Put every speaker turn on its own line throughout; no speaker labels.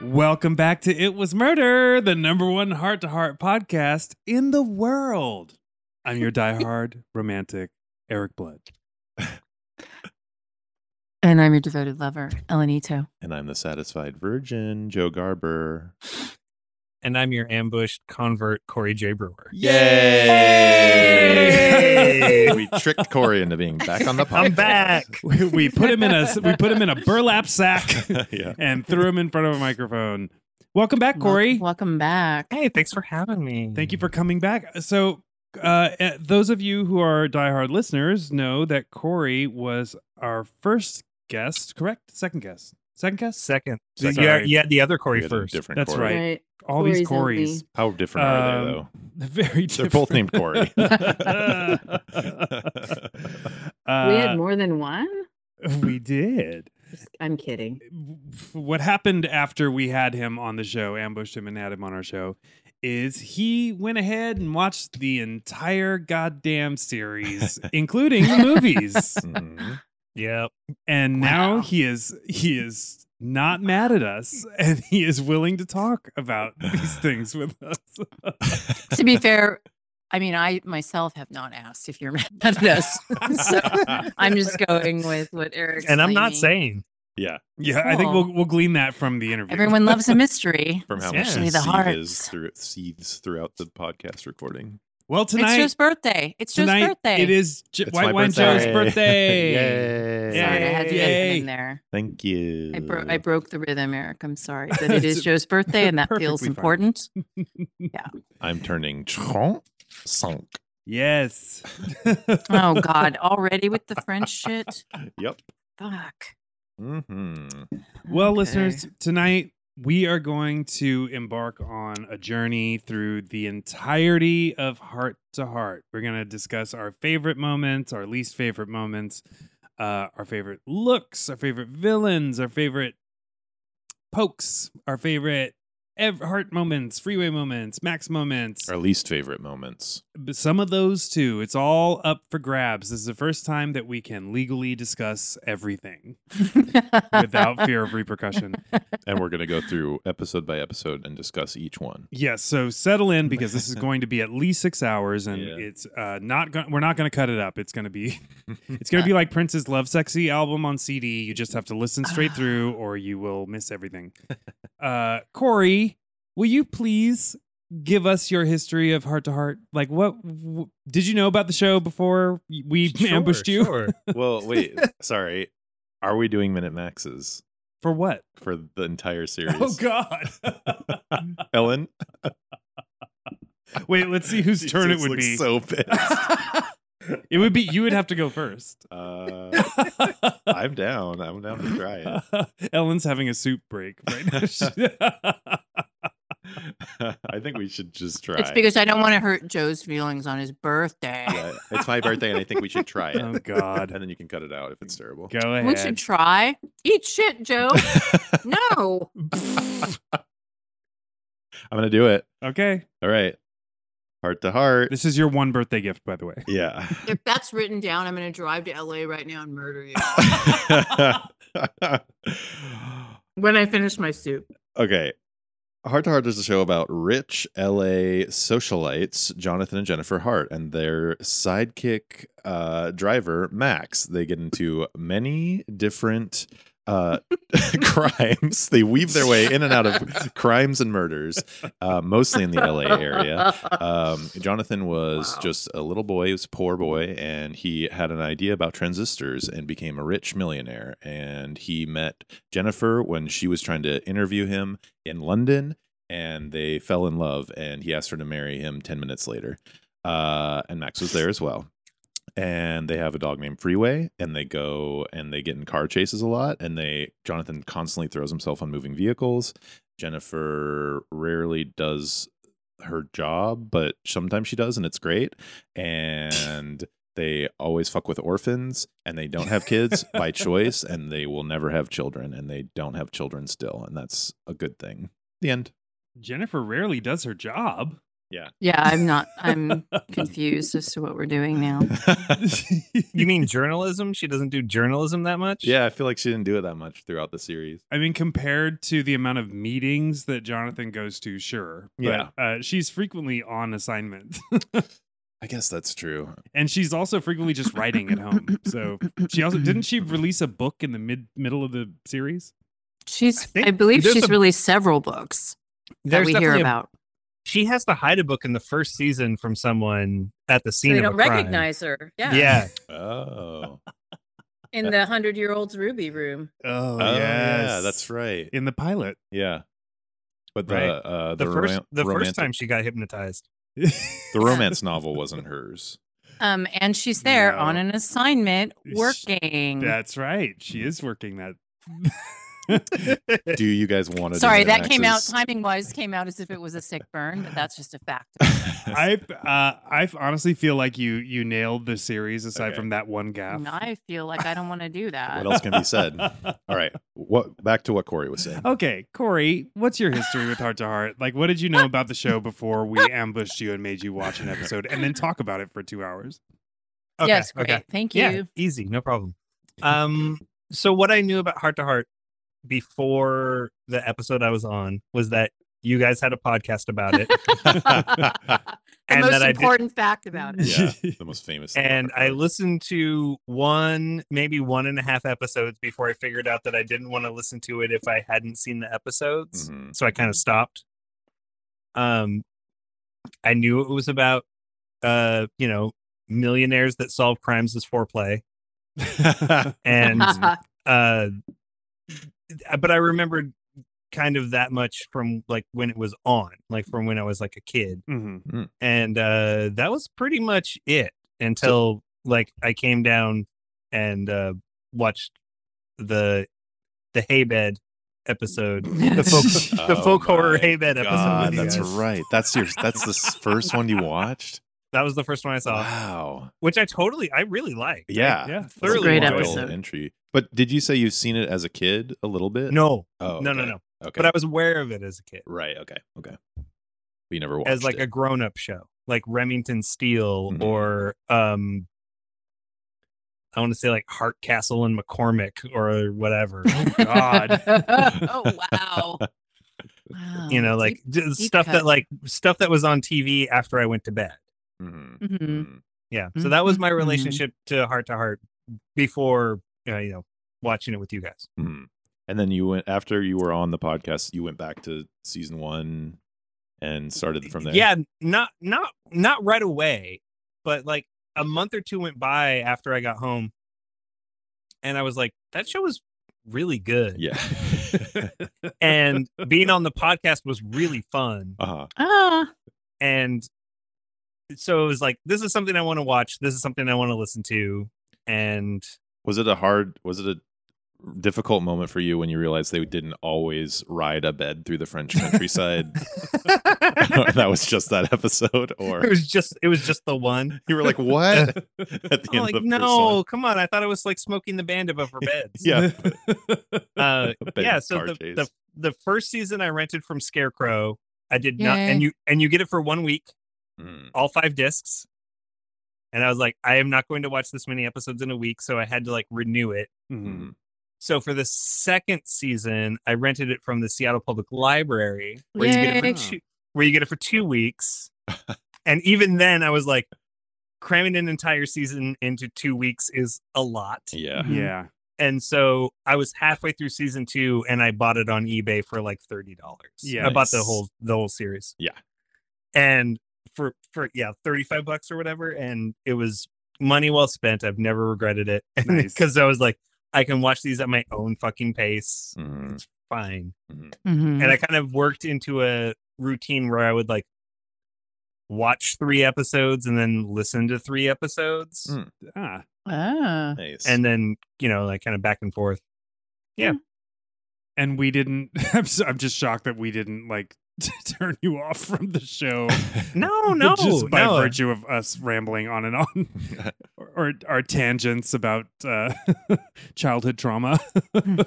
Welcome back to It Was Murder, the number one heart to heart podcast in the world. I'm your diehard romantic, Eric Blood.
And I'm your devoted lover, Elenito.
And I'm the satisfied virgin, Joe Garber.
and I'm your ambushed convert, Corey J. Brewer.
Yay!
we tricked Corey into being back on the podcast.
I'm back.
We, we put him in a we put him in a burlap sack
yeah.
and threw him in front of a microphone. Welcome back, Corey.
Wel- welcome back.
Hey, thanks for having me.
Thank you for coming back. So, uh, eh, those of you who are diehard listeners know that Corey was our first guest, correct? Second guest, second guest.
second.
Sorry.
You, had, you had the other Corey
We had a
first.
Different
That's
Corey.
right. All these Corys,
Corey's
How different are they,
Um,
though?
very.
They're both named Corey.
Uh,
we had more than one.
we did.
Just- I'm kidding.
What happened after we had him on the show, ambushed him and had him on our show, is he went ahead and watched the entire goddamn series, including the movies.
Mhm.
Yep.
And now
Wow.
he is he is not mad at us and he is willing to talk about these things with us.
to be fair, I mean, I myself have not asked if you're mad at us. so I'm just going with what Eric.
And I'm not saying.
Yeah.
Yeah, I think
Cool.
we'll we'll glean that from the interview.
everyone loves a mystery.
From how
Yes.
Especially
much he
the
seethes,
hearts.
through, seethes throughout the podcast recording.
well tonight
it's Joe's birthday. It's Joe's
tonight
birthday.
it is J-
It's my
White Wine
birthday.
Joe's birthday.
Yay.
Sorry, I had to get him
Yay.
in there.
Thank you.
I, bro- I broke the rhythm, Eric. I'm sorry, but it is
It's
Joe's birthday, and that feels
perfectly fine.
important.
I'm turning chonk, sunk.
yes.
Oh God, already with the French shit.
Yep.
Fuck.
hmm
Well,
Okay.
listeners, tonight we are going to embark on a journey through the entirety of Heart to Heart. We're going to discuss our favorite moments, our least favorite moments, uh, our favorite looks, our favorite villains, our favorite pokes, our favorite ev- heart moments, freeway moments, max moments.
Our least favorite moments.
But some of those too. It's all up for grabs. This is the first time that we can legally discuss everything without fear of repercussion.
And we're going to go through episode by episode and discuss each one.
Yes, so settle in because this is going to be at least six hours, and
Yeah.
it's uh, not. Go- we're not going to cut it up. It's going to be, it's going to be like Prince's "Love Sexy" album on CD. You just have to listen straight through, or you will miss everything. Uh, Corey, will you please give us your history of Heart to Heart? Like, what w- did you know about the show before we
Sure,
ambushed you?
sure.
Well, wait. Sorry. Are we doing minute maxes
For what?
for the entire series?
Oh God!
Ellen,
Wait, let's see whose
you
turn it
just
would
look
be.
So pissed.
it would be you would have to go first.
Uh, I'm down. I'm down to try it.
Ellen's having a soup break right now.
I think we should just try.
It's because I don't want to hurt Joe's feelings on his birthday.
Yeah, it's my birthday, and I think we should try it.
oh God.
And then you can cut it out if it's terrible.
Go ahead.
We should try. Eat shit, Joe. no.
I'm gonna do it.
okay.
All right. Heart to heart.
This is your one birthday gift, by the way.
Yeah.
If that's written down, I'm going to drive to LA right now and murder you when I finish my soup.
okay. Heart to Heart is a show about rich LA socialites, Jonathan and Jennifer Hart, and their sidekick uh, driver, Max. They get into many different uh, crimes. They weave their way in and out of crimes and murders, uh, mostly in the LA area. um, Jonathan was
Wow.
just a little boy, he was a poor boy, and he had an idea about transistors and became a rich millionaire. And he met Jennifer when she was trying to interview him in London, and they fell in love. And he asked her to marry him ten minutes later. Uh, and Max was there as well. And they have a dog named Freeway, and they go and they get in car chases a lot. And they Jonathan constantly throws himself on moving vehicles. Jennifer rarely does her job, but sometimes she does, and it's great. And they always fuck with orphans, and they don't have kids by choice, and they will never have children, and they don't have children still, and that's a good thing. The end.
Jennifer rarely does her job.
Yeah, I'm not. I'm confused as to what we're doing now.
Um,
You mean journalism? She doesn't do journalism that much?
yeah, I feel like she didn't do it that much throughout the series.
I mean, compared to the amount of meetings that Jonathan goes to, sure.
Yeah.
But, uh, she's frequently on assignment.
I guess that's true.
and she's also frequently just writing at home. So she also didn't she release a book in the mid middle of the series?
She's. I,
think
believe
there's
she's
a-
released several books that we hear
definitely a-
about.
she has to hide a book in the first season from someone at the
So
scene.
you
of
don't
a crime.
recognize her. Yeah.
yeah.
Oh.
In the hundred-year-old's ruby room.
Oh,
Oh, yeah, that's right.
in the pilot.
Yeah. But the
Right.
uh,
The,
the,
first
roman-
the
romantic-
first time she got hypnotized.
the romance novel wasn't hers.
Um, and she's there on
No.
an assignment
Sh-
working.
That's right. She
Mm-hmm.
is working that.
Do you guys want to?
Sorry, that came out timing wise came out as if it was a sick burn, but that's just a fact.
I uh, I honestly feel like you you nailed the series aside
Okay.
from that one gaff.
And I feel like I don't want to do that.
What else can be said? All right. What back to what Corey was saying.
Okay, Corey, what's your history with Heart to Heart? Like, what did you know about the show before we ambushed you and made you watch an episode and then talk about it for two hours?
Okay,
yes, great.
okay.
Thank you.
Yeah, easy, no problem. Um, so what I knew about Heart to Heart before the episode I was on was that you guys had a podcast about it,
the
and
most
that I did,
important fact about it.
Yeah, the most famous. thing
and
about
I
Corey.
listened to one, maybe one and a half episodes before I figured out that I didn't want to listen to it if I hadn't seen the episodes.
Mhm.
so I kind of stopped. Um, I knew it was about, uh, you know, millionaires that solve crimes as foreplay,
Mm-hmm,
and uh, but I remembered kind of that much from like when it was on, like from when I was like a kid,
Mhm.
and uh, that was pretty much it until like I came down and uh, watched the the Haybed episode, the folk the
Oh
folk horror
my
Haybed episode.
God,
with you
that's
guys.
right. That's your. That's the s- first one you watched.
That was the first one I saw,
Wow.
which I totally, I really liked. I
Yeah.
Yeah.
a
thoroughly
great
enjoyed it.
episode.
Entry. But did you say you've seen it as a kid a little bit?
No,
Oh,
no, no,
okay.
no.
Okay.
But I was aware of it as a kid,
right. Okay. Okay. We never watched
as like a
it.
grown-up show, like Remington Steele
Mhm.
or um, I want to say like Hart Castle and McCormick or whatever.
God.
oh wow. Wow.
you know, like d- stuff
cut.
that like stuff that was on TV after I went to bed.
Mhm.
Mhm.
Mhm.
Yeah. So that was my
Mhm.
relationship to Heart to Heart before uh, you know watching it with you guys.
Mhm. And then you went after you were on the podcast. You went back to season one and started from there.
Yeah, not not not right away, but like a month or two went by after I got home, and I was like, that show was really good,
Yeah.
and being on the podcast was really fun,
uh huh.
Ah,
and so it was like, this is something I want to watch. This is something I want to listen to, and
Was it a hard? Was it a difficult moment for you when you realized they didn't always ride a bed through the French countryside?
it
that was just that episode, or
was just it was just the one.
you were like, "What?" At the end
I'm like,
of
no,
Persona.
come on! I thought it was like smoking the band above our beds.
Yeah.
Uh,
Bed
yeah so
car
the,
chase.
the the first season i rented from scarecrow i did not and
Yay.
you and you get it for one week
Mm.
all five discs and i was like i am not going to watch this many episodes in a week so i had to like renew it Mm-hmm.
Mhm.
so for the second season i rented it from the seattle public library where you get it
Yay.
for two, where you get it for two weeks and even then i was like cramming an entire season into two weeks is a lot
Yeah.
Mhm.
Yeah.
and so I was halfway through season two, and I bought it on eBay for like thirty dollars.
Yeah.
I bought the
Nice.
whole the whole series.
Yeah.
and for for yeah, thirty five bucks or whatever, and it was money well spent. I've never regretted it
Nice.
because I was like, I can watch these at my own fucking pace.
Mm.
It's fine,
mhm.
Mm-hmm.
and I kind of worked into a routine where I would like watch three episodes and then listen to three episodes,
Mm.
Ah.
Ah.
Nice.
and then you know like kind of back and forth.
And we didn't. I'm, so, I'm just shocked that we didn't like turn you off from the show.
No, no,
just by
no.
virtue of us rambling on and on, or, or our tangents about uh, childhood trauma.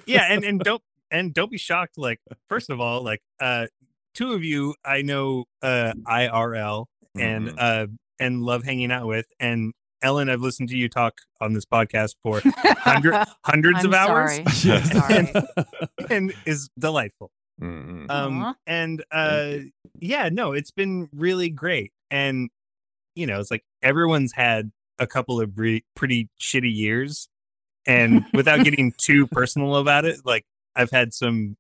yeah, and and don't and don't be shocked. Like, first of all, like, uh, two of you I know uh IRL and
Mhm.
uh and love hanging out with. And Ellen, I've listened to you talk on this podcast for hundred- hundreds
I'm
of hours
sorry.
Mm-hmm.
Yes.
Sorry.
and is delightful.
Mhm.
Um
Aw.
and uh
Thank
yeah, no, it's been really great. And you know, it's like everyone's had a couple of re- pretty shitty years. And without getting too personal about it, like I've had some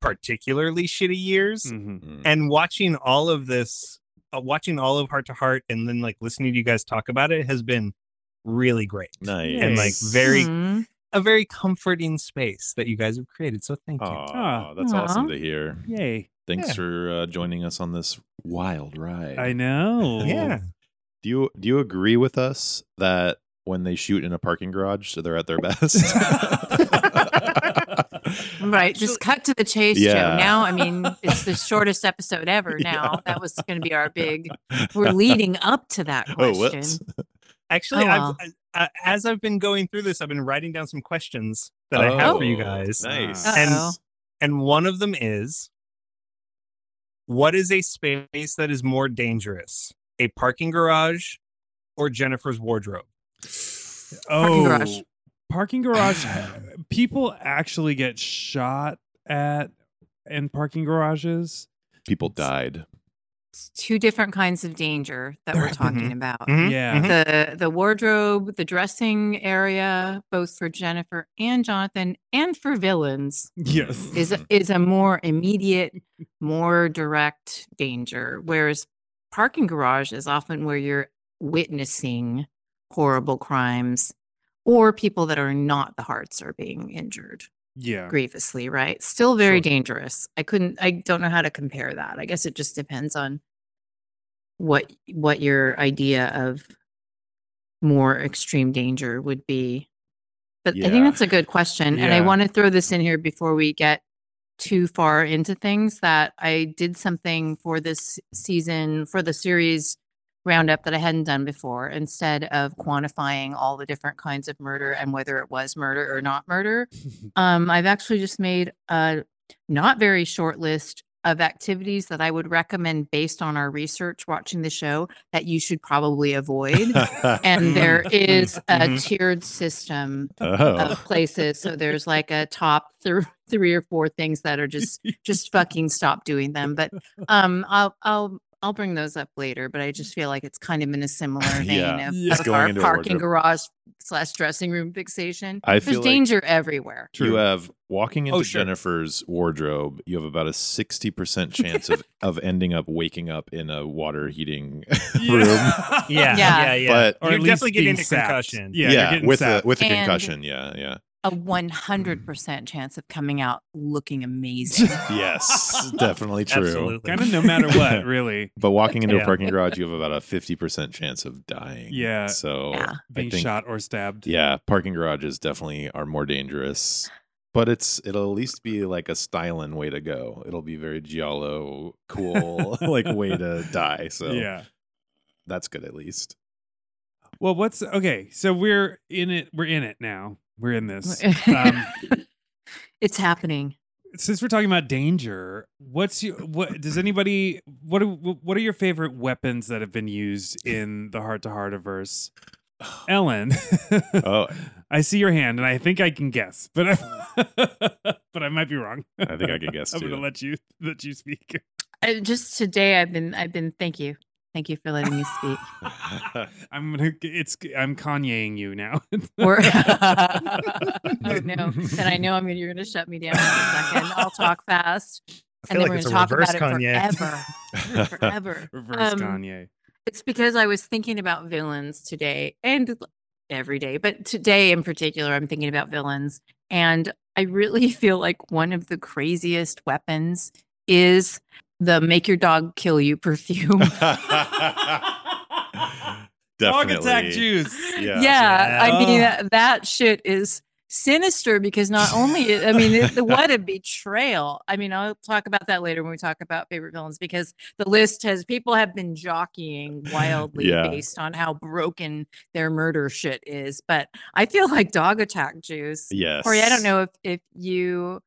particularly shitty years
Mhm.
Mhm.
and watching all of this uh, watching all of heart to heart and then like listening to you guys talk about it has been really great
Nice.
and like very
Mhm.
a very comforting space that you guys have created so thank you
Aw, that's
Aw.
awesome to hear.
Yay.
Thanks
Yeah.
for uh, joining us on this wild ride.
I know.
yeah
Do you do you agree with us that when they shoot in a parking garage, so they're at their best?
Mm-hmm. Right. Just cut to the chase,
Yeah.
Joe. Now, I mean, it's the shortest episode ever now.
Yeah.
That was going to be our big, we're leading up to that
Oh,
question.
whoops.
actually
Oh,
I've,
wow.
I, I, as i've been going through this i've been writing down some questions that i have for you
Oh,
guys
Nice.
Uh,
and
Uh-oh.
and one of them is what is a space that is more dangerous a parking garage or jennifer's wardrobe
Oh,
garage.
Parking garage. people actually get shot at in parking garages.
People died.
It's two different kinds of danger that we're talking about.
Mhm,
Yeah.
mhm.
The the wardrobe, the dressing area, both for Jennifer and Jonathan, and for villains,
Yes.
is a- is a more immediate, more direct danger. Whereas parking garage is often where you're witnessing horrible crimes or people that are not the hearts are being injured
Yeah.
grievously, right? Still very
Sure.
dangerous. I couldn't I don't know how to compare that. I guess it just depends on what what your idea of more extreme danger would be. But I
Yeah.
think that's a good question and I
Yeah.
want to throw this in here before we get too far into things that I did something for this season for the series roundup that I hadn't done before. Instead of quantifying all the different kinds of murder and whether it was murder or not murder, um, I've actually just made a not very short list of activities that I would recommend based on our research watching the show that you should probably avoid. and there is a
Mhm.
tiered system of
Mm-hmm. oh.
places. So there's like a top th- three or four things that are just just fucking stop doing them. But um, I'll I'll I'll bring those up later. But I just feel like it's kind of in a similar vein
Yeah,
of,
Yeah. it's
of
going
our
into a
parking
wardrobe.
garage slash dressing room fixation.
I
There's
feel like
danger everywhere.
you have walking into
Oh, sure.
Jennifer's wardrobe, you have about a 60% chance of, of ending up waking up in a water heating
Yeah.
yeah,
Yeah.
yeah, yeah.
But-
Or
you're
at least
definitely getting
being
a
sapped.
concussion.
Yeah. you're getting
with a
sapped.
with a
And-
concussion. Yeah, yeah.
A 100% chance of coming out looking amazing.
Yes, definitely true.
Absolutely.
kind of no matter what, really.
But walking into a
Yeah.
parking garage, you have about a fifty percent chance of dying.
Yeah.
So
Yeah.
Being
I think,
shot or stabbed.
Yeah, parking garages definitely are more dangerous. But it's it'll at least be like a styling way to go. It'll be very giallo, cool, like way to die. So
Yeah.
that's good at least.
Well, what's okay? So we're in it. We're in it now. We're in this. Um,
it's happening.
since we're talking about danger, what's your what? Does anybody what? Are, what are your favorite weapons that have been used in the heart to heart averse? Ellen,
Oh,
I see your hand, and I think I can guess, but I, but I might be wrong.
I think I can guess
I'm
too.
gonna let you let you speak.
Uh, just today, I've been, I've been, thank you. Thank you for letting me speak.
I'm gonna. It's. I'm Kanyeing you now.
Or, oh no, then I know I'm gonna, you're going to shut me down in a second. I'll talk fast.
I
And
feel
then we're
like
going to
it's a
talk
reverse
about it
Kanye.
forever. forever.
Reverse
Um,
Kanye.
It's because I was thinking about villains today and l- every day, but today in particular, I'm thinking about villains. And I really feel like one of the craziest weapons is the make your dog kill you perfume.
definitely.
Dog attack juice.
Yeah.
Yeah. I mean,
Yeah.
that, that shit is sinister because not only, it- I mean, it, the- what a betrayal. I mean, I'll talk about that later when we talk about favorite villains because the list has, people have been jockeying wildly
Yeah.
based on how broken their murder shit is. But I feel like dog attack juice.
Yes.
Corey, I don't know if, if you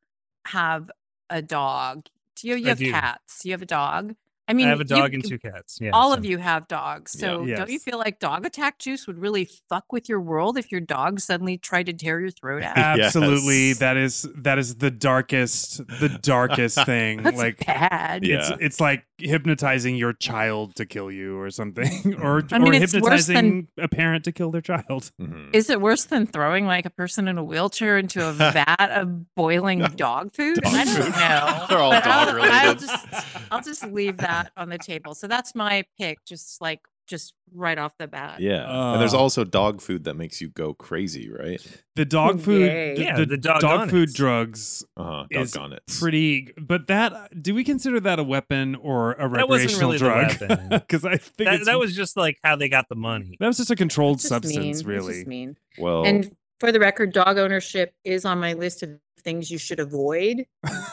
have a dog Do you, you
I
have
do.
cats? You have a dog? I
I
mean,
have a
you-
dog and two cats. Yeah.
all of
so-
you have dogs.
Yeah.
So don't you
Yes.
feel like dog attack juice would really fuck with your world if your dog suddenly tried to tear your throat out?
Absolutely.
Yes.
That is that is the darkest the darkest thing.
That's
like
bad.
Um, Yeah.
it's it's like hypnotizing your child to kill you or something. or
I mean,
or
it's worse
hypnotizing
than-
a parent to kill their child.
Mhm.
Is it worse than throwing like a person in a wheelchair into a vat of boiling dog food?
Dog
I don't
food.
know.
They're all
but I'll- I'll
dog related.
just I'll just leave that on the table. So that's my pick, just like just right off the bat.
Yeah. and there's
Uh.
also dog food that makes you go crazy, right?
The dog food
Yay.
the,
Yeah,
the
the
dog,
dog
food
onics.
drugs
Uh-huh.
Is
Doggone it.
pretty but that do we consider that a weapon or a
That wasn't
recreational
really the
drug?
weapon.
Because I think
That,
it's,
that was just like how they got the money.
that was just a controlled
It's just mean.
substance,
It's
really.
just mean.
well,
And for the record, dog ownership is on my list of things you should avoid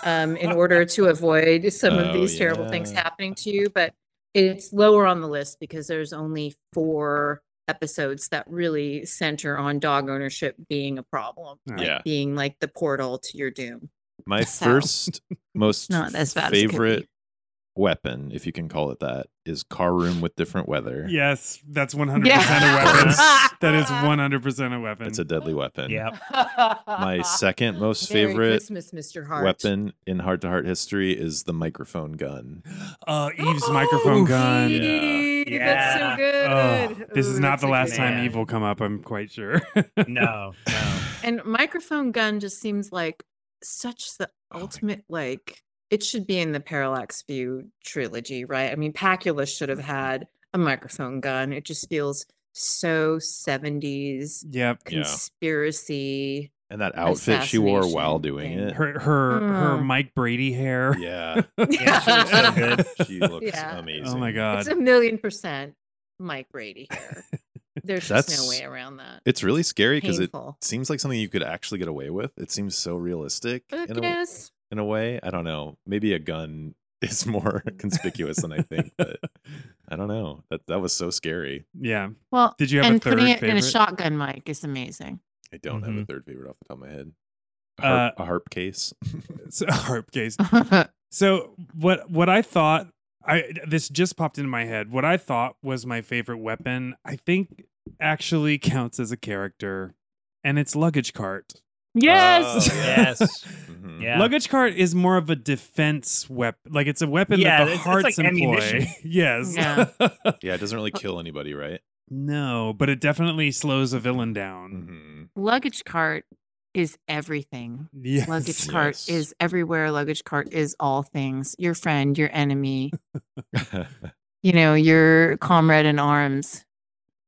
um, in order to avoid some
Oh,
of these terrible things
yeah.
happening to you. But it's lower on the list because there's only four episodes that really center on dog ownership being a problem,
Yeah.
like
Yeah.
being like the portal to your doom.
my
so-
first most
Not as bad as it could be.
favorite weapon, if you can call it that, is car room with different weather.
Yes, that's 100%
Yeah.
a weapon.
Yes.
that is 100% a weapon.
It's a deadly weapon.
Yeah.
My second most
Merry
favorite
Christmas, Mr. Hart.
weapon in heart to heart history is the microphone gun.
uh, Eve's
Oh,
microphone gun.
Yeah.
Steve, That's so
Oh,
good.
this is
Ooh,
not
that's
the
a
last
good
time
one.
man.
Eve will come up, I'm quite sure.
No, no.
And microphone gun just seems like such the
Oh
my-
ultimate like it should be in the Parallax View trilogy, right? I mean, Pacula should
Mm-hmm.
have had a microphone gun. It just feels so 70s
yep.
Yeah.
conspiracy.
And that outfit she wore while
Assassination
doing
thing.
it.
Her her her
Mm.
Mike Brady hair.
yeah.
Yeah, she looks so good.
She looks
Yeah.
amazing.
Oh my
it's
god.
a million percent Mike Brady here. There's just no
That's
way around that.
It's really scary because it
Painful.
seems like something you could actually get away with. It seems so realistic
But
in a,
yes,
in a way. I don't know. Maybe a gun is more conspicuous than I think, but I don't know. That that was so scary.
Yeah.
well,
Did you have a
and
third
putting it
favorite?
in a shotgun mic is amazing.
I don't have a
Mhm.
third favorite off the top of my head. A harp, a harp case.
So, harp case. So what what I thought I this just popped into my head. What I thought was my favorite weapon, I think actually counts as a character, and it's luggage cart. Uh.
Yes! Oh, yeah.
yes.
Mhm.
Yeah.
Luggage cart is more of a defense weapon. Like it's a weapon that
Yeah,
the
it's- it's
hearts
like
employ.
ammunition.
yes.
Yeah.
Yeah, it doesn't really kill anybody, right?
no, but it definitely slows a villain down.
Mm-hmm.
Luggage cart is everything.
Yes.
Luggage cart
Yes.
is everywhere. Luggage cart is all things. Your friend, your enemy,
Mm-hmm.
you know, your comrade in arms.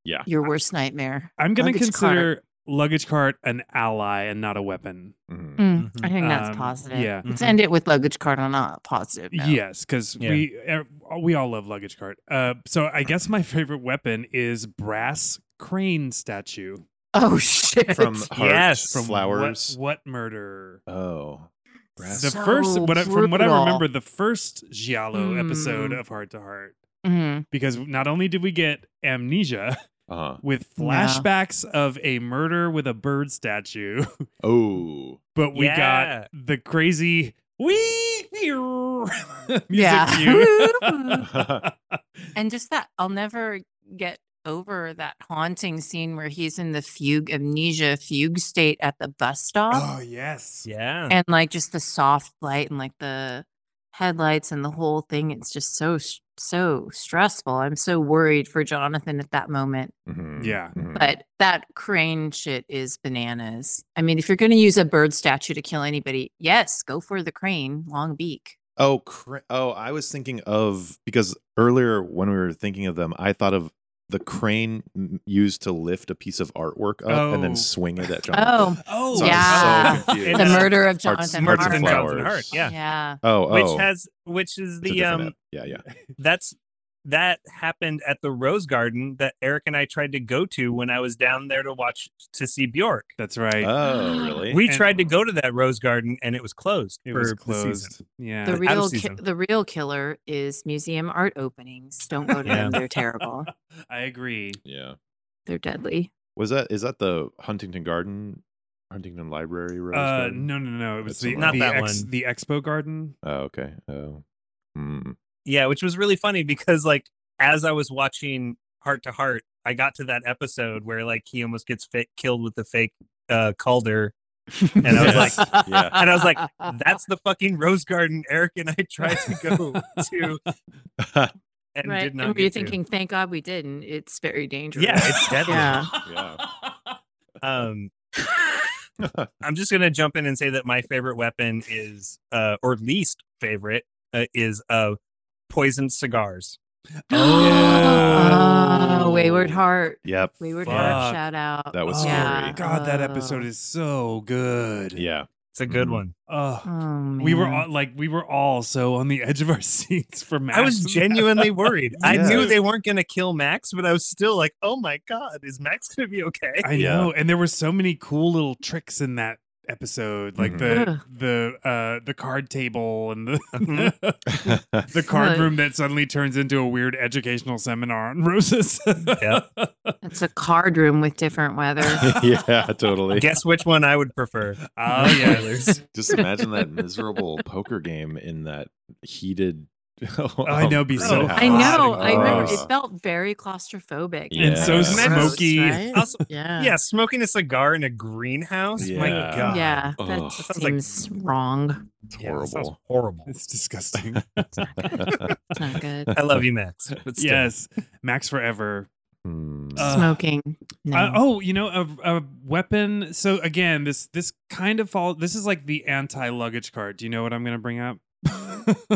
Yeah.
Your worst nightmare.
I'm going to
Luggage
consider luggage cart an ally and not a weapon.
Mhm.
Mm, I
Mhm.
think
Um,
that's positive.
yeah. mm-hmm.
Let's
Mhm.
end it with luggage cart on a positive. note.
Yes, because
Yeah.
we er, we all love luggage cart. Uh, so I guess my favorite weapon is brass crane statue
Oh shit.
From heart,
Yes.
from
from
flowers.
What, what murder?
Oh, brass.
The
So
first, what I, from what I
brutal.
remember, the first Giallo episode
Mm.
of Heart to Heart.
Mhm.
because not only did we get amnesia
uh-huh.
with
Yeah.
flashbacks of a murder with a bird statue,
Oh,
but we
Yeah.
got the crazy wee music
Yeah.
cue. Oh,
Mm-hmm.
And just that, I'll never get over that haunting scene where he's in the fugue amnesia fugue state at the bus stop.
oh yes.
Yeah.
and like just the soft light and like the headlights and the whole thing it's just so s- so stressful i'm so worried for jonathan at that moment
Mhm.
Yeah.
Mhm.
but that crane shit is bananas i mean if you're going to use a bird statue to kill anybody yes go for the crane long beak
Oh, cra- oh, I was thinking of because earlier when we were thinking of them, I thought of the crane m- used to lift a piece of artwork up and
Oh.
then swing it at Jonathan.
oh
Oh
So I was so
yeah.
confused.
the
And, uh,
murder of
Hearts-
jonathan
Hearts
Murder
and
in
Harmon.
Jonathan
Flowers.
Heart, yeah.
yeah
Oh, oh,
Which has which
it's
is
a
the
different
um
app. yeah, yeah.
that's that happened at the Rose Garden that Eric and I tried to go to when I was down there to watch to see Bjork.
That's right.
Oh, really?
We
And-
tried to go to that Rose Garden and it was closed.
it
for
was
the season.
closed. Yeah.
the
out of
real ki-
season.
the real killer is museum art openings don't go to
Yeah.
them they're terrible
I agree.
yeah.
they're deadly
Was that is that the Huntington Garden Huntington Library Rose.
Uh,
Garden?
no, no, no. It was
That's
the,
not
the
that
ex-
one.
the expo garden.
Oh, okay. Oh, Hmm.
Yeah, which was really funny because like as I was watching Heart to Heart, I got to that episode where like he almost gets fa- killed with the fake uh Calder. And I was like,
yeah.
and I was like,
Uh,
that's the fucking Rose Garden Eric and I tried to go to and
right.
did not.
and were you
get to.
thinking, thank God we didn't? It's very dangerous.
Yeah, it's deadly.
Yeah.
Um I'm just gonna jump in and say that my favorite weapon is, uh, or least favorite uh, is uh, poisoned cigars.
Oh.
Oh, Wayward Heart.
yep.
Wayward
Fuck.
Heart shout out.
That was
Oh,
scary.
God, that
Oh.
episode is so good.
Yeah.
It's a good
Mhm.
one.
Ugh.
Oh,
we were
man.
all like we were all so on the edge of our seats for Max.
I was genuinely worried. I
Yeah.
knew they weren't gonna kill Max, but I was still like, "Oh my god, is Max gonna be okay?"
I
Yeah.
know, and there were so many cool little tricks in that episode, like
Mhm.
the the uh the card table and the
Mhm.
the card
Right.
room that suddenly turns into a weird educational seminar on roses.
Yep.
It's a card room with different weather.
Oh, yeah, totally.
Guess which one I would prefer.
Oh yes.
Just imagine that miserable poker game in that heated. Oh,
I know, it'd be so
um,
hot.
I know. I remember
Gross.
it felt very claustrophobic.
And so
like, gross,
smoky.
right?
Also-
yeah.
Yeah, smoking a cigar in a greenhouse. My
Yeah.
god.
Yeah. That
Ugh.
just
Sounds like-
seems wrong.
It's
Yeah, that sounds
horrible.
horrible.
It's disgusting.
It's not good.
I love you, Max. But still.
yes. Max forever.
Hmm.
Uh,
Smoking. No.
Uh, oh, you know, a, a weapon. So again, this this kind of fall. This is like the anti luggage cart. Do you know what I'm going to bring up?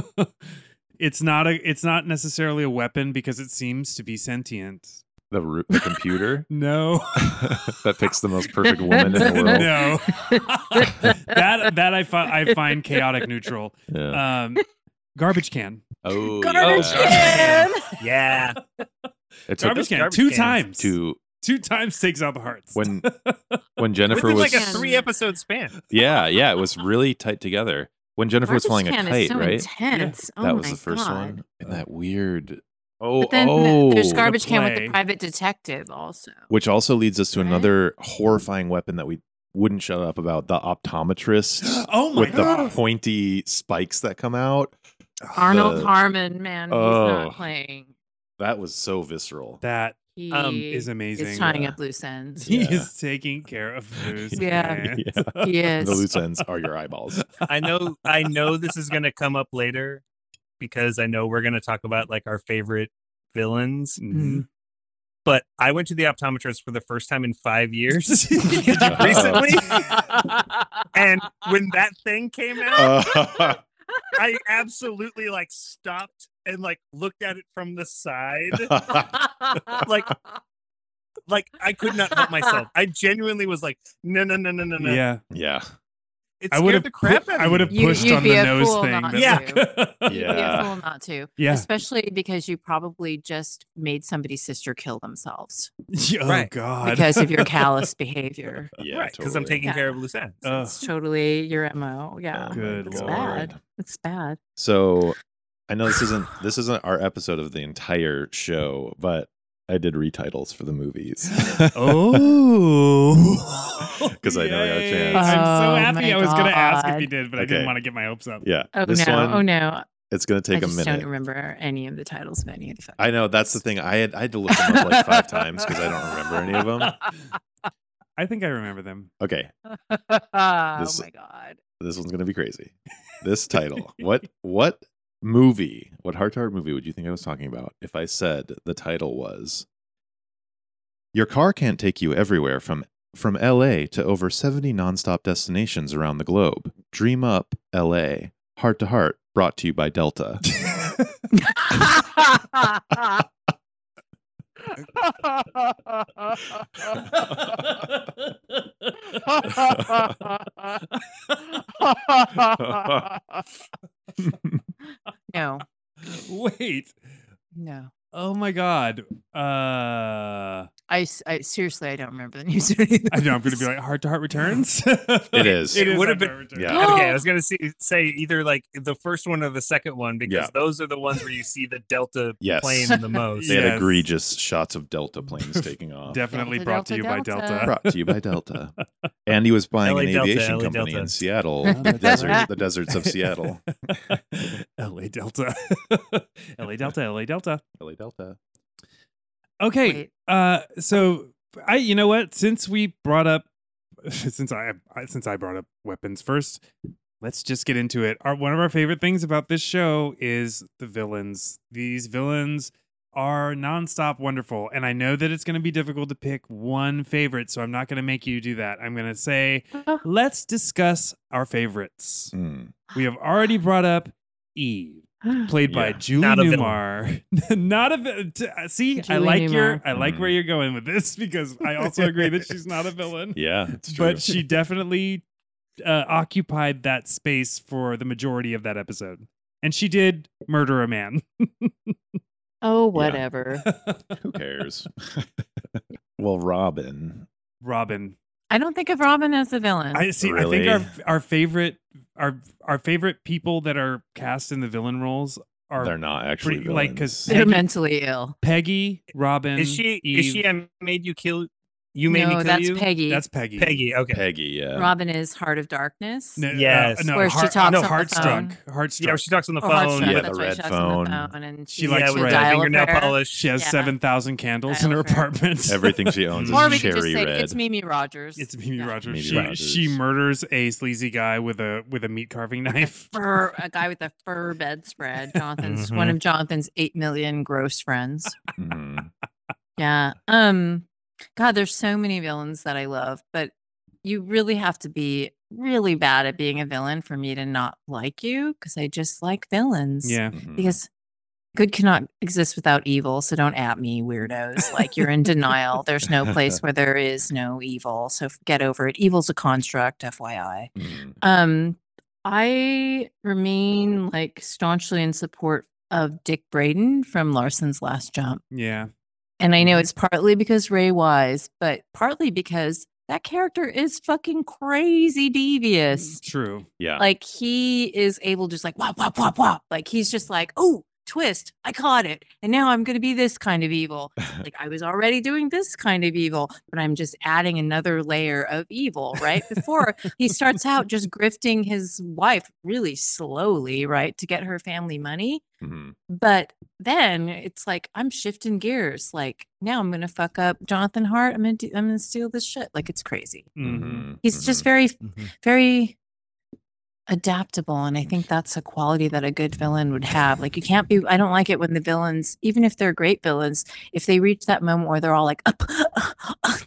it's not a. It's not necessarily a weapon because it seems to be sentient.
the, ru- the computer
No,
that picks the most perfect woman in the world.
no. that that I find I find chaotic neutral.
Yeah.
Um, garbage can.
oh,
Garbage
yeah.
can.
Yeah.
It took
Garbage can.
garbage
two
cans
times.
to
Two times takes out the hearts.
when when Jennifer
Within
was
like a
Yeah.
three episode span.
yeah yeah it was really tight together when Jennifer was
Garbage
flying a
can is
kite
so
right
Intense. Oh
that was
my
the first
God.
one and that weird oh
But then
oh
there's garbage can with
play.
the private detective also.
which also leads us to
Right?
another horrifying weapon that we wouldn't shut up about the optometrist
oh my
with the
god.
pointy spikes that come out
Arnold
The-
Harmon, man, he's
Oh.
not playing.
that was so visceral
that
He
Um,
is
is,
amazing.
tying
yeah.
up loose ends.
He
Yeah.
is taking care of Moose.
Yeah.
Yeah.
He
the
is.
loose ends are your eyeballs
I know I know this is gonna come up later because I know we're gonna talk about like our favorite villains.
Mm-hmm.
Mm-hmm.
Mhm.
But I went to the optometrist for the first time in five years
Recently?
and when that thing came out,
Uh,
I absolutely like stopped and like looked at it from the side. Like- Like I could not help myself. I genuinely was like, no, no, no, no, no, no.
yeah,
yeah
It
I
scared
would have
the crap
pu-
out
I
of
would
me.
have
You-
pushed
you'd
on
be
the
a
nose
fool
thing.
not
but-
to.
You'd be
Yeah.
a fool not to,
yeah.
especially because you probably just made somebody's sister kill themselves
Yeah. Oh
Right.
God.
because of your callous behavior.
yeah
right, because I'm
totally. Uh.
taking care of
Yeah.
loose ends.
Ugh.
It's totally your mo. Yeah,
Oh my
Good
it's
lord.
bad. It's bad.
So I know this isn't this isn't our episode of the entire show, but I did retitles for the movies.
Oh.
'Cause I know I got a
Yay.
chance.
I'm so
Oh
happy.
my
I was going to ask if
God.
you did, but I didn't
Okay.
want to get my hopes up.
yeah.
Oh
this
no!
one
oh no!
it's gonna take
I
a
just
minute.
don't remember any of the titles of any of the. fucking
I know that's the thing. I had I had to look them up like five times because I don't remember any of them.
I think I remember them.
Okay.
oh
This-
my god!
This one's gonna be crazy. This title. what what movie, what heart to heart movie would you think I was talking about if I said the title was Your car can't take you everywhere from from LA to over 70 nonstop destinations around the globe. Dream up LA. Heart to heart brought to you by Delta.
no,
Wait.
no.
Oh my God. Uh,
I I, s- I- seriously, I don't remember the names. of any of
I know I'm
those.
going to be like heart to heart returns.
It is.
It
Heart
would've
to
been-
Heart Returns.
Yeah.
okay, I was gonna see, say either like the first one or the second one because
Yeah.
those are the ones where you see the Delta
Yes.
plane the most.
They had
Yes.
egregious shots of Delta planes taking off.
Definitely
Delta,
brought to you
Delta,
by
Delta.
Delta.
Brought to you by Delta. And he was buying
LA
an
Delta,
aviation
LA
company
Delta.
in Seattle,
LA
the
Delta.
desert, the deserts of Seattle.
LA Delta. LA Delta, LA Delta.
LA Delta.
Okay.
Wait.
Uh so I you know what? Since we brought up since I, I since I brought up weapons first, let's just get into it. Our one of our favorite things about this show is the villains. These villains are nonstop wonderful. And I know that it's gonna be difficult to pick one favorite, so I'm not gonna make you do that. I'm gonna say let's discuss our favorites.
Mm.
We have already brought up Eve played by
Yeah.
Julie
Not a villain.
Newmar. not a vi- t- uh, see. I
Julie
like your
Newmar.
I like where
Mm-hmm.
Mhm.
you're going with this because I also agree that she's not a villain,
Yeah. It's
but she definitely uh, occupied that space for the majority of that episode, and she did murder a man.
oh, whatever.
Who cares? well, Robin.
Robin,
I don't think of Robin as a villain.
I see.
Really?
I think our our favorite our our favorite people that are cast in the villain roles are
They're not actually
pretty- like, 'cause-
They're
Peggy-
mentally ill.
Peggy, Robin.
Is she? Is
Eve.
she? I made you kill. You made me
no,
kill
that's
you.
Peggy.
That's Peggy.
Peggy. Okay.
Peggy, yeah.
Robin is Heart of Darkness.
No, uh,
Yes.
no,
Where she
heart-
talks
no,
on the
heartstrunk,
Yeah,
heartstrunk.
she talks on the
Oh,
phone.
Heartstrong,
Yeah,
with-
that's
the
right,
red
she talks on the
phone.
phone and she,
She likes
with
red.
the
dial
fingernail
up her.
polish.
She has
Yeah.
7,000 candles in her
Dial-up red.
apartment.
Everything she owns
Or
Or
is
we could
cherry
just say
red.
it's Mimi Rogers.
It's Mimi
Yeah.
Rogers.
Mimi
she
Rogers.
she murders a sleazy guy with a with a meat carving knife.
Fur, a guy with a fur bedspread. Jonathan's one
Mhm.
of Jonathan's eight million gross friends.
Mhm.
Yeah. Um God, there's so many villains that I love, but you really have to be really bad at being a villain for me to not like you because I just like villains.
Yeah.
Mhm.
Because good cannot exist without evil. So don't at me, weirdos. Like you're in denial. There's no place where there is no evil. So f- get over it. Evil's a construct, FYI.
Mhm.
Um, I remain like staunchly in support of Dick Braden from Larson's Last Jump.
Yeah.
And I know it's partly because Ray Wise, but partly because that character is fucking crazy devious.
True.
Yeah.
Like he is able to just like wop wop wop wop. Like he's just like, oh, twist, I caught it. And now I'm gonna be this kind of evil. Like I was already doing this kind of evil, but I'm just adding another layer of evil, right? Before he starts out just grifting his wife really slowly, right? To get her family money.
Mhm.
But then it's like I'm shifting gears. Like now I'm gonna fuck up Jonathan Hart. I'm gonna do, I'm gonna steal this shit. Like it's crazy.
Mhm.
Mhm.
He's
Mhm.
just very
Mm-hmm.
Mhm.
very adaptable, and I think that's a quality that a good villain would have. Like you can't be. I don't like it when the villains, even if they're great villains, if they reach that moment where they're all like, up, uh,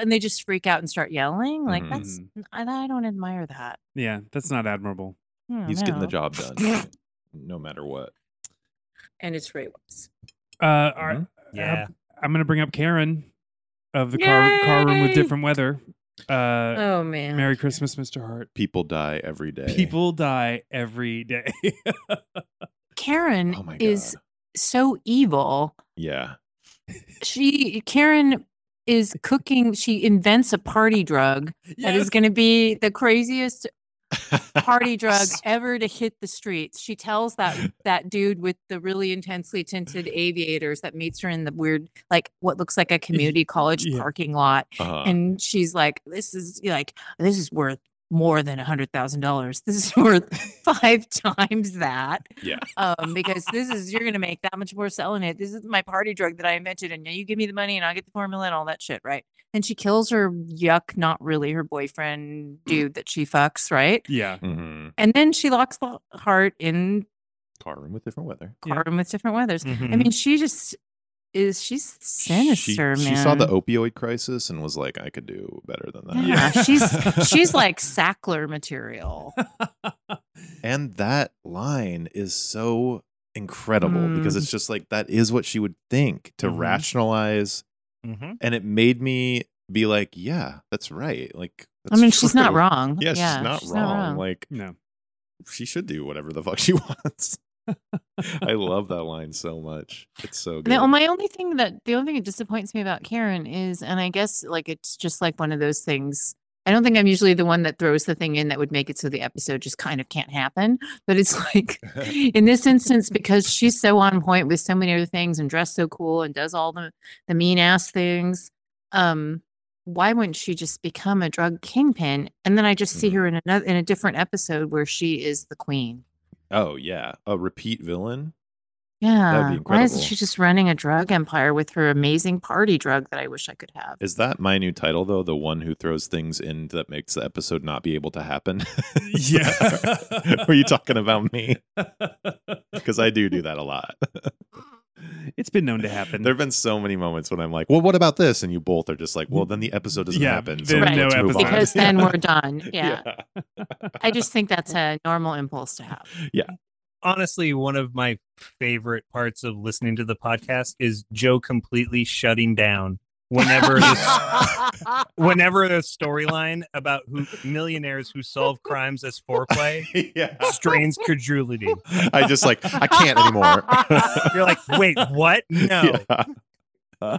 and they just freak out and start yelling. Like
Mhm.
that's I, I don't admire that.
Yeah. That's not admirable.
Hmm,
He's getting the
no.
job done, no matter what.
and it's Ray Wise.
Uh, all right,
Mhm.
Yeah.
I'm going to bring up Karen of the car, car room with
Yay!
different weather. Uh,
Oh man,
Merry Christmas, Mr. Hart.
People die every day.
People die every day.
Karen
Oh my
is
God.
so evil.
Yeah.
She Karen is cooking. She invents a party drug that is
Yes.
going to be the craziest
Uh-huh.
party drug ever to hit the streets. She tells that that dude with the really intensely tinted aviators that meets her in the weird, like what looks like a community college
Yeah.
parking lot,
Uh-huh.
and she's like, "This is like this is worth." More than a hundred thousand dollars. This is worth five times that.
yeah.
um, because this is you're gonna make that much more selling it. This is my party drug that I invented, and now you give me the money and I get the formula and all that shit, right? And she kills her yuck, not really her boyfriend dude that she fucks, right?
yeah.
Mhm.
And then she locks the heart in
Car room with different weather.
Yeah.
car room with different weathers.
Mm-hmm.
I
Mhm.
mean, she just is she's sinister,
she,
man.
She saw the opioid crisis and was like, I could do better than that.
Yeah, she's she's
like.
like Sackler material.
And that line is so incredible because
Mm. Mm-hmm.
it's just like that is what she would think to
Mhm.
rationalize.
Mhm.
And it made me be like, yeah, that's right. Like,
I
that's
mean, she's not
true.
wrong.
Yeah, she's, not, wrong. Like,
no.
she should do whatever the fuck she wants. I love that line so much. It's so good.
The, oh, my only thing that the only thing that disappoints me about Karen is, and I guess like it's just like one of those things. I don't think I'm usually the one that throws the thing in that would make it so the episode just kind of can't happen. But it's like in this instance, because she's so on point with so many other things and dressed so cool and does all the, the mean ass things, um, why wouldn't she just become a drug kingpin? And then I just see her in another in a different episode where she is the queen.
oh yeah, a repeat villain.
Yeah.
be
Why isn't
incredible.
she just running a drug empire with her amazing party drug that I wish I could have?
Is that my new title though? The one who throws things in that makes the episode not be able to happen.
Yeah.
Were you talking about me? Because I do do that a lot.
It's been known to happen.
There have been so many moments when I'm like, "Well, what about this?" and you both are just like, "Well, then the episode doesn't
Yeah,
happen."
there
are no
let's move
episodes.
on."
Because then
Yeah.
we're done. Yeah. I just think that's a normal impulse to have.
honestly one of my favorite parts of listening to the podcast is Joe completely shutting down whenever this, whenever the storyline about who millionaires who solve crimes as foreplay
yeah.
strains credulity.
I just like I can't anymore.
You're like, wait, what? No,
Yeah.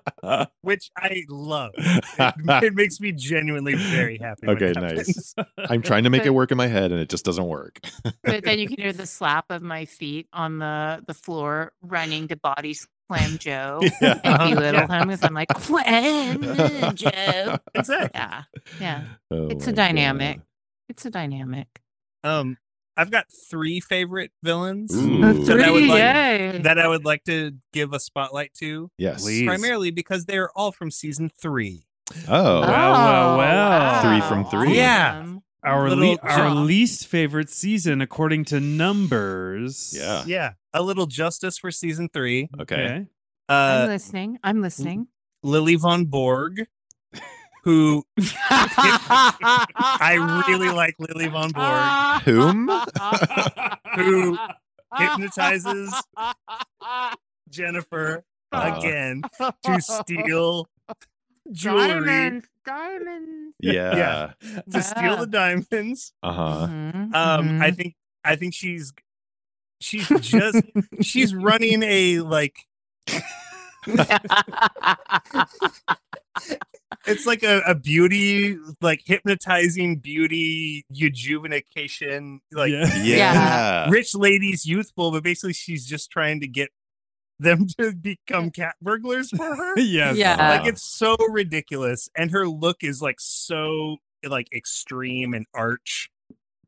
which I love. It, it makes me genuinely very happy. when
Ah. Okay,
it happens.
I'm trying to make it work in my head and it just doesn't work.
but then you can hear the slap of my feet on the the floor running to body slam Joe and
Uh-huh.
belittle
Yeah.
him because I'm like, "When, Joe.
Exactly.
Yeah. Yeah.
Oh
It's
my
a
God.
dynamic. It's a dynamic.
Um, I've got three favorite villains
Ooh.
So that would
Three,
like-
yay.
that I would like to give a spotlight to,
Yes.
Please.
primarily because they are all from season three.
Oh.
Wow, wow,
Oh,
wow.
Three from three.
Yeah.
Awesome.
our
Little
le- our
John.
least favorite season according to numbers.
Yeah.
Yeah, a little justice for season three.
Okay.
Uh,
I'm listening. I'm listening.
Lily von Borg, who I
I
really like Lily von Borg.
Whom?
Who hypnotizes Jennifer
Oh.
Uh,
again to steal jewelry,
diamonds? Diamonds.
Yeah.
Yeah. to steal the diamonds.
Uh huh.
Mhm,
Um, I
mhm.
think I think she's she's just she's running a like
mm-hmm.
it's like a, a beauty like hypnotizing beauty rejuvenation like
yeah.
Yeah.
rich ladies youthful but basically she's just trying to get them to become cat burglars for her
yes.
Yeah.
like
Uh.
it's so ridiculous and her look is like so like extreme and arch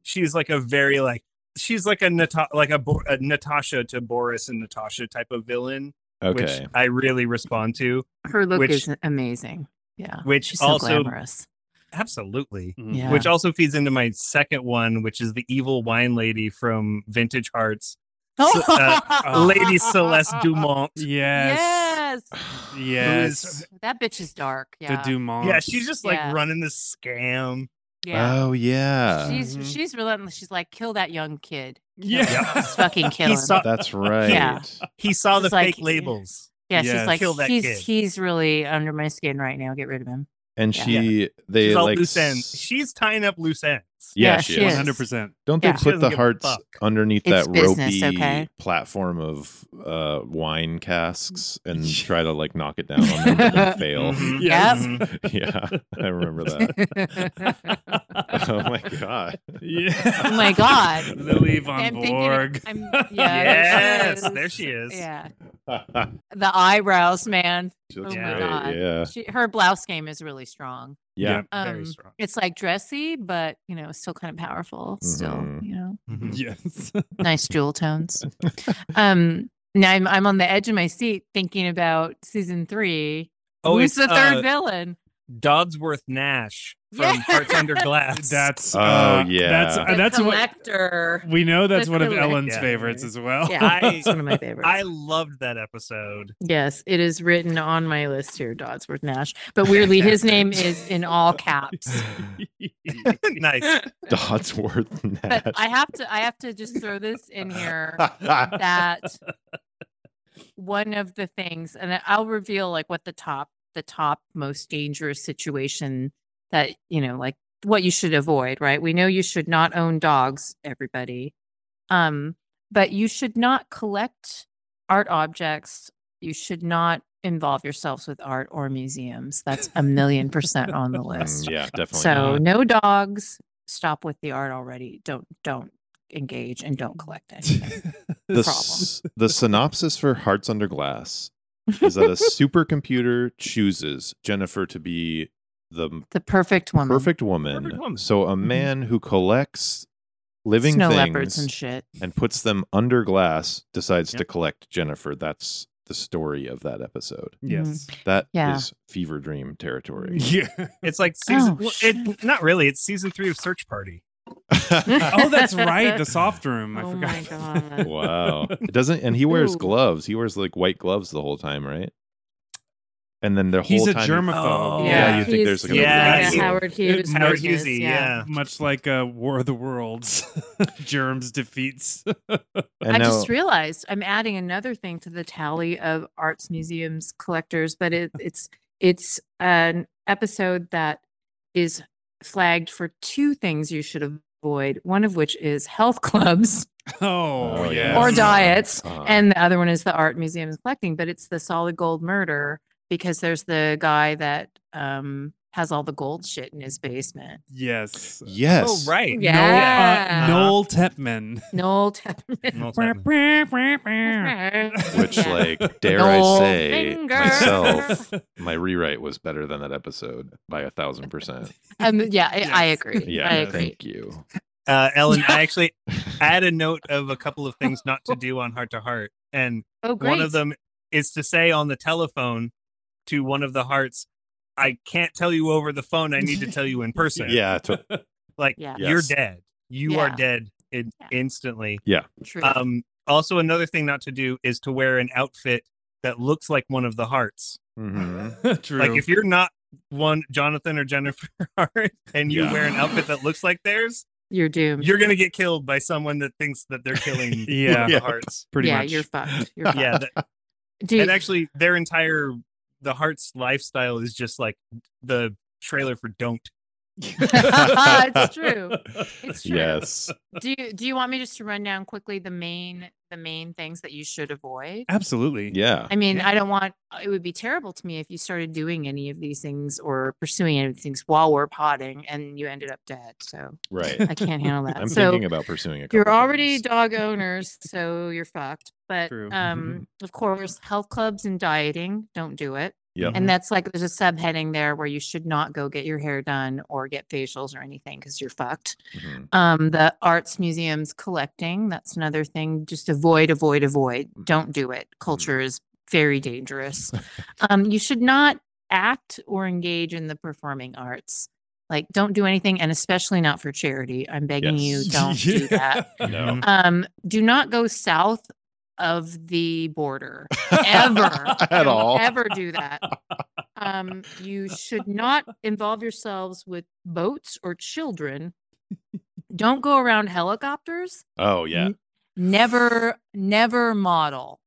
she's like a very like she's like a Nata- like a, Bo- a natasha to boris and natasha type of villain
Okay.
which i really respond to
her look
which-
is amazing. Yeah,
which
she's so
also
glamorous.
absolutely
Mhm.
Yeah.
which also feeds into my second one which is the evil wine lady from vintage hearts Ce- uh, lady celeste dumont
Yes.
Yes.
Yes.
That bitch is dark. Yeah.
The Dumont.
yeah she's just like
Yeah.
running this scam
yeah.
Oh yeah.
she's
Mm-hmm.
Mhm.
she's relentless. She's like, kill that young kid. Kill
Yeah.
him. Just fucking kill
he
him.
saw
That's right.
Yeah.
he saw the
She's like,
fake labels
yeah,
Yes.
she's like,
Kill that
he's
kid."
he's really under my skin right now. Get rid of him.
And
Yeah.
she, they
She's all
like
loose ends.
s-
She's tying up loose ends.
Yeah,
Yeah,
she
she
is.
is.
100%.
Don't
Yeah.
they
She
put
doesn't
the
give a
hearts
fuck.
underneath
It's
that
business,
ropey
okay?
platform of uh, wine casks and try to like knock it down on them and then fail?
Mhm.
Yes.
Mhm.
yeah, I remember that. oh my god.
Mm-hmm. Yeah.
Oh my God.
Lily von
I'm thinking
Borg.
of- I'm- yeah, there
Yes,
she
there
is.
she is.
Yeah,
she
the eyebrows, man.
looks
Oh my
great.
God.
Yeah.
She, her blouse game is really strong.
Yeah.
Very
Um,
strong.
It's like dressy, but you know, still kind of powerful. Still,
Mm-hmm.
Mhm.
you know,
Mm-hmm. Yes.
nice jewel tones. um, now I'm I'm on the edge of my seat thinking about season three.
Oh,
Who's the
it's
third
uh,
villain?
Dodsworth Nash from
Yeah.
Hearts Under Glass.
That's
Oh,
uh,
yeah.
That's
The
uh, that's what
collector.
we know. That's
The
one of Ellen's
collector.
favorites as well.
Yeah,
Oh, I-
it's one of my favorites.
I loved that episode.
Yes, it is written on my list here, Dodsworth Nash. But weirdly, his name is in all caps.
nice.
Dodsworth Nash.
But I have to, I have to just throw this in here that one of the things, and I- I'll reveal like what the top, the top most dangerous situation that you know, like what you should avoid. Right? We know you should not own dogs, everybody. Um, but you should not collect art objects. You should not involve yourselves with art or museums. That's a million percent on the
Mm,
list.
yeah, definitely.
So
not.
no dogs. Stop with the art already. Don't don't engage and don't collect anything.
the,
problem.
s- the synopsis for Hearts Under Glass is that a supercomputer chooses Jennifer to be the
the perfect woman.
perfect woman.
Perfect woman.
So a man who collects living
snow
things
leopards and shit.
and puts them under glass decides to
Yep.
collect Jennifer. That's the story of that episode.
yes.
That is
Yeah.
fever dream territory.
Yeah.
It's like season.
Oh,
well,
shit.
it, not really. It's season three of Search Party.
Oh, that's right. The soft room. I
Oh
forgot.
my God.
wow. It doesn't and he wears
Ooh.
gloves. He wears like white gloves the whole time, right? And then the whole
He's a
time
germaphobe.
Oh.
Yeah, you
he's-
think there's like
an Yeah.
like a
overlap.
Howard Hughes.
Howard
version is,
Hughesy, yeah.
Much like uh, War of the Worlds, germs defeats.
and
I
now-
just realized I'm adding another thing to the tally of arts museums collectors, but it, it's it's an episode that is flagged for two things you should avoid. One of which is health clubs
oh,
Oh,
yeah. Oh,
yes.
or diets,
Uh-huh.
and the other one is the art museums collecting. But it's the solid gold murder because there's the guy that um, has all the gold shit in his basement.
Yes.
yes.
Oh right.
Yeah.
Noel, uh,
Yeah.
Noel Tepman.
Noel Tapman.
Well, that-
Which
Yeah.
like dare
Gold
I say
finger.
myself my rewrite was better than that episode by a thousand percent.
Um, yeah, I, I
Yes.
agree.
Yeah,
I agree.
thank you.
Uh, Ellen, I actually I had a note of a couple of things not to do on Heart to Heart, and
Oh, great.
one of them is to say on the telephone to one of the hearts, "I can't tell you over the phone. I need to tell you in person."
yeah, to-
like
Yeah.
you're
Yes.
dead. You are
Yeah.
dead in-
Yeah.
instantly.
True.
Um, also, another thing not to do is to wear an outfit that looks like one of the hearts.
Mhm.
True.
Like if you're not one Jonathan or Jennifer Hart, and you
Yeah.
wear an outfit that looks like theirs,
you're doomed.
you're gonna get killed by someone that thinks that they're
Yeah.
killing one of
Yeah.
the hearts.
pretty
yeah,
much.
you're fucked. You're fucked.
Yeah, that,
Do you-
and actually, their entire the heart's lifestyle is just like the trailer for Don't.
It's true. It's true.
Yes.
do you do you want me just to run down quickly the main the main things that you should avoid?
Absolutely.
Yeah.
I mean,
Yeah.
I don't want uh, it would be terrible to me if you started doing any of these things or pursuing any of these things while we're potting and you ended up dead. So
Right.
I can't handle that.
I'm
so
thinking about pursuing a couple
you're already
things.
dog owners, so you're fucked. But
True.
um, of course, health clubs and dieting, don't do it.
Yep.
And that's like there's a subheading there where you should not go get your hair done or get facials or anything because you're fucked.
Mhm.
Um, the arts museums collecting, that's another thing. Just avoid, avoid, avoid.
Mhm.
Don't do it. Culture is very dangerous. um, you should not act or engage in the performing arts. Like, don't do anything, and especially not for charity. I'm begging
Yes.
you, don't do that.
No.
Um, do not go south of the border ever
At
Don't
all.
Ever do that. Um, you should not involve yourselves with boats or children. Don't go around helicopters.
Oh yeah.
Never, never model.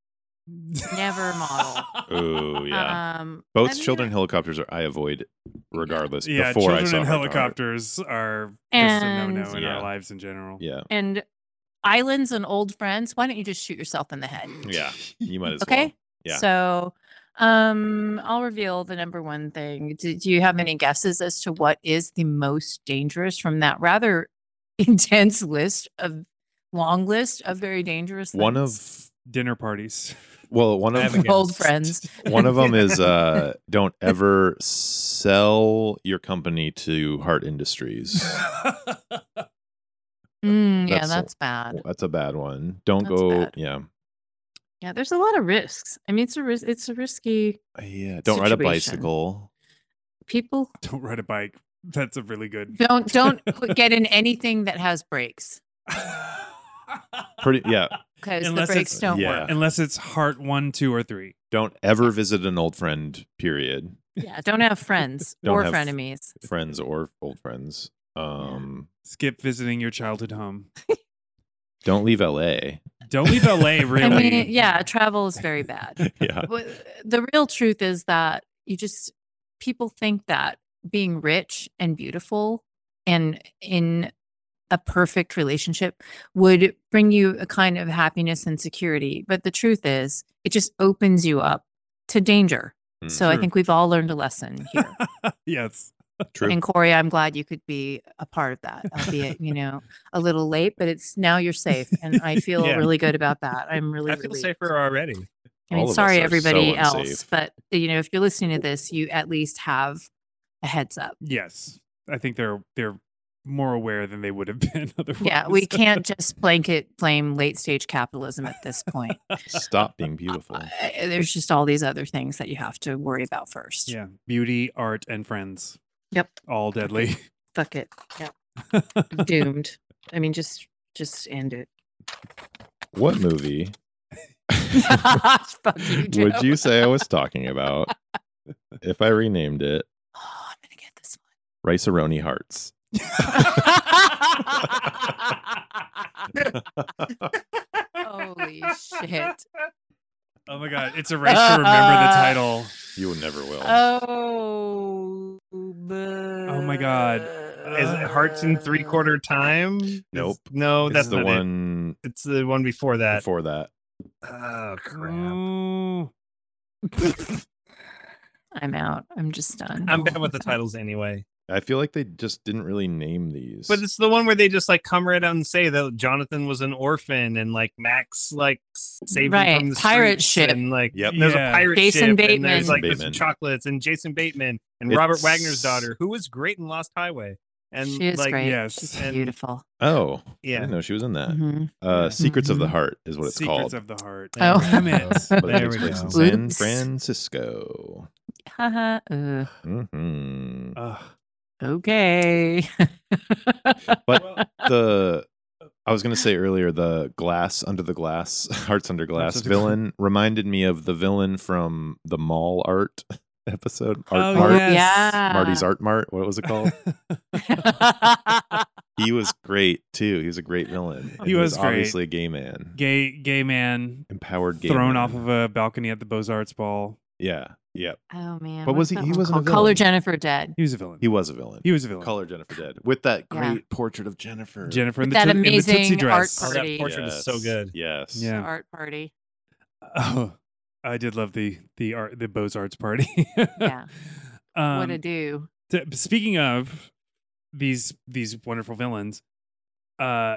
Never model.
Oh yeah.
Um, I
Both
mean,
children helicopters are I avoid regardless
Yeah,
before I
children
saw
and
Hot Dog.
helicopters are just a
And-
no-no in
Yeah.
our lives in general.
Yeah.
and islands and old friends. Why don't you just shoot yourself in the head?
Yeah. You might as well.
Okay.
Yeah.
So, um, I'll reveal the number one thing. Do, do you have any guesses as to what is the most dangerous from that rather intense list of long list of very dangerous?
One
things?
of
Dinner parties.
well, one
I
of
have a guess.
old friends.
one of them is uh don't ever sell your company to Heart Industries.
Mm, yeah,
That's a-
that's bad.
Well, that's a bad one. Don't
That's
go
bad.
yeah.
Yeah, there's a lot of risks. I mean, it's a ris- it's a risky.
Yeah. Don't ride a
Situation.
bicycle.
People
Don't ride a bike. That's a really good.
don't don't put, get in anything that has brakes
Pretty- yeah.
because the
Unless
brakes
it's-
don't
yeah.
work.
Unless it's heart one, two, or three.
Don't ever visit an old friend, period.
Yeah, don't have friends
Don't
or
have-
frenemies.
Friends or old friends. Um
Skip visiting your childhood home.
don't leave LA.
Don't leave LA. Really.
I mean, yeah, travel is very bad.
yeah.
But the real truth is that you just people think that being rich and beautiful and in a perfect relationship would bring you a kind of happiness and security. But the truth is, it just opens you up to danger.
Mm,
So I
True.
think we've all learned a lesson here.
yes.
True.
And Corey, I'm glad you could be a part of that, albeit, you know, a little late, but it's now you're safe. And I feel
Yeah.
really good about that. I'm really,
I feel
relieved.
safer already.
I
All
mean,
of us
sorry,
are so
everybody else,
unsafe.
but you know, if you're listening to this, you at least have a heads up.
Yes. I think they're they're more aware than they would have been otherwise.
Yeah, we can't just blanket blame late stage capitalism at this point.
Stop being beautiful.
Uh, There's just all these other things that you have to worry about first.
Yeah. Beauty, art, and friends.
Yep.
All deadly.
Fuck it. Yeah. Doomed. I mean, just just end it.
What movie
Fuck you, Joe.
would you say I was talking about if I renamed it
Oh, I'm gonna get this
Rice Aroni Hearts?
one. Holy shit.
Oh my god. It's a race to remember the title.
You never will.
Oh. Oh
my God.
Is it hearts in three quarter time? Is-
Nope.
No,
it's
Oh, that's
the
not it.
one
It's the one before that.
before that.
Oh crap!
Oh.
I'm out. I'm just done.
I'm bad with the titles anyway.
I feel like they just didn't really name these.
But it's the one where they just like come right out and say that Jonathan was an orphan and like Max like saved him
Right,
from the
pirate
streets
ship.
And, like
Yep.
there's
Yeah.
a pirate
Jason
ship and
Bateman.
there's like there's
Bateman.
some chocolates and Jason Bateman and Robert
It's-
Wagner's daughter who was great in Lost Highway and
She is
like
great.
yes,
She's
and-
beautiful.
oh, I
yeah.
didn't know she was in that.
Mhm.
Uh, Secrets of the
Mhm.
Heart is what it's
Secrets
called.
of the Heart.
Oh.
Damn it.
But it
There
takes
we
place in
go.
San
Oops.
Francisco.
Haha, uh,
hmm
Ugh.
okay.
But the I was gonna say earlier the glass under the glass, hearts under glass
under glass.
villain reminded me of the villain from the mall art episode. Art
Oh,
Mart.
yes.
Marty's Art Mart. What was it called? he was great too. He was a great villain.
He was great.
obviously a gay man,
gay gay man
empowered gay,
thrown
man.
off of a balcony at the Beaux Arts ball.
Yeah, yeah.
oh man.
But
what's
was he-
that
he
one
wasn't a
called? Color
villain.
Jennifer Dead.
He was a villain.
He was a villain.
He was a villain.
Color Jennifer Dead with that
Yeah.
great portrait of Jennifer.
Jennifer in the,
That
toot- in the tootsie
amazing
dress.
art
Oh,
party.
that portrait was so good.
Yes.
Yeah.
Art party.
Oh, I did love the the art the Beaux Arts party.
Yeah.
Um,
what a do.
t- speaking of these these wonderful villains, uh,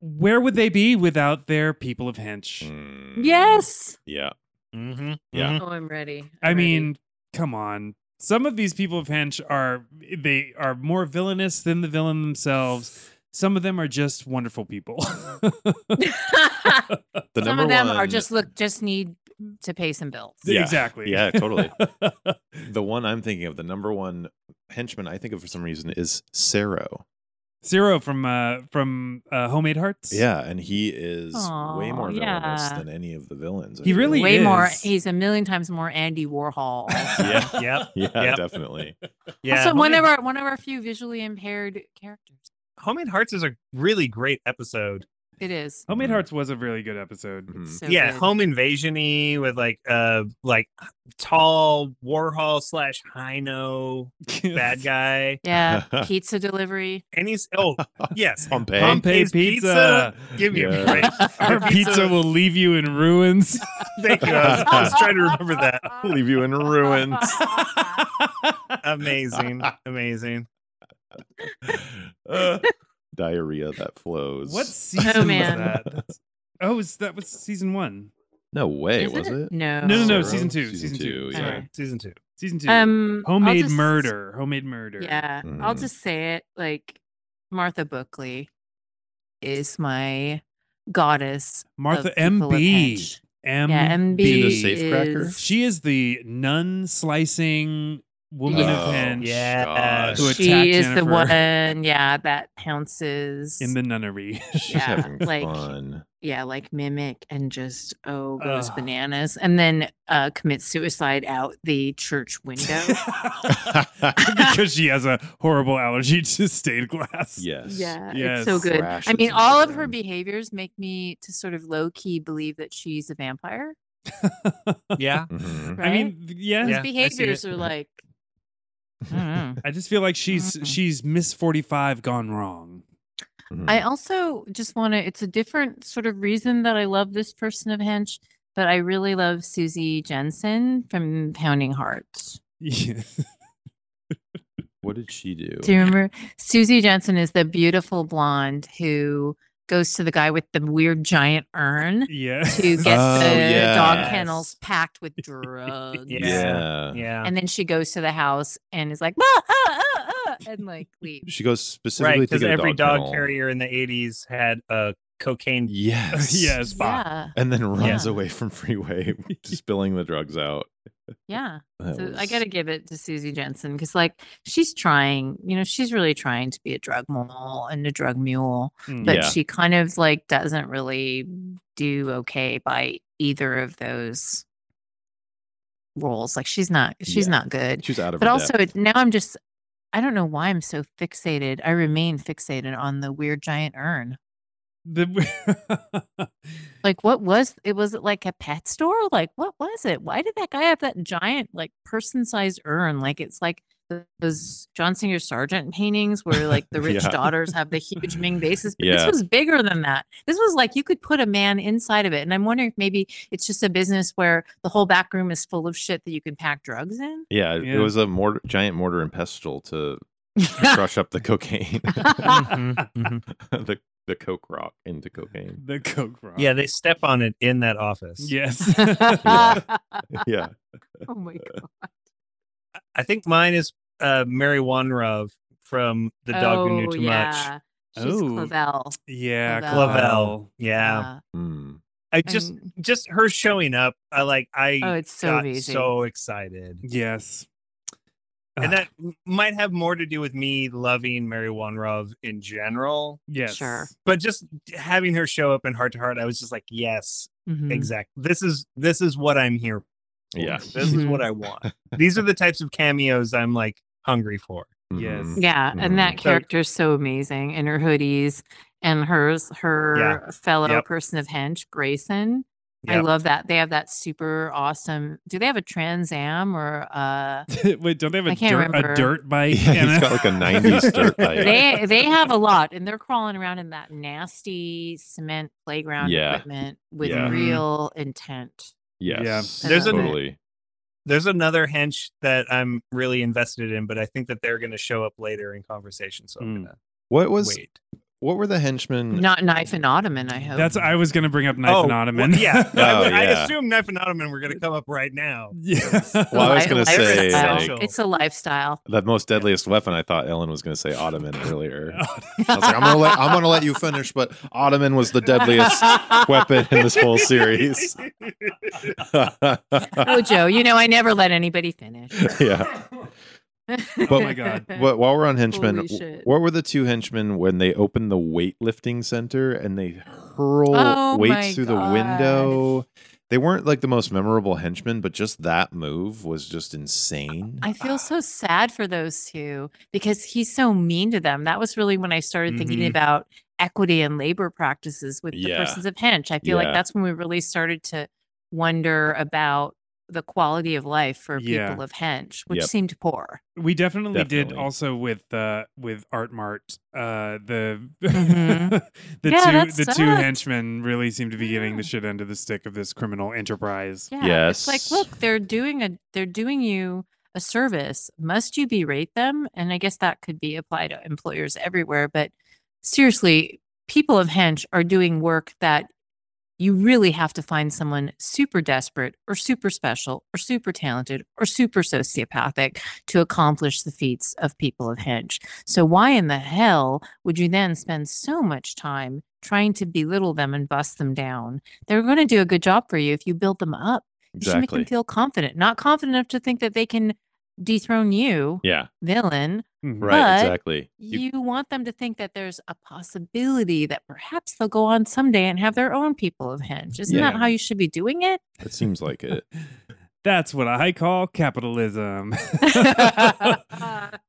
where would they be without their people of Hench?
Mm,
Yes.
Yeah.
Mm-hmm.
Yeah.
Oh, I'm ready. I'm
I
ready.
mean, come on. Some of these people of Hench are they are more villainous than the villain themselves. Some of them are just wonderful people.
The
some
number
of them
one,
are just look just need to pay some bills.
Yeah.
Exactly.
Yeah, totally. the one I'm thinking of. The number one henchman I think of for some reason is Sarah.
Zero from uh from uh, Homemade Hearts.
Yeah, and he is way
Aw,
more villainous
yeah.
than any of the villains. I
He
feel
really
like.
Way more.
is.
He's a million times more Andy Warhol.
Yeah.
mm-hmm. Yep.
Yeah,
Yep.
definitely.
Yeah.
also, one
Homemade-
of our one of our few visually impaired characters.
Homemade Hearts is a really great episode.
It is.
Homemade
Mhm.
Hearts was a really good episode.
Mhm.
So
yeah,
good.
home invasion y with like uh like tall Warhol slash Hino
Mm-hmm.
bad guy.
Yeah. Pizza delivery.
And he's oh yes.
Pompeii.
Pompeii
Pompeii
pizza.
pizza. Give me
Yeah.
a break.
Our pizza will leave you in ruins.
Thank you. I was, I was trying to remember that.
Leave you in ruins.
Amazing. Amazing.
Uh, diarrhea that flows.
what season
Oh, man.
was that? That's- Oh, was, that was season one.
No way,
Is
was it?
No.
No, no, no.
Zero?
Season two. Season,
Season
two.
two,
Sorry.
yeah.
Season two.
Season two.
Um, I'll
Homemade
just-
murder. Homemade murder.
Yeah, I'll
Mhm.
just say it like Martha Buckley is my goddess.
Martha
of people of
MB.
Hench.
MB.
yeah, MB
She's a safecracker?
is-
She is the nun slicing woman
Yes.
of hench
Yeah.
Oh, gosh.
Who attacked
she is the
Jennifer.
one, yeah, that pounces
in the nunnery.
She's
Yeah,
having
like-
fun.
yeah, like mimic and just oh goes
Ugh.
bananas, and then uh commits suicide out the church window.
because she has a horrible allergy to stained glass.
yes.
Yeah,
Yes.
it's so good. I
Crashes
mean,
into
all of
them.
her behaviors make me to sort of low key believe that she's a vampire.
Yeah.
Mhm.
I mean, yeah,
Yeah. I see it.
Behaviors are like, I don't know.
Mm-hmm. I just feel like she's
Mhm.
she's Miss Forty Five gone wrong.
Mhm.
I also just want to, it's a different sort of reason that I love this person of Hench, but I really love Susie Jensen from Pounding Heart.
Yes.
what did she do?
Do you remember? Susie Jensen is the beautiful blonde who goes to the guy with the weird giant urn
yeah. Mm.
to get
Oh,
the dog
yes.
kennels packed with drugs.
yeah.
Yeah.
And then she goes to the house and is like, "Ah, ah, ah, ah," and like leaves.
She goes
right.
specifically to
Because
get a
every dog,
kennel.
carrier in the 80s had a cocaine.
Yes.
Yeah, it's Spock.
Yeah.
And then runs
Yeah.
away from freeway, spilling the drugs out.
Yeah.
That
So I
was-
got to give it to Susie Jensen because, like, she's trying, you know, she's really trying to be a drug mole and a drug mule,
Mm.
but
Yeah.
she kind of like doesn't really do okay by either of those roles. Like, she's not, she's
Yeah.
not good.
She was out of.
But
her
also,
depth.
it, now I'm just, I don't know why I'm so fixated. I remain fixated on the weird giant urn.
The-
Like, what was it? Was it like a pet store? Like, what was it? Why did that guy have that giant, like, person sized urn? Like, it's like th- those John Singer Sargent paintings where, like, the rich
Yeah.
daughters have the huge Ming vases. But
Yeah.
this was bigger than that. This was like you could put a man inside of it. And I'm wondering if maybe it's just a business where the whole back room is full of shit that you can pack drugs in.
yeah,
Yeah.
it was a mortar, giant mortar and pestle to crush up the cocaine,
Mhm, mhm.
the the coke rock into cocaine.
the Coke Rock.
Yeah. They step on it in that office.
Yes.
Yeah,
Oh my God.
I think mine is uh, Mary Wanrov from The Dog Who Knew Too Much.
Oh, yeah. She's
Oh.
Clavel.
yeah.
Clavel. Yeah.
Yeah.
Mm.
I just,
And-
just her showing up. I like, I
oh, it's so
got
easy.
so excited.
Yes.
and
Ah,
that m- might have more to do with me loving Mary Wanrov in general,
yes.
Sure.
but just having her show up in Heart to Heart, I was just like, yes,
Mm.
Mhm.
exactly. This is this is what I'm here. For.
Yeah.
this is what I want. These are the types of cameos I'm like hungry for.
Yes.
Mhm.
Yeah,
Mhm.
and that
So-
character's so amazing in her hoodies and hers her fellow
Yep.
person of hench Grayson. I
Yep.
love that they have that super awesome. Do they have a Trans Am or uh?
Wait, don't they have a
I can't
dirt,
remember.
a dirt bike?
Yeah,
and
he's got like a 90s dirt bike.
They they have a lot, and they're crawling around in that nasty cement playground
Yeah.
equipment with
Yeah.
Mhm.
real intent.
Yeah.
Yes.
There's an-
totally.
There's another hench that I'm really invested in, but I think that they're going to show up later in conversation, so I'm
Hmm.
Mm.
gonna
What was?
wait.
What were the henchmen?
Not knife and ottoman. I hope
That's I was gonna bring up Knife
Oh,
and
well,
Ottoman.
yeah, I,
Oh,
would- I
yeah.
assume Knife and Ottoman were going to come up right now.
yeah.
Well, I was
Li-
gonna say,
lifestyle.
like-
it's a lifestyle.
The most deadliest weapon. I thought Ellen was going to say ottoman earlier. I was like, I'm gonna let I'm gonna let you finish, but ottoman was the deadliest weapon in this whole series.
Oh, Joe, you know I never let anybody finish.
yeah. Oh my
God.
But while we're on henchmen,
Holy
w-
shit.
what were the two henchmen when they opened the weightlifting center and they hurl
Oh my
weights through the
God.
window? They weren't like the most memorable henchmen, but just that move was just insane.
I feel so sad for those two because he's so mean to them. That was really when I started thinking
Mhm.
about equity and labor practices with
Mm-hmm. Yeah.
the persons of Hinch. I feel
Yeah.
like that's when we really started to wonder about the quality of life for
Yeah.
people of Hinch, which
Yep.
seemed poor.
we definitely,
Definitely.
did also with uh with Art Mart. Uh the
Mhm.
the
Yeah,
two
that
the two
sucked.
henchmen really seem to be getting the
Yeah.
shit end of the stick of this criminal enterprise.
Yeah. It's
Yes.
like, look, they're doing a they're doing you a service. Must you berate them? And I guess that could be applied to employers everywhere, but seriously, people of hench are doing work that you really have to find someone super desperate or super special or super talented or super sociopathic to accomplish the feats of people of hench. So why in the hell would you then spend so much time trying to belittle them and bust them down? They're going to do a good job for you if you build them up. You should make them
Exactly.
feel confident, not confident enough to think that they can dethrone you,
Yeah.
villain.
Mhm.
Right.
But
exactly. You-
You want them to think that there's a possibility that perhaps they'll go on someday and have their own people of Hinge. Isn't that
Yeah.
how you should be doing it?
it seems like it.
That's what I call capitalism.
And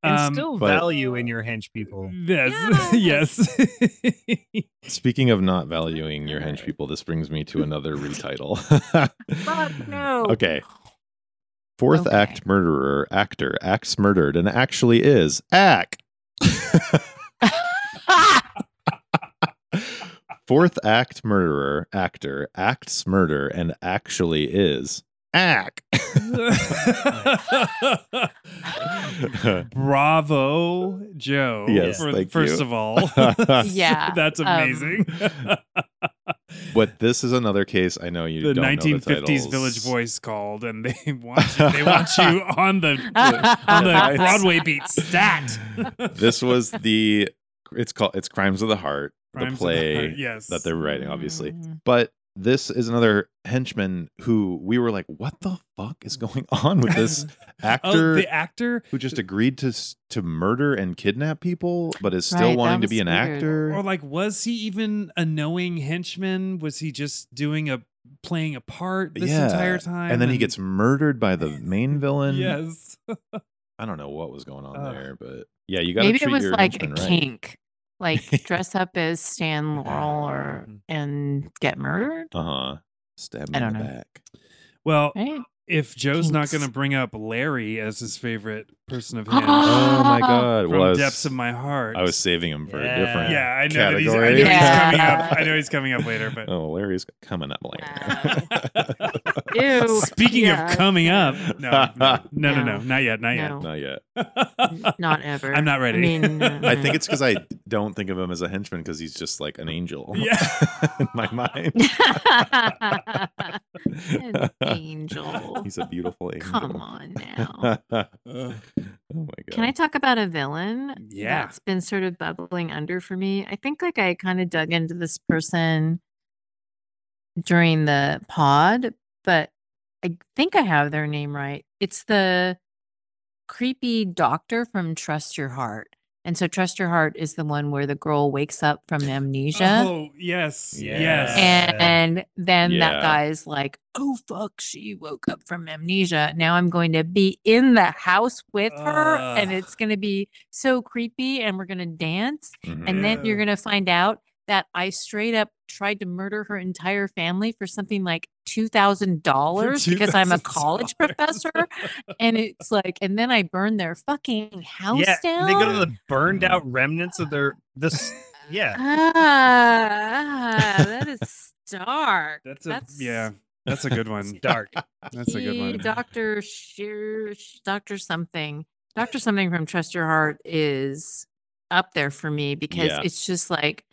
Um,
still
but-
value in your hench people.
Yes. Yes.
Speaking of not valuing your hench people, this brings me to another retitle.
Fuck no.
Okay. Fourth
Okay.
act murderer, actor, acts murdered, and actually is ack. Fourth act murderer, actor, acts murder, and actually is. Ack.
Bravo, Joe.
Yes,
for-
thank
first
you.
of all.
Yeah,
That's
um,
amazing.
But this is another case I know you
the
don't know
1950s
the titles.
Village Voice called, and they want you, they want you on the on the
Nice.
Broadway beat stat.
This was the it's called it's Crimes of the Heart,
Crimes
the
of
play
Heart, yes,
that they're writing obviously.
Mm.
But this is another henchman who we were like, what the fuck is going on with this actor
Oh, the actor,
who just agreed to s- to murder and kidnap people, but is still
Right, that
wanting to
was
be an
weird.
actor?
or like, was he even a knowing henchman? Was he just doing a playing a part this
Yeah,
entire time?
and then he gets murdered by the main villain.
yes.
I don't know what was going on
Ugh.
there, but yeah, you got to
Maybe
treat
it was
your
like a
henchmen right.
kink, like dress up as Stan Laurel or
Mm.
and get murdered,
Uh huh. Stab
I
me in the
don't know.
back.
Well,
right?
if Joe's not
Kinks.
going to bring up Larry as his favorite person of him
Oh my
Ah!
god!
from
was
depths of my heart,
I was saving him for a
Yeah.
different.
Yeah, I know that he's, I know
category.
he's coming up.
Yeah.
I know he's coming up later, but
Oh, Larry's coming up later.
Ew.
speaking
Oh, Yeah.
of coming up, no, no, no, no, no, not yet, not yet.
No.
Not yet.
Not ever.
I'm not ready.
I mean, uh,
I think it's because I don't think of him as a henchman because he's just like an angel in my mind.
An angel.
He's a beautiful angel.
Come on now.
oh my god.
Can I talk about a villain?
Yeah.
That's been sort of bubbling under for me. I think like I kind of dug into this person during the pod, but I think I have their name right. It's the creepy doctor from Trust Your Heart. And so Trust Your Heart is the one where the girl wakes up from amnesia.
Oh yes,
Yeah.
yes.
And, and then
Yeah.
that guy's like, oh, fuck, she woke up from amnesia. Now I'm going to be in the house with her and
Ugh.
it's going to be so creepy and we're going to dance.
Mhm.
And then you're
Yeah.
going to find out that I straight up tried to murder her entire family for something like $2,000
For
because I'm a
$2,000.
college professor. and it's like, and then I burned their fucking house
yeah,
down.
they go to the burned out
Mm.
remnants of their this. Yeah,
Ah, that is stark.
that's a yeah. That's a good one.
dark.
That's a good
he-
one.
Doctor Sheer, Doctor something, Doctor something from Trust Your Heart is up there for me because
Yeah.
it's just like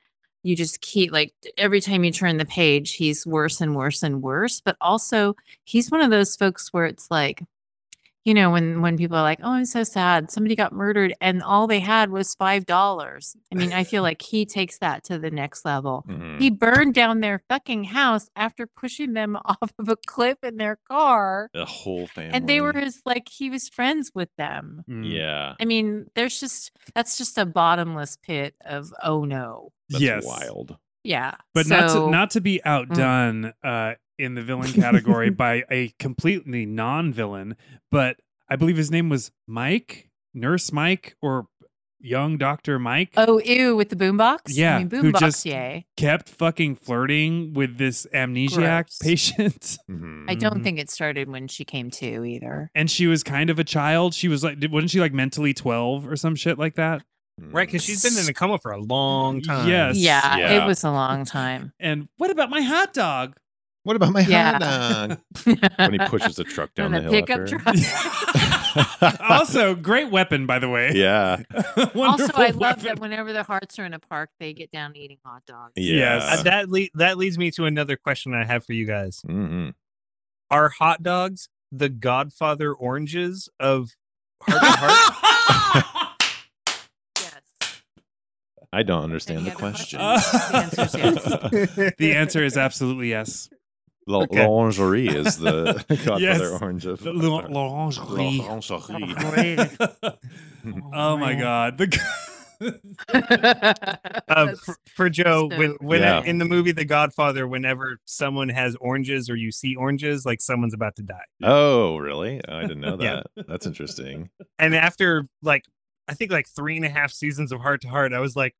you just keep like every time you turn the page, he's worse and worse and worse. But also, he's one of those folks where it's like. You know, when when people are like, "Oh, I'm so sad. Somebody got murdered, and all they had was five dollars." I mean, I feel like he takes that to the next level.
Mhm.
Mm-hmm.
He burned down their fucking house after pushing them off of a cliff in their car.
the whole family.
And they were his, like, he was friends with them.
Mm.
Yeah.
I mean, there's just, that's just a bottomless pit of, oh no.
That's
yes.
wild.
Yeah.
But not to,
so- mm.
not to be outdone uh, in the villain category by a completely non-villain, but I believe his name was Mike, Nurse Mike, or Young Doctor Mike.
Oh, ew, with the boombox?
Yeah,
I mean,
who
boombox,
just-
yay.
kept fucking flirting with this amnesiac
Gross.
patient.
Mhm.
I don't
Mhm.
think it started when she came to either.
And she was kind of a child. She was like, did- wasn't she like mentally 12 or some shit like that?
Mm-hmm.
Right, because she's been in a coma for a long time.
Yes.
Yeah,
Yeah.
it was a long time.
And what about my hot dog?
What about my
Yeah.
hot dog? when he pushes the truck down the,
the
hill.
pickup
after.
truck.
also, great weapon, by the way.
yeah.
Wonderful
also, I love
weapon.
that whenever the hearts are in a park, they get down to eating hot dogs.
Uh,
Yes.
Yeah.
that le- that leads me to another question I have for you guys.
Mhm.
Are hot dogs the Godfather oranges of heart to heart?
Yes.
I don't understand
Any
the
other
question.
questions?
Uh,
The answer is yes.
The answer is absolutely yes.
La,
Okay.
L'Orangerie is the Godfather
Yes.
orange of
The L'Or- L'Orangerie.
L'Orangerie.
oh my God. The. Um,
Uh,
That's-
for, for Joe, when
so-
when
Yeah.
in the movie The Godfather, whenever someone has oranges or you see oranges, like someone's about to die.
Oh, really? I didn't know
Yeah.
that. That's interesting.
And after like I think like three and a half seasons of Heart to Heart, I was like,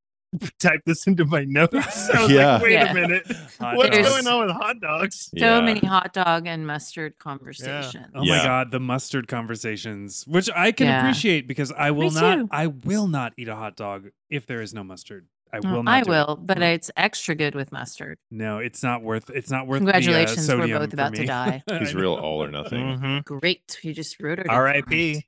type this into my notes. I was
Yeah.
like, wait
Yeah.
a minute.
Hot
What's
dogs.
going on with hot dogs?
So
Yeah.
many hot dog and mustard conversations.
Oh my
Yeah.
god, the mustard conversations, which I can
Yeah.
appreciate because I will not
too.
I will not eat a hot dog if there is no mustard. I will not.
I
do it.
will, but
Mm.
it's extra good with mustard.
No, it's not worth it's not worth the, uh,
Congratulations, we're
sodium
both
for
about to
me.
die.
I
He's real
know.
all or nothing.
Great, you just wrote it.
R.I.P.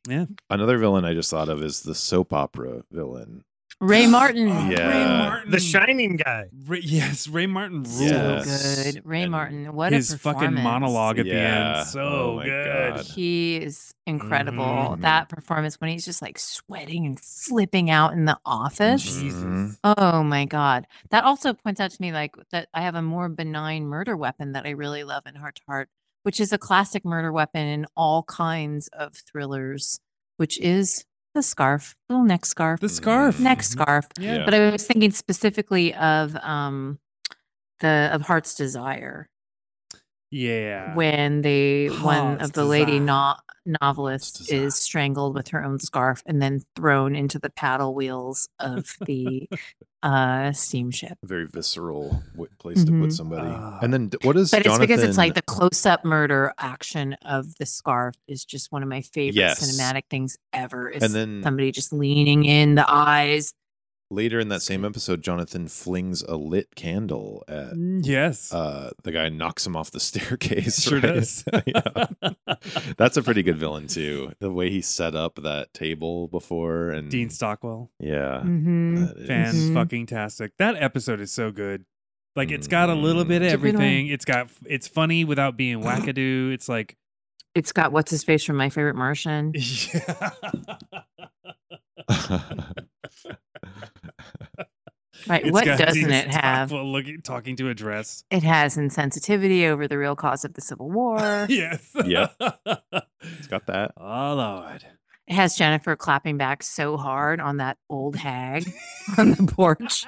Another villain I just thought of is the soap opera villain.
Ray Martin.
Oh,
Yeah.
Ray
Mm.
Martin.
The Shining guy.
Ray- yes, Ray Martin rules.
So
Yes.
good, Ray
And
Martin. What
His
a
fucking
performance.
monologue at the
Yeah.
end, so
Oh my
good.
God.
He is incredible.
Mm-hmm.
Mhm.
That performance when he's just like sweating and flipping out in the office.
Mhm.
Jesus.
Oh my God. That also points out to me like that I have a more benign murder weapon that I really love in Heart to Heart, which is a classic murder weapon in all kinds of thrillers, which is the scarf, little neck
Mm-hmm.
scarf,
The scarf.
neck
Mhm.
scarf.
Mm-hmm. Yeah.
Yeah.
But I was thinking specifically of um the of Heart's Desire
Yeah.
when the one
Heart's
of the lady
Desire.
no- novelist
Desire.
is strangled with her own scarf and then thrown into the paddle wheels of the uh steamship.
A very visceral w- place to
Mhm.
put somebody.
Ah.
and then d- what is
But
Jonathan?
it's because it's like the close-up murder action of the scarf is just one of my favorite
Yes.
cinematic things ever. Is
and then
somebody just leaning in the eyes.
later in that same episode, Jonathan flings a lit candle at
Mm, yes.
uh, the guy, and knocks him off the staircase.
sure
right?
does.
Yeah. That's a pretty good villain too. The way he set up that table before and
Dean Stockwell.
Yeah.
Mhm.
that is-
Fan
Mhm.
fucking tastic. That episode is so good. Like it's got a little bit of
Mm-hmm.
It's a good one.
everything. It's got it's funny without being wackadoo. It's like
It's got what's his face from My Favorite Martian.
yeah.
Right?
It's
what
got
doesn't
Dean
it have?
Stockwell looking talking to a dress.
It has insensitivity over the real cause of the Civil War.
Yes.
Yep.
it's
Got that.
Oh Lord.
It has Jennifer clapping back so hard on that old hag on the porch.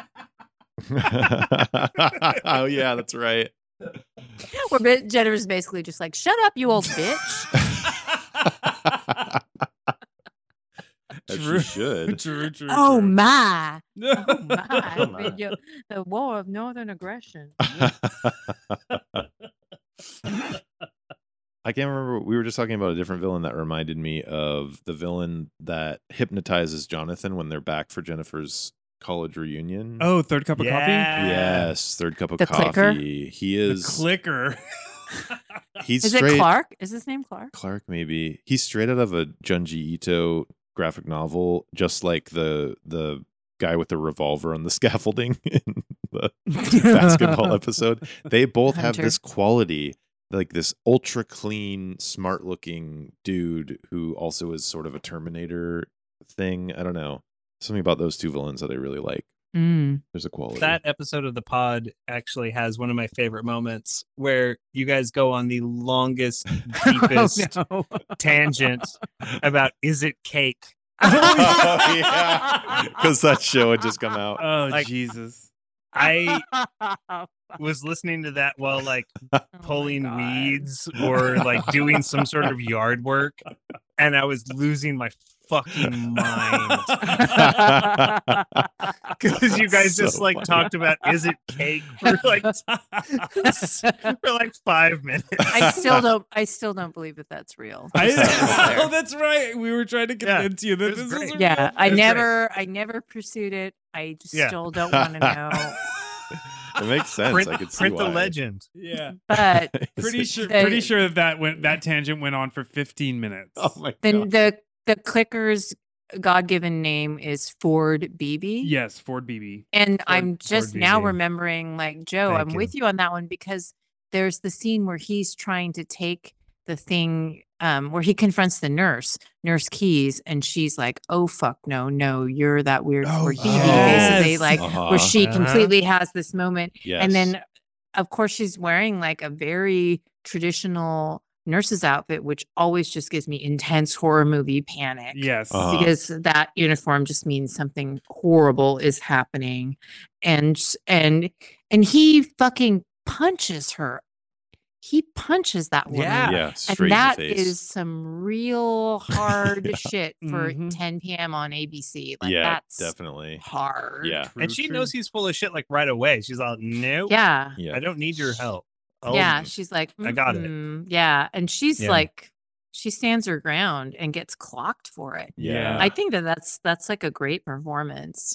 oh yeah, that's right.
Where ba- Jennifer's basically just like, "Shut up, you old bitch."
As she
True.
should.
True, true.
oh
true.
my.
Oh
Oh my,
Oh my.
video- the war of northern aggression.
I can't remember. We were just talking about a different villain that reminded me of the villain that hypnotizes Jonathan when they're back for Jennifer's college reunion.
Oh, third cup of coffee?
yes, third cup of
The
coffee.
clicker?
He
The
is.
clicker.
he's
Is
straight.
it Clark? Is his name Clark?
Clark, maybe he's straight out of a Junji Ito graphic novel, just like the the guy with the revolver on the scaffolding in the basketball episode. They both have
Hunter.
this quality, like this ultra clean, smart looking dude who also is sort of a Terminator thing. I don't know. Something about those two villains that I really like.
Mm.
There's a quality.
That episode of the pod actually has one of my favorite moments where you guys go on the longest, deepest
no.
tangent about is it cake?
Oh, yeah. Because that show had just come out.
Oh
Like-
Jesus.
I
Oh
was listening to that while like pulling weeds or like doing some sort of yard work, and I was losing my fucking mind. Because you guys
So
just like
funny.
talked about is it cake for like for like five minutes.
I still don't. I still don't believe that that's real.
I-
Just so we're
oh,
clear.
that's right. We were trying to
Yeah,
convince you that
it was
this is
great.
real.
yeah, I
That's right.
never. I never pursued it. I just
Yeah.
still don't want to know.
It makes sense.
print
I could see
print the
why.
legend.
yeah.
But
Is
Pretty
it-
sure.
They-
Pretty sure that went. That tangent went on for 15 minutes.
Oh my
the
god.
the the clicker's god-given name is Ford BB.
Yes, Ford BB.
And
Or-
I'm
or
just now
BB.
remembering, like, Joe,
Thank
I'm with you on that one because there's the scene where he's trying to take the thing um, where he confronts the nurse, Nurse Keys, and she's like, oh, fuck, no, no, you're that weird
Oh,
Ford BB. Basically,
yes.
like,
Uh-huh.
where she
Uh-huh.
completely has this moment.
Yes.
And then, of course, she's wearing like a very traditional nurse's outfit, which always just gives me intense horror movie panic
Yes.
Uh.
Uh-huh.
because that uniform just means something horrible is happening and s- and and he fucking punches her he punches that woman.
Yeah.
yeah, straight
uh, And that
in the face.
is some real hard
Yeah.
shit for
Mm-hmm.
Mhm.
10 p.m. on ABC. Like
yeah,
that's
definitely.
hard.
Yeah,
and she knows he's full of shit like right away. She's all, no,
Yeah.
yeah.
I don't need your help. Oh,
yeah. She's like,
I got it.
"Mm-mm." Yeah. And she's
Yeah.
like, she stands her ground and gets clocked for it.
Yeah.
Uh.
I think that that's that's like a great performance.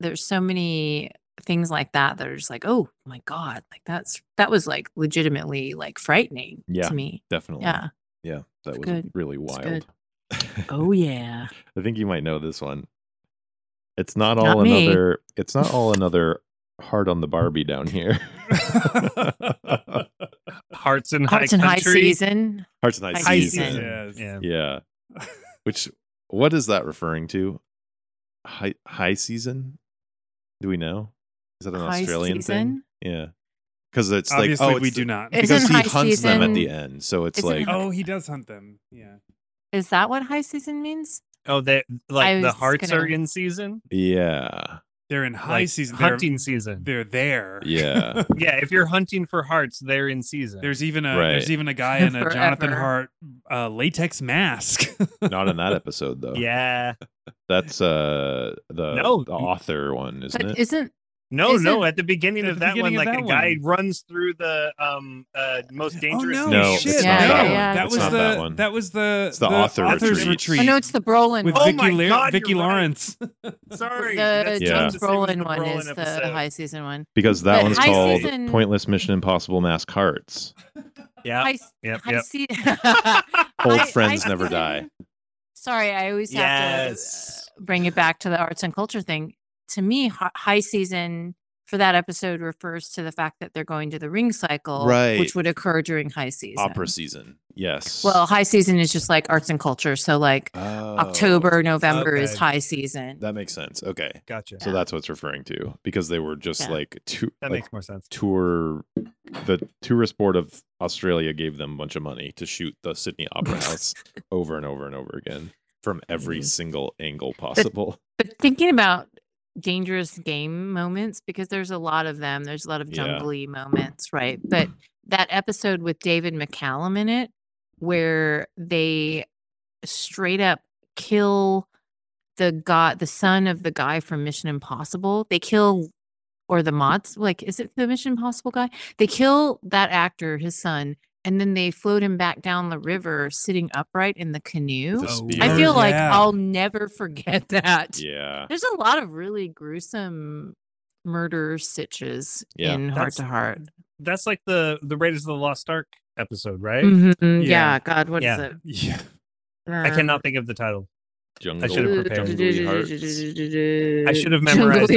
There's so many things like that that are just like, oh my god, like that's that was like legitimately like frightening
Yeah.
to me.
definitely.
Yeah.
Yeah, that
It's
was
good.
really
It's
wild.
good. Oh yeah.
I think you might know this one. It's not
Not
all
me.
another. It's not all another hard on the Barbie down here.
hearts and
Hearts
high
in high
country.
season.
Hearts and
High
High
season.
season.
Yes.
Yeah.
Yeah. Which what is that referring to? High high season? Do we know? Is that an
High
Australian
season?
thing? Yeah. Because it's
Obviously,
like oh,
we
it's
do
the-
not.
Isn't
because he
high
hunts them at
season-
the end. So it's
isn't
like
high-
Oh, he does hunt them. Yeah.
Is that what high season means?
Oh, they
I
like the
was
hearts
gonna-
are in season.
yeah,
They're in high
Like,
season. They're,
hunting season.
they're there.
yeah,
Yeah, if you're hunting for hearts, they're in season.
There's even a
Right.
there's even a guy in a Jonathan
Forever.
Hart uh, latex mask.
not in that episode though.
yeah.
that's uh the
No.
the author one, isn't
but
it?
isn't
No,
Is
no.
it-
At the beginning
At
of
the
that
beginning
one,
of that
like a guy
one.
runs through the um uh most dangerous.
Oh, no,
No,
shit.
it's
Yeah,
not
yeah,
that one.
yeah.
That
It's
was
not
the
that one.
was the
It's the author
author's
retreat.
retreat.
I know oh, it's the Brolin
with
one.
Oh
Vicky,
my
Lar-
God,
Vicky
you're right.
Lawrence.
Sorry,
the
that's
James
Yeah.
not the same as the
Brolin one
Brolin
is the
episode.
high season one.
Because that
But
one's
high
called
season-
Pointless Mission Impossible Mask Hearts.
Yeah.
High, s-
yep,
high
yep.
se-
Old
high-
friends
high
never die.
season- Sorry, I always have
Yes.
to uh, bring it back to the arts and culture thing. To me, hi- high season for that episode refers to the fact that they're going to the ring cycle,
Right.
which would occur during high season.
Opera season. Yes.
Well, high season is just like arts and culture. So, like
Oh,
October, November is
okay.
high season.
That makes sense. Okay.
Gotcha.
So that's what's referring to because they were just
Yeah.
like two
that
like
makes more sense.
tour the tourist board of Australia gave them a bunch of money to shoot the Sydney Opera House over and over and over again from every
Mhm.
single angle possible.
But thinking about dangerous game moments, because there's a lot of them, there's a lot of
Yeah.
jungly moments, right? But that episode with David McCallum in it, where they straight up kill the god, the son of the guy from Mission Impossible, they kill or the mods, like, is it the Mission Impossible guy? They kill that actor, his son, and then they float him back down the river sitting upright in the canoe.
The
Oh,
I
spear.
feel like
Yeah.
I'll never forget that.
yeah.
There's a lot of really gruesome murder stitches
Yeah.
in Heart
That's-
to Heart.
That's like the the Raiders of the Lost Ark episode, right?
Mhm,
Yeah.
Yeah. God, what is
Yeah.
it?
yeah.
I cannot think of the title.
Uh,
Jungle.
should have prepared.
Jungly Hearts.
I should have memorized
Jungly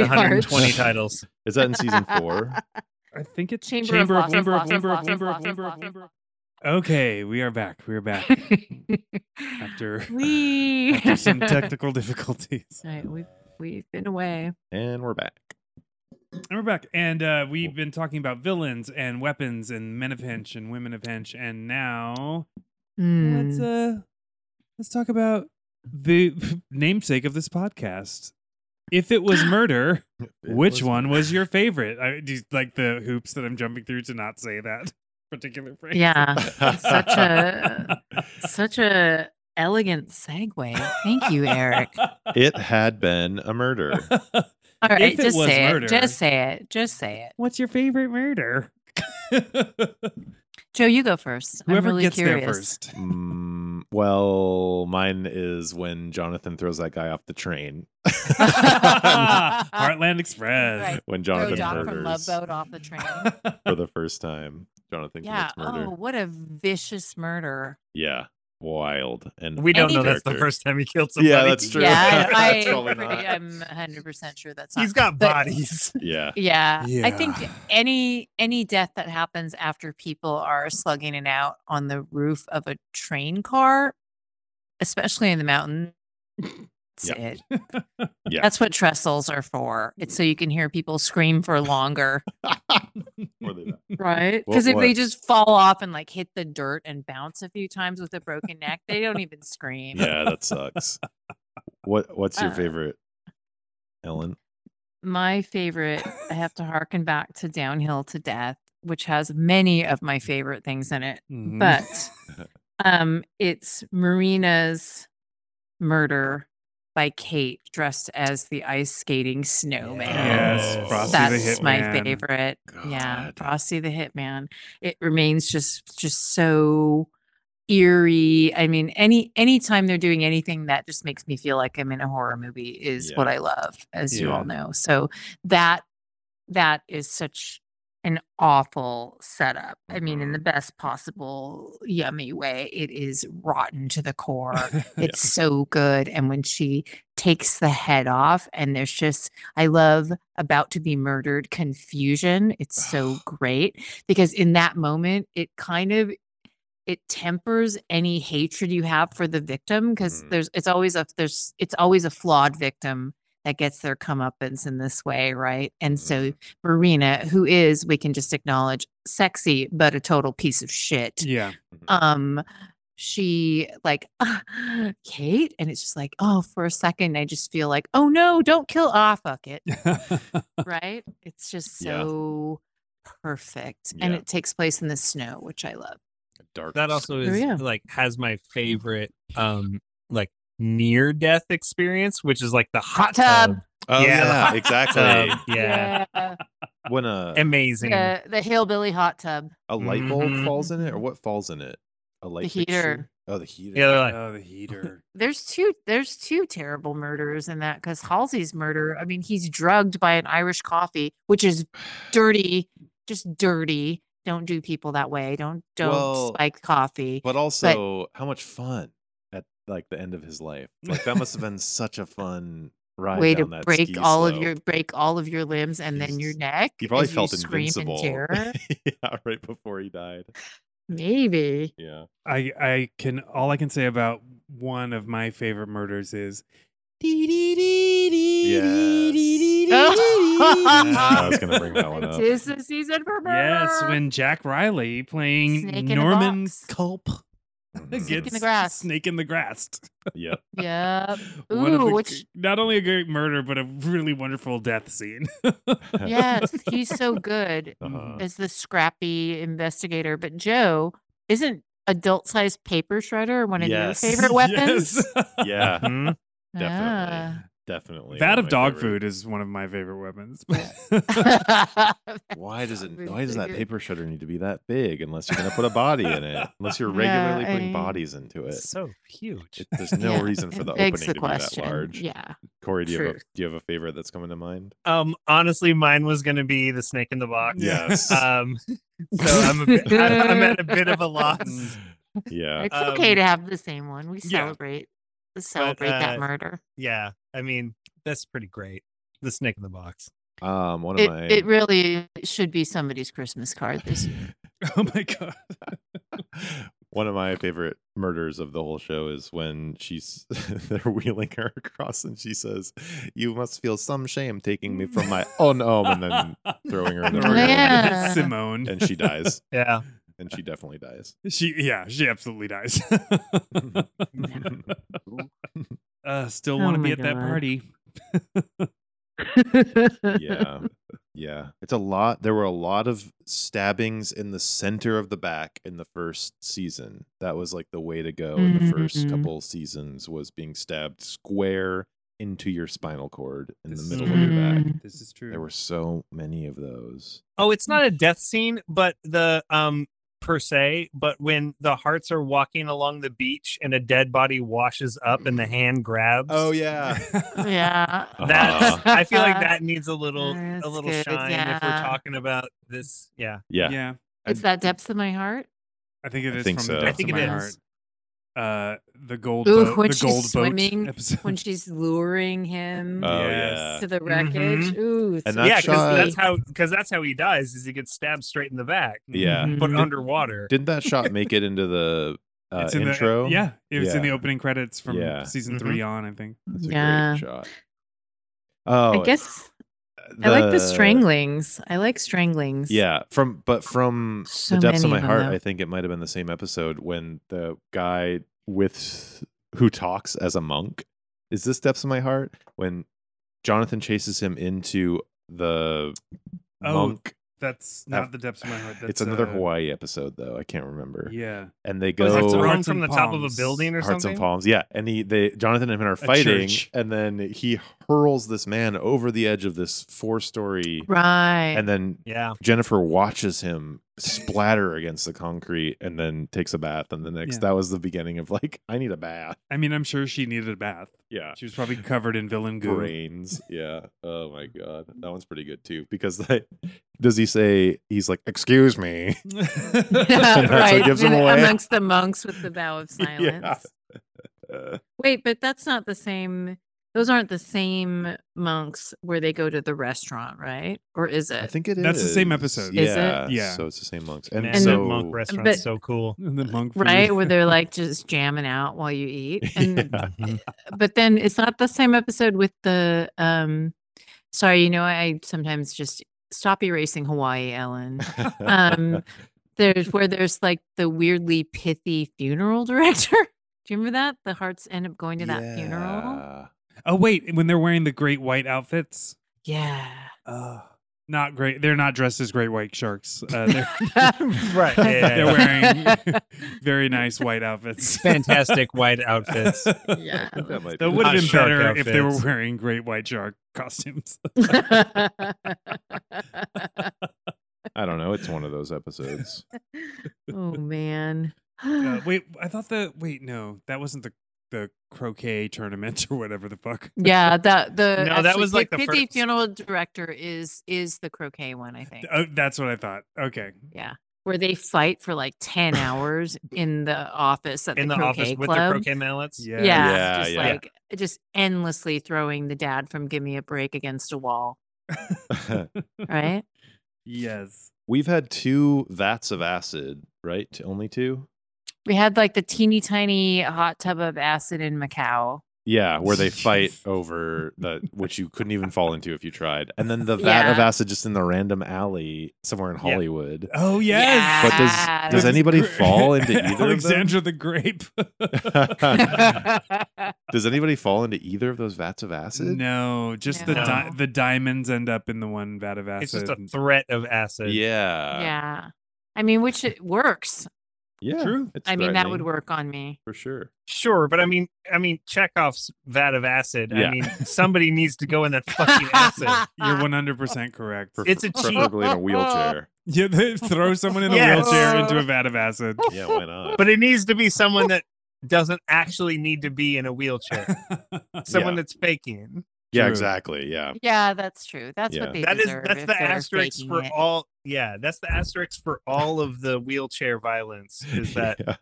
120
Hearts.
titles.
Is that in season four?
I think it's
Chamber, of Lost-
Chamber of
Lost-
Chamber of
Lost-
Chamber of
Lost-
Chamber of
Lost-
Chamber of Okay, we are back. We are back after,
we.
after some technical difficulties.
All right, we've, we've been away.
and we're back.
And we're back. And uh, we've been talking about villains and weapons and men of hench and women of hench. And now let's uh
Mm.
let's talk about the namesake of this podcast. If it was murder, which one was your favorite? I do you like the hoops that I'm jumping through to not say that particular phrase.
Yeah. Such a such a elegant segue. Thank you, Eric.
It had been a murder.
All right,
If it
just
was
say
murder-
it. Just say it. Just say it.
What's your favorite murder?
Joe, you go first. I'm
Whoever
really
gets
curious.
there first.
Mm, well, mine is when Jonathan throws that guy off the train.
Heartland Express.
Right.
when
Throw
Jonathan
Doc from Oh, Love
murders
Boat off the train.
for the first time. Jonathan
yeah.
commits murder.
Oh, what a vicious murder.
Yeah, wild. And
We don't
Any
know that's the
character.
first time he killed somebody.
Yeah, that's true.
Yeah, I,
That's
I,
probably
pretty-
not.
I'm 100 percent sure that's not.
He's got
But-
bodies.
Yeah,
yeah, I think
Yeah.
any any death that happens after people are slugging it out on the roof of a train car, especially in the mountains. That's it.
Yeah.
That's what trestles are for. It's so you can hear people scream for longer.
Or they don't.
Right.
What
Because if they
was-
just fall off and like hit the dirt and bounce a few times with a broken neck, they don't even scream.
yeah, that sucks. What What's your
Uh.
favorite, Ellen?
My favorite, I have to harken back to Downhill to Death which has many of my favorite things in it.
Mhm.
But um, it's Marina's murder by Kate dressed as the ice skating snowman.
Yes,
Oh.
Frosty the
That's my
Hitman.
favorite. Yeah,
God.
Frosty the Hitman. It remains just just so eerie. I mean, any anytime they're doing anything that just makes me feel like I'm in a horror movie is what I love, as you all know. So that that is such an awful setup. I mean,
Mm-hmm.
in the best possible yummy way, it is rotten to the core. It's so good. And when she takes the head off, and there's just, I love about to be murdered confusion. It's so great because in that moment, it kind of it tempers any hatred you have for the victim because
Mm.
there's it's always a there's it's always a flawed victim that gets their comeuppance in this way, right? And so
Mm-hmm.
Marina, who is, we can just acknowledge, sexy but a total piece of shit
Yeah.
um she like kate and it's just like oh for a second i just feel like oh no don't kill off fuck it right it's just
Yeah.
so perfect and
Yeah.
it takes place in the snow which i love
Dark.
That also
There
is
we go.
like has my favorite um like near death experience, which is like the hot,
Hot tub.
Oh,
Yeah, Um,
yeah,
the hot
exactly.
tub. yeah.
When uh, a
Amazing.
the, the hillbilly hot tub
a light bulb
Mhm.
falls in it, or what falls in it? A light fixture?
Mm-hmm. heater.
Oh, the heater.
Yeah, they're like,
Oh, the heater.
there's two there's two terrible murders in that because halsey's murder i mean he's drugged by an irish coffee which is dirty just dirty don't do people that way don't don't
Well,
spike coffee
But also, how much fun at like the end of his life? Like that must have been such a fun ride.
way to
down that
break
ski
all of
slope.
your break all of your limbs and then your
Jesus.
neck
He probably
as you
felt
scream in
invincible.
terror
yeah, right before he died.
maybe
Yeah.
I I can all I can say about one of my favorite murders is dee dee dee dee dee dee dee dee dee.
I was gonna bring that one up.
it Ah, is the season for murder
Yes, when Jack Riley playing
Snake in a
Norman
box.
Culp
Mhm.
gets
the grass.
Snake in the grass.
Yep.
yeah
One of
Ooh,
the-
which-
not only a great murder but a really wonderful death scene.
yes he's so good
Uh-huh.
is the scrappy investigator, but Joe isn't adult-sized paper shredder one of
Yes.
your favorite weapons.
Yes.
Yeah.
Hmm?
Definitely. Definitely.
That
one
of
my
dog
favorite.
food is one of my favorite weapons.
Ah.
Why does it?
Dog
Why
food's
does
so
that
good.
paper shutter need to be that big? Unless you're gonna put a body in it. Unless you're
Yeah,
regularly
I-
putting bodies into it.
so huge.
It- there's no
Yeah,
reason for
it
the
begs
opening
the
to
question.
be that large.
Yeah.
Corey, do you, have a,
Truth.
do you have a favorite that's coming to mind?
Um honestly mine was gonna be the snake in the box.
Yes.
Um so I'm, a bit, I'm I'm at a bit of a loss.
Yeah.
It's okay
Um,
to have the same one. We
yeah.
celebrate we celebrate
uh,
that murder.
Yeah. I mean, that's pretty great. The snake in the box.
Um, one of
It,
my
it really should be somebody's Christmas card this year.
oh my god.
one of my favorite murders of the whole show is when she's they're wheeling her across and she says, "You must feel some shame taking me from my own home," and then throwing her in the
Oh,
river.
yeah.
Simone.
and she dies,
Yeah.
and she definitely dies.
She yeah, she absolutely dies. uh, still
Oh
want to be
my
at that
God.
party.
yeah yeah it's a lot there were a lot of stabbings in the center of the back in the first season that was like the way to go in the first
Mhm.
couple seasons was being stabbed square into your spinal cord in the
This-
middle of your back
Mm.
This is true.
there were so many of those
Oh, it's not a death scene, but the um per se, but when the hearts are walking along the beach and a dead body washes up and the hand grabs.
Oh,
yeah
yeah.
That's
Uh-huh.
I feel like that needs a little
That's
a little
good,
shine if we're
yeah.
talking about this. Yeah.
yeah.
yeah
It's that depth of my heart.
I think it
I
is
think
from
so.
the
I
depths
think
of
it
my
is.
heart. Uh, the gold
Ooh,
boat.
when
the
she's
gold
swimming,
boat episode.
When she's luring him
oh
Yes.
to the wreckage.
Mhm.
Ooh,
And
so
that
yeah,
shot-
because that's how because that's how he dies is he gets stabbed straight in the back,
yeah yeah
Mhm.
but underwater.
didn't that shot make it into the uh,
It's in the-
intro
yeah, it was in the
Yeah.
opening credits from
Yeah.
season
Mhm.
three on. I think.
that's a
Yeah.
great shot oh
I guess I like the
strangling.
stranglings. I like stranglings.
Yeah, from but from
So
the depths of
many of
my
them,
heart,
though.
I think it might have been the same episode when the guy with who talks as a monk is this depths of my heart when Jonathan chases him into the
Oh.
monk
That's
No.
not the depths of my heart. That's
it's another
uh,
Hawaii episode though. I can't remember.
Yeah.
And they
Oh,
go
is that
Go-
to run
Hearts
from the
and
top of a
Palms.
building or
Hearts
something?
and Palms. Yeah. And he they Jonathan and him are fighting
church.
and then he hurls this man over the edge of this four-story
Right.
and then
Yeah.
Jennifer watches him splatter against the concrete and then takes a bath and the next
Yeah.
that was the beginning of like I need a bath.
I mean, I'm sure she needed a bath.
Yeah.
She was probably covered in villain goo.
Brains. Yeah. Oh my god. That one's pretty good too because that does he say he's like excuse me.
Yeah,
That's what gives 'em
and
away.
Amongst the monks with the vow of silence.
Yeah.
Wait, but that's not the same. Those aren't the same monks where they go to the restaurant, right? Or is it?
I think it is.
That's the same episode.
Yeah.
Is it?
Yeah.
So it's the same monks. And,
And,
the
so
monk restaurant's
But-
so cool.
And the monk food.
right where they're like just jamming out while you eat. And
Yeah.
Mhm.
but then it's not the same episode with the um sorry, you know, I sometimes just stop erasing Hawaii, Ellen. Um there's where there's like the weirdly pithy funeral director. Do you remember that? The hearts end up going to that funeral.
Yeah.
Oh wait, when they're wearing the great white outfits.
Yeah.
Uh, not great. They're not dressed as great white sharks. Uh, they're,
Right. Yeah, yeah,
they're
yeah.
wearing very nice white outfits.
Fantastic white outfits.
Yeah.
That might
That
be-
would have
Not
been
shark
better if they were
outfits.
wearing great white shark costumes.
I don't know. It's one of those episodes.
oh man.
Uh, wait, I thought that. Wait, no, that wasn't the the croquet tournament or whatever the fuck.
yeah, that the
No, that
actually,
was, like,
Pit-
the
Pithy
first-
funeral director is is the croquet one, I think.
Uh,
Oh, that's what I thought. Okay,
Yeah. Where they fight for like 10 hours in the office at
In the, office
croquet
with the
club.
croquet mallets.
yeah,
Yeah.
Yeah,
just
yeah.
like just endlessly throwing the dad from Give Me a Break against a wall. Right?
yes.
We've had two vats of acid, right? T- Only two?
we had like the teeny tiny hot tub of acid in Macau.
Yeah, where they fight
Jeez.
over the which you couldn't even fall into if you tried. And then the vat of
Yeah.
acid just in the random alley somewhere in
Yeah. Ah,
Hollywood.
Oh yes.
But does
Yes.
does
With
anybody fall into either of
Alexandra the grape?
them? does anybody fall into either of those vats of acid?
no, just the
No.
di- the diamonds end up in the one vat of acid.
It's just a threat of acid.
Yeah.
yeah. I mean, which it works.
Yeah.
True.
it's
I mean, that would
threatening,
work on me.
for sure.
Sure, but I mean, I mean, Chekhov's vat of acid.
Yeah.
I mean, somebody needs to go in that fucking acid.
Uh,
You're 100 percent
oh.
correct.
Prefer-
It's a cheat.
preferably in a wheelchair.
yeah, they throw someone in a
Yes.
wheelchair into a vat of acid.
Yeah, why not?
But it needs to be someone that doesn't actually need to be in a wheelchair. Someone
Yeah.
that's faking.
yeah,
True.
exactly. Yeah.
Yeah, that's true. That's
Yeah.
what they
That is
deserve
that's
if
the
they're
asterisk
faking
for
it.
all. Yeah, that's the asterisk for all of the wheelchair violence. Is that
yeah.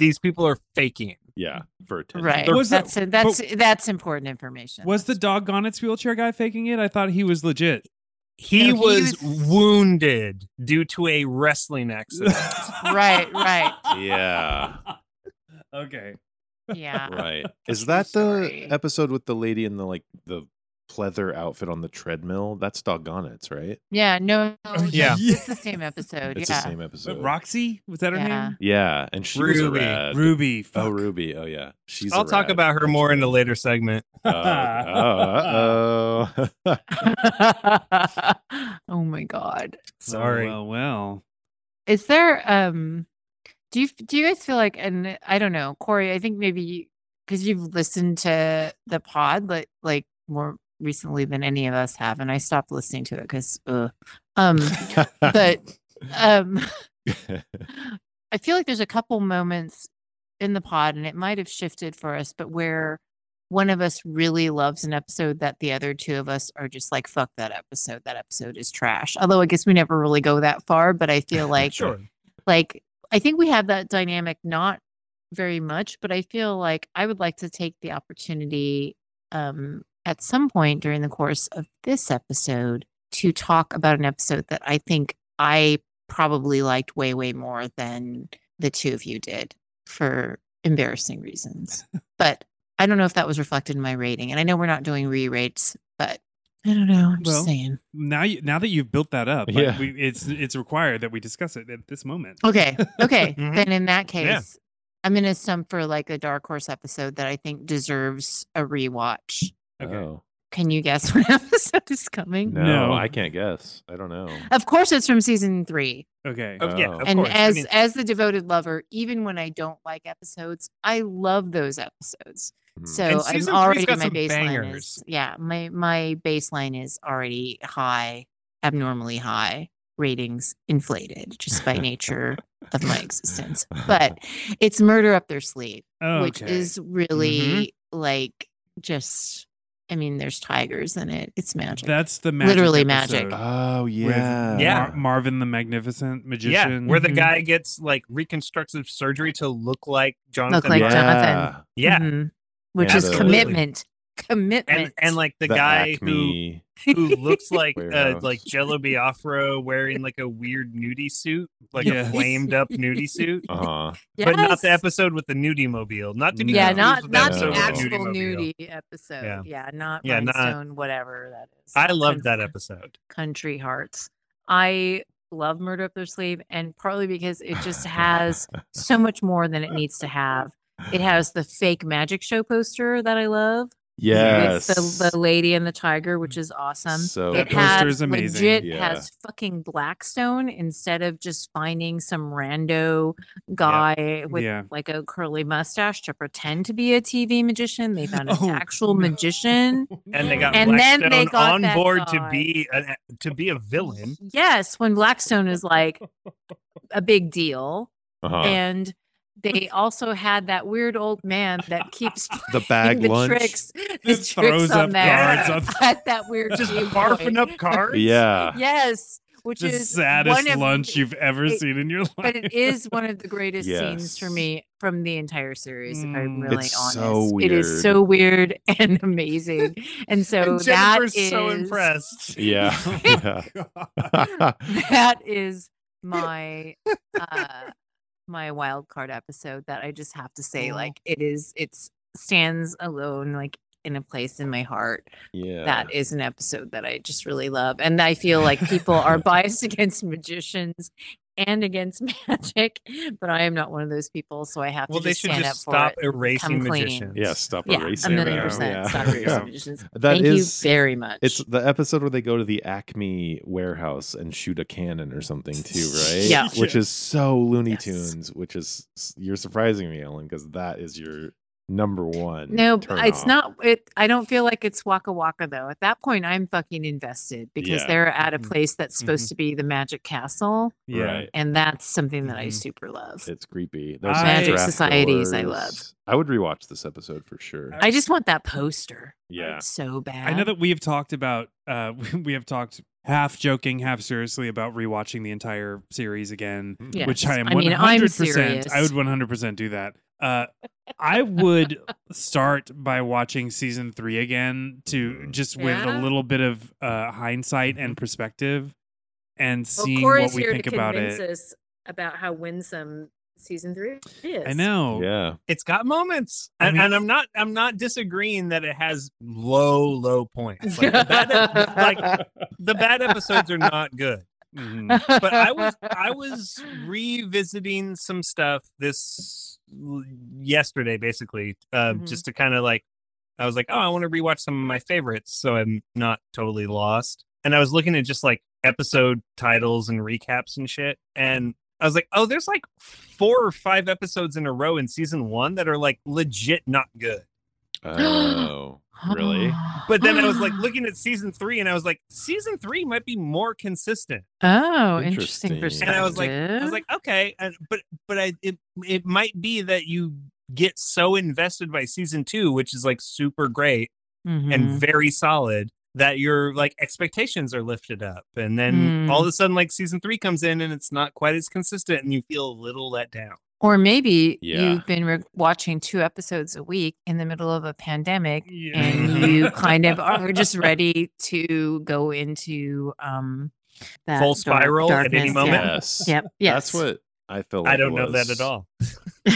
these people are faking?
yeah, for attention.
Right.
Was that-
That's that's that's important information.
Was the Doggonet's wheelchair guy faking it? I thought he was legit.
He
No, he
was
was-
wounded due to a wrestling accident.
Right, right.
Yeah.
Okay.
yeah.
Right.
True
Is that the
story.
episode with the lady in the like the pleather outfit on the treadmill? That's Doggonet's, right?
Yeah, no,
Oh,
no,
Yeah.
it's- it's the same episode.
It's
yeah.
the same
But
episode.
Roxy was that her
Yeah.
name?
Yeah, and she was a
Ruby.
rad.
Ruby.
Oh,
fuck.
Ruby. Oh, yeah. She's. a
I'll talk
rad.
about her more in a later segment.
Oh, okay. oh, uh-oh.
oh my god.
Sorry.
Well, well.
Is there um do you f- do you guys feel like and I don't know, Corey, I think maybe because you've listened to the pod like like more recently than any of us have, and I stopped listening to it because um but um I feel like there's a couple moments in the pod, and it might have shifted for us, but where one of us really loves an episode that the other two of us are just like, fuck that episode. That episode is trash. Although I guess we never really go that far, but I feel like,
Sure.
like, I think we have that dynamic not very much, but I feel like I would like to take the opportunity um, at some point during the course of this episode to talk about an episode that I think I probably liked way, way more than the two of you did for embarrassing reasons. but I don't know if that was reflected in my rating. And I know we're not doing re rates, but I don't know. I'm
Well,
just saying.
Now, you, now that you've built that up, like,
Yeah.
we, it's it's required that we discuss it at this moment.
Okay. Okay.
Mhm.
Then in that case,
Yeah.
I'm going to stump for like a Dark Horse episode that I think deserves a rewatch.
Okay.
Oh.
Can you guess what episode is coming?
No,
No.
I can't guess. I don't know.
Of course, it's from season three.
Okay.
Oh, yeah,
Oh.
of
and
course. I
as
mean,
as the devoted lover, even when I don't like episodes, I love those episodes.
Hmm.
Mm. And
So I'm
season three's
already
got
my
some
baseline
bangers.
is yeah my my baseline is already high, abnormally high ratings inflated just by nature of my existence. But it's murder up their sleeve,
Oh,
which
okay.
is
Mm-hmm.
really like just I mean, there's tigers in it. It's magic.
that's the magic
Literally magic.
episode
oh
with
yeah,
Yeah.
Mar- Marvin the Magnificent
yeah,
Magician.
where the
Mhm.
guy gets like reconstructive surgery to look like Jonathan.
Look like
Ross.
Jonathan.
yeah.
Mhm. which
Yeah,
is
the-
commitment, commitment,
And, and like the, guy who
Acme-
who looks like uh,
Warehouse.
like Jello Biafra wearing like a weird nudie suit, like
Yes.
a flamed up nudie suit,
uh-huh.
but not the
Yes.
episode with the nudie mobile. Not to be
yeah,
confused
not
with
not
episode
the
of
with
the
actual
nudie.
nudie episode.
Yeah.
Yeah, not
Yeah,
yeah,
not-
Rhinestone, whatever that is.
I loved
Country-
that episode.
Country Hearts. I love Murder Up Their Sleeve, and partly because it just has so much more than it needs to have. It has the fake magic show poster that I love
yes
with the, the lady and the tiger, which is awesome.
so
That
it
poster
has
is amazing.
legit
Yeah.
has fucking Blackstone instead of just finding some rando guy with
Yeah.
like a curly mustache to pretend to be a TV magician. They found an
Oh,
actual
no.
magician.
And they got
And then
Blackstone
they got
on
that
board to
guy.
be a, to be a villain.
Yes, when Blackstone is like a big deal,
Uh.
uh-huh.
and they also had that weird old man that keeps playing
the bag
the
lunch
tricks, the
That
tricks
throws
on
up
that
cards on-
at that weird
Just
game
barfing
boy.
up cards.
yeah
Yes, which
uh, the
is
saddest
one of
lunch
the-
you've ever
it-
seen in your life.
but it is one of the greatest scenes for
Yes.
me from the entire series. If I'm
Mm.
really
It's
honest,
so
it
weird.
is so weird and amazing. And so
and
that
Jennifer's
is
so impressed.
yeah yeah
Oh that is my uh, my wild card episode that I just have to say,
Oh.
like it is, it's stands alone, like in a place in my heart.
yeah
That is an episode that I just really love, and I feel like people are biased against magicians. And against magic, but I am not one of those people, so I have
Well,
to
they
just
should
stand
just
up for it.
stop erasing
Come clean.
magicians.
yeah stop
yeah,
erasing
a million
that.
percent.
yeah.
Stop
Yeah.
erasing magicians.
That
Thank
is-
you very much.
It's the episode where they go to the Acme warehouse and shoot a cannon or something too, right?
Yeah.
Which is so Looney
Yes.
Tunes, which is you're surprising me, Ellen, because that is your number one.
no, b-
turn
it's
off.
not. It. I don't feel like it's Waka Waka though. At that point, I'm fucking invested because
Yeah.
they're at a
Mhm.
place that's supposed to be the magic castle,
yeah.
Right.
and that's something that I
Mhm.
super love.
It's creepy.
I- Magic
after
Societies I
afterwards. I would rewatch this episode for sure.
I just want that poster.
Yeah.
It's so bad.
I know that we have talked about uh we have talked half joking, half seriously about rewatching the entire series again.
Yes.
which I am
I
one
mean, I'm
hundred percent. I
serious.
would one hundred percent do that. Uh, I would start by watching season three again to
Mhm.
just with a
Yeah.
little bit of uh, hindsight
Mm-hmm.
and perspective, and seeing what we think about it.
us about how winsome season three is.
I know.
Yeah.
It's got moments,
I
and,
mean-
and I'm not I'm not disagreeing that it has low low points. Like, the bad- like the bad episodes are not good.
Mm-hmm.
Mhm.
But I was I was revisiting some stuff this l- yesterday, basically, uh,
Mhm.
just to kind of like I was like, oh, I want to rewatch some of my favorites, so I'm not totally lost. And I was looking at just like episode titles and recaps and shit, and I was like, oh, there's like four or five episodes in a row in season one that are like legit not good.
Oh, really?
But then I was like looking at season three, and I was like, season three might be more consistent.
Oh, interesting,
Interesting.
perspective.
and I was like, I was like, okay, and, but but I it it might be that you get so invested by season two, which is like super great and
Mhm.
very solid, that your like expectations are lifted up, and then all of a sudden like season three comes in and it's not quite as consistent, and you feel a little let down.
or maybe
Yeah.
you've been re- watching two episodes a week in the middle of a pandemic,
Yeah.
and you kind of are just ready to go into um that
Full
dark-
spiral at any
darkness,
moment.
Yeah.
Yes.
Yep. Yes.
That's what I felt like
I
it
don't know that
was.
at all.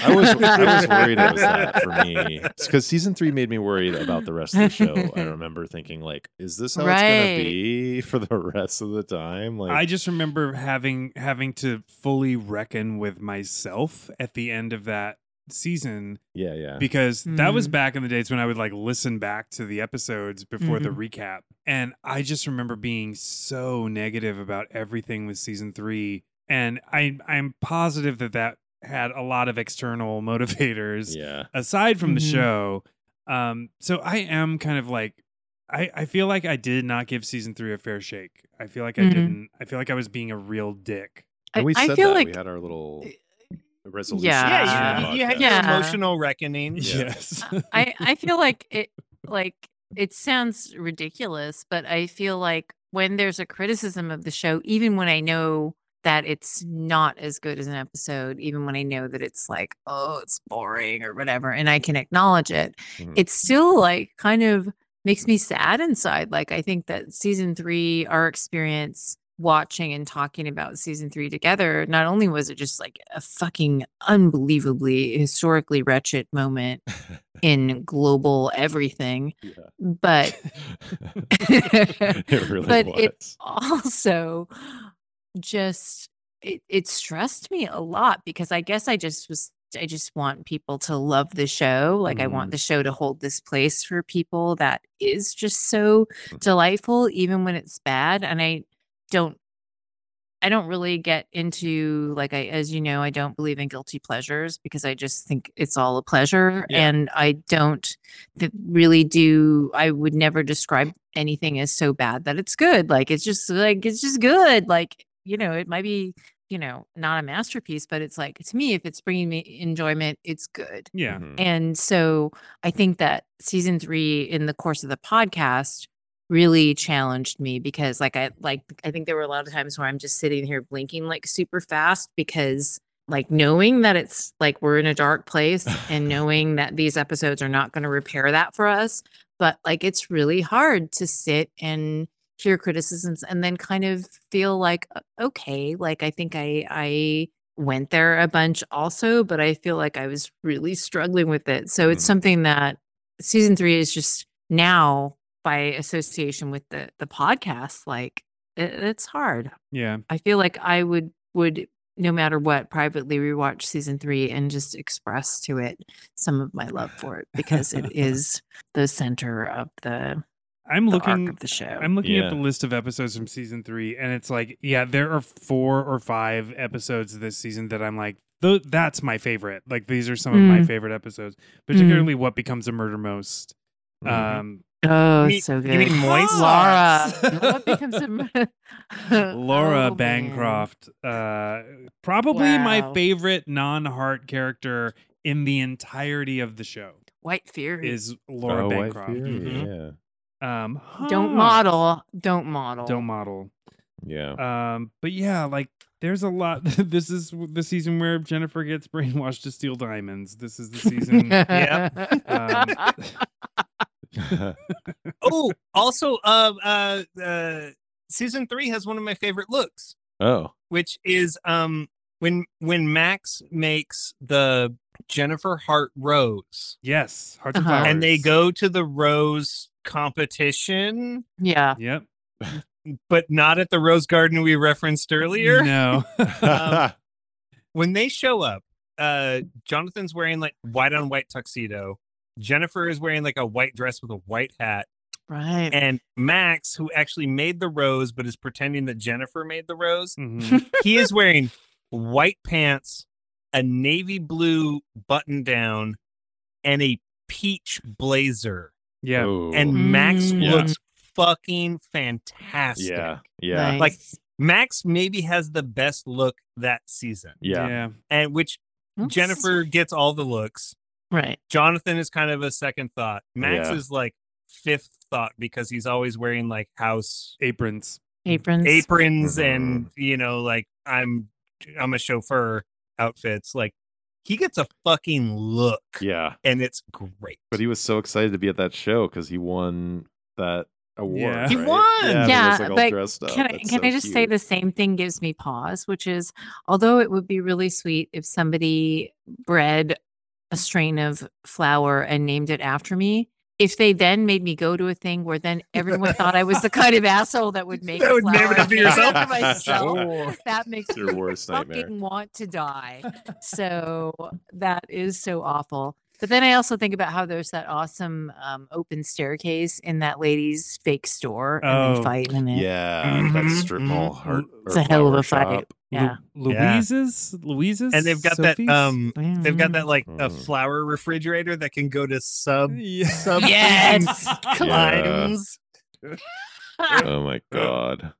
I was I was worried it was that for me because season three made me worried about the rest of the show. I remember thinking like, is this how it's gonna
Right.
be for the rest of the time? Like,
I just remember having having to fully reckon with myself at the end of that season
Yeah, yeah.
because that was
Mhm.
back in the days when I would like listen back to the episodes before
Mm-hmm.
the recap. And I just remember being so negative about everything with season three. And I, I'm positive that that had a lot of external motivators
yeah.
aside from the
Mhm.
show. Um, so I am kind of like, I, I feel like I did not give season three a fair shake. I feel like I
Mhm.
didn't. I feel like I was being a real dick.
And we
I,
said
I feel
that
like eh,
we had our little resolution.
Yeah,
yeah, you, you had
Yeah.
your emotional reckoning.
Yeah.
Yes.
I, I feel like it like it sounds ridiculous, but I feel like when there's a criticism of the show, even when I know that it's not as good as an episode, even when I know that it's like, oh, it's boring or whatever, and I can acknowledge it,
Mhm.
it's still like kind of makes me sad inside. Like I think that season three, our experience watching and talking about season three together, not only was it just like a fucking unbelievably historically wretched moment in global everything,
Yeah.
but
it really
But
was.
it- also just it, it stressed me a lot because I guess I just was I just want people to love the show. Like I want the show to hold this place for people that is just so
Mhm.
delightful even when it's bad and I don't I don't really get into like I as you know I don't believe in guilty pleasures because I just think it's all a pleasure
Yeah.
and I don't th- really do I would never describe anything as so bad that it's good like it's just like it's just good like you know it might be you know not a masterpiece but it's like to me if it's bringing me enjoyment it's good
yeah.
Mhm.
and so I think that season three, in the course of the podcast, really challenged me because, like, I like I think there were a lot of times where I'm just sitting here blinking like super fast because, like, knowing that it's like we're in a dark place and knowing that these episodes are not going to repair that for us, but like it's really hard to sit and hear criticisms and then kind of feel like "O- okay like i think i i went there a bunch also, but I feel like I was really struggling with it. So it's
Mhm.
something that season three is just now by association with the the podcast, like it, it's hard.
Yeah.
I feel like I would would no matter what privately rewatch season three and just express to it some of my love for it because it is the center of the,
I'm
the
looking.
arc of the show.
I'm looking at
Yeah.
the list of episodes from season three, and it's like, yeah, there are four or five episodes this season that I'm like, Th- that's my favorite. Like, these are some of my
Mm.
favorite episodes, particularly what becomes a murder most.
Mhm.
uh,
Um,
oh,
You-
it's so good.
you mean moist?
Laura. what becomes a m-
Laura
Oh, man.
Bancroft, uh, probably my
Wow.
favorite non-heart character in the entirety of the show
White Fury.
is Laura
Oh, White
Bancroft. Mm-hmm.
Fury,
Mhm.
Um,
don't
huh,
model. Don't model.
Don't model.
Yeah. Yeah.
Um, but yeah, like there's a lot. this is the season where Jennifer gets brainwashed to steal diamonds. This is the season. um,
Uh, oh, also, uh, uh, uh, season three has one of my favorite looks,
oh.
which is um when when Max makes the Jennifer Hart rose,
yes, hearts and
Uh-huh.
flowers.
and they go to the rose competition,
yeah.
Yep.
but not at the rose garden we referenced earlier.
No.
Um, When they show up, uh, Jonathan's wearing like white on white tuxedo. Jennifer is wearing like a white dress with a white hat.
Right.
and Max, who actually made the rose but is pretending that Jennifer made the rose,
Mhm.
he is wearing white pants, a navy blue button down, and a peach blazer.
Yeah.
Ooh.
And Max
Mm.
Yeah.
looks fucking fantastic.
yeah. Yeah.
Nice.
Like, Max maybe has the best look that season,
Yeah.
and which
Oops.
Jennifer gets all the looks.
Right.
Jonathan is kind of a second thought. Max
Yeah.
is like fifth thought because he's always wearing like house
Aprons.
Aprons.
aprons and you know like i'm i'm a chauffeur outfits like he gets a fucking look
Yeah.
and it's great
But he was so excited to be at that show because he won that award.
Yeah.
He
right?
won!
Yeah,
Yeah. he was, like, all
but
Oh,
dressed up.
Can I,
That's
can
so
I just say
cute.
the same thing gives me pause, which is although it would be really sweet if somebody bred a strain of flower and named it after me, if they then made me go to a thing where then everyone thought I was the kind of asshole that would make
That
a
would never
flower
be
show
yourself.
for myself,
Oh.
that makes
It's
me
your worst nightmare.
fucking want to die. So that is so awful. But then I also think about how there's that awesome um, open staircase in that lady's fake store, and
Oh,
they fight in it.
Yeah, that
Mhm,
strip mall
mhm.
heart.
Mm-hmm. It's a hell of a fight.
shop.
Yeah.
Lu-
Yeah.
Louise's, Louise's,
and they've got
Sophie's?
that um they've got that like a
Mhm.
flower refrigerator that can go to sub
Yeah.
sub
Yes.
items.
Oh my god.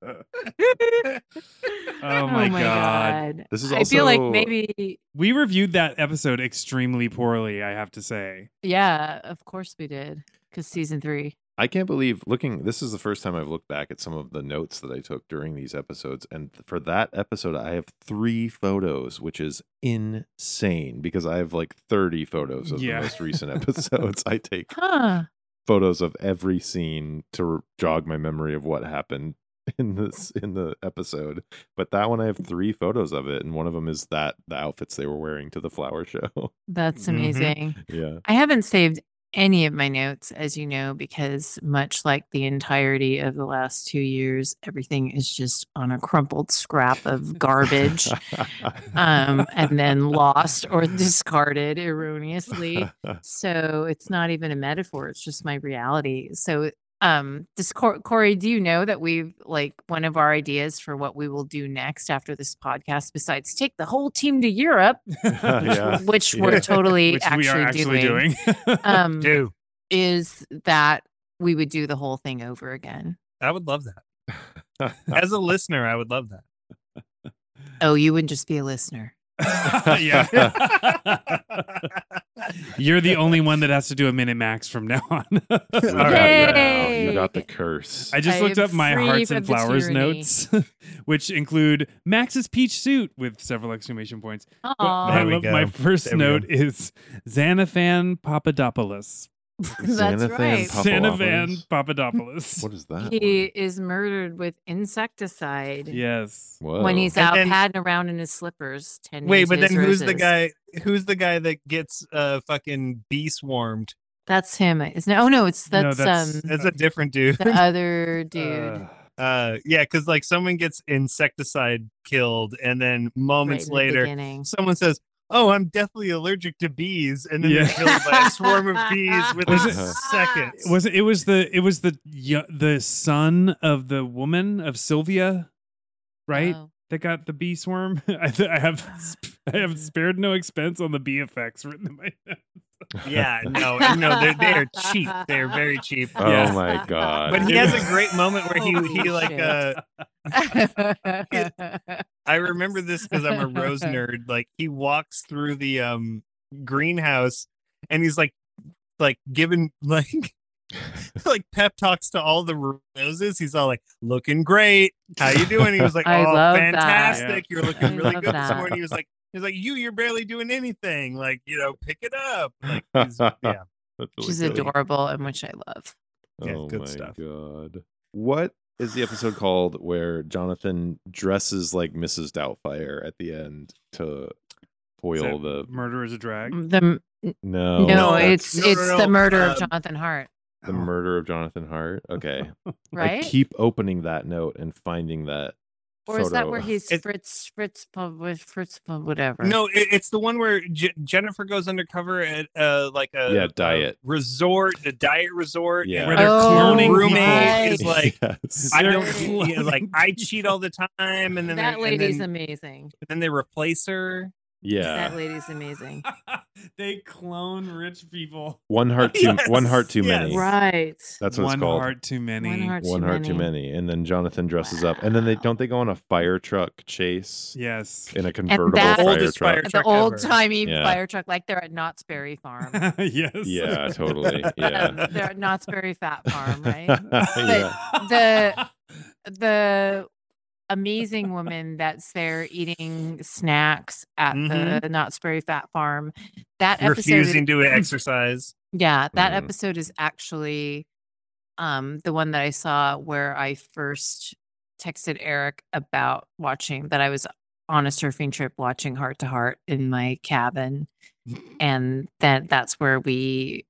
Oh my God.
This is
I feel like
also-
maybe,
We reviewed that episode extremely poorly, I have to say.
yeah, of course we did. Because season three.
I can't believe looking. This is the first time I've looked back at some of the notes that I took during these episodes, and th- for that episode, I have three photos, which is insane because I have like thirty photos of
Yeah.
the most recent episodes. I take
Huh.
photos of every scene to r- jog my memory of what happened in this in the episode. But that one, I have three photos of it, and one of them is that the outfits they were wearing to the flower show.
That's
Mhm.
amazing.
yeah.
I haven't saved any of my notes, as you know, because much like the entirety of the last two years, everything is just on a crumpled scrap of garbage um, and then lost or discarded erroneously. So it's not even a metaphor, it's just my reality. So, um, this Cor- Corey, do you know that we've like one of our ideas for what we will do next after this podcast, besides take the whole team to Europe,
Yeah.
which
Yeah.
we're totally
Which
actually,
we are actually doing.
um,
do
is that we would do the whole thing over again.
I would love that. As a listener, I would love that.
Oh, you wouldn't just be a listener.
yeah. You're the only one that has to do a minute max from now on.
We got you now. You
Yay.
got the curse.
I just
I
looked
am
up my
free
hearts
from
and
the
flowers
tyranny.
notes, which include Max's peach suit with several exclamation points. But I
There we
Oh,
love- my
go.
first
There we go.
note is Xanathan Papadopoulos.
that's
Xanathan
right.
Pop-
Xanathan Papadopoulos.
What is that?
He
one?
is murdered with insecticide
yes.
when
Whoa.
he's
And
out
then-
padding around in his slippers. tending
Wait, but
to his
then who's the
roses.
guy? Who's the guy that gets uh fucking bee swarmed?
That's him. Isn't it? Oh no, it's
No,
that's,
that's-
um
That's a different dude.
the other dude.
Uh,
Uh, yeah, because like someone gets insecticide killed, and then
right
moments
in the
later,
beginning.
someone says, "Oh, I'm deathly allergic to bees," and then
Yeah.
they're killed by a swarm of bees within
Was it-
seconds.
was it, it was the it was the yo- the son of the woman of Sylvia, right?
Oh.
That got the bee swarm. I, th- I have sp- I have spared no expense on the bee effects written in my notes.
yeah, no, and no, they're they are cheap. They are very cheap.
Oh
Yeah.
my god.
But he
It
has
was-
a great moment where he he
Holy
like
shit.
uh I remember this because I'm a rose nerd. Like he walks through the um greenhouse and he's like like giving like like pep talks to all the ro- roses. He's all like, looking great. How you doing? He was like,
I
Oh,
love that.
fantastic. You're
I
looking really
love
good this
that.
morning. He was like, He's like, You, you're barely doing anything. Like, you know, pick it up. Like he's, yeah.
That's
which
really
is
good.
adorable and which I love.
Yeah,
Oh
good
my
stuff.
god. What is the episode called where Jonathan dresses like Mrs. Doubtfire at the end to
Is
foil
that
the Mm,
murder is a drag.
The m-
no
no,
no,
it's
Oh, no, no,
it's
no,
the murder of
um,
Jonathan Hart,
the murder of Jonathan Hart? Okay,
right?
I keep opening that note and finding that.
Or is that
photo.
where he's
It-
Fritz, Fritz, Pub- with Fritz, Pub- whatever?
No, it, it's the one where J- Jennifer goes undercover at uh, like a
Yeah,
a
diet.
resort, a diet resort.
Yeah.
Where they're
Oh,
cloning
roommate
people.
right.
is like,
Yes.
I
They're
don't. yeah, like
cloning
I cheat all the time, and then
that
they're- and
lady's
then,
amazing.
then they replace her.
That
yeah,
lady's amazing.
they clone rich people.
one heart too. One
Yes,
heart too
yes.
many.
right.
That's what
One
it's called.
heart too many.
One heart,
one
too
heart
many.
too many. And then Jonathan dresses up, and then they don't they go on a fire truck chase
Yes.
in a convertible
that-
fire
Oldest
truck.
fire-
The
truck
old
ever.
timey
Yeah.
fire truck, like they're at Knott's Berry Farm.
yes.
Yeah, totally. Yeah.
Um, they're at Knott's Berry Fat Farm, right?
yeah.
the- the amazing woman that's there eating snacks at the
Mm-hmm.
Knott's Berry Fat Farm. That
refusing
episode,
to exercise.
yeah, that
Mm.
episode is actually um, the one that I saw where I first texted Eric about watching that I was on a surfing trip watching Heart to Heart in my cabin, and that that's where we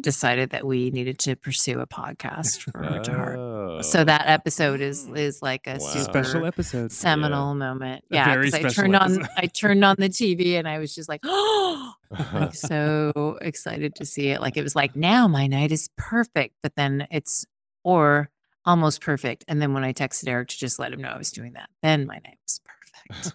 decided that we needed to pursue a podcast for Heart to Heart.
Oh. Mm.
So that episode is is like a
Wow.
super
Special episode.
seminal moment.
A
yeah,
very
because I
special
turned on
episode.
I turned on the TV and I was just like, oh, like so excited to see it. Like it was like now my night is perfect, but then it's or almost perfect. And then when I texted Eric to just let him know I was doing that, then my night was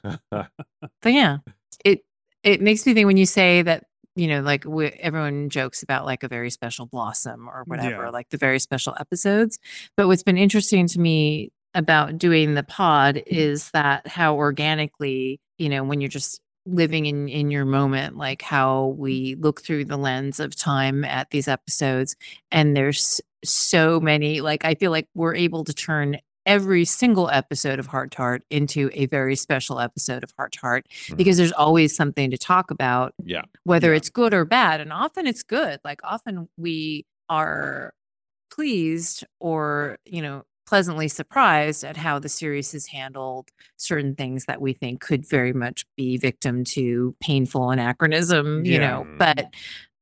perfect. But yeah, it it makes me think when you say that you know like we, everyone jokes about like a very special blossom or whatever,
Yeah.
like the very special episodes. But what's been interesting to me about doing the pod is that how organically you know when you're just living in in your moment like how we look through the lens of time at these episodes and there's so many like i feel like we're able to turn every single episode of heart to heart into a very special episode of heart to heart
Mhm.
because there's always something to talk about
yeah.
whether
Yeah.
it's good or bad and often it's good like often we are pleased or you know pleasantly surprised at how the series has handled certain things that we think could very much be victim to painful anachronism you
Yeah.
know
Mm.
but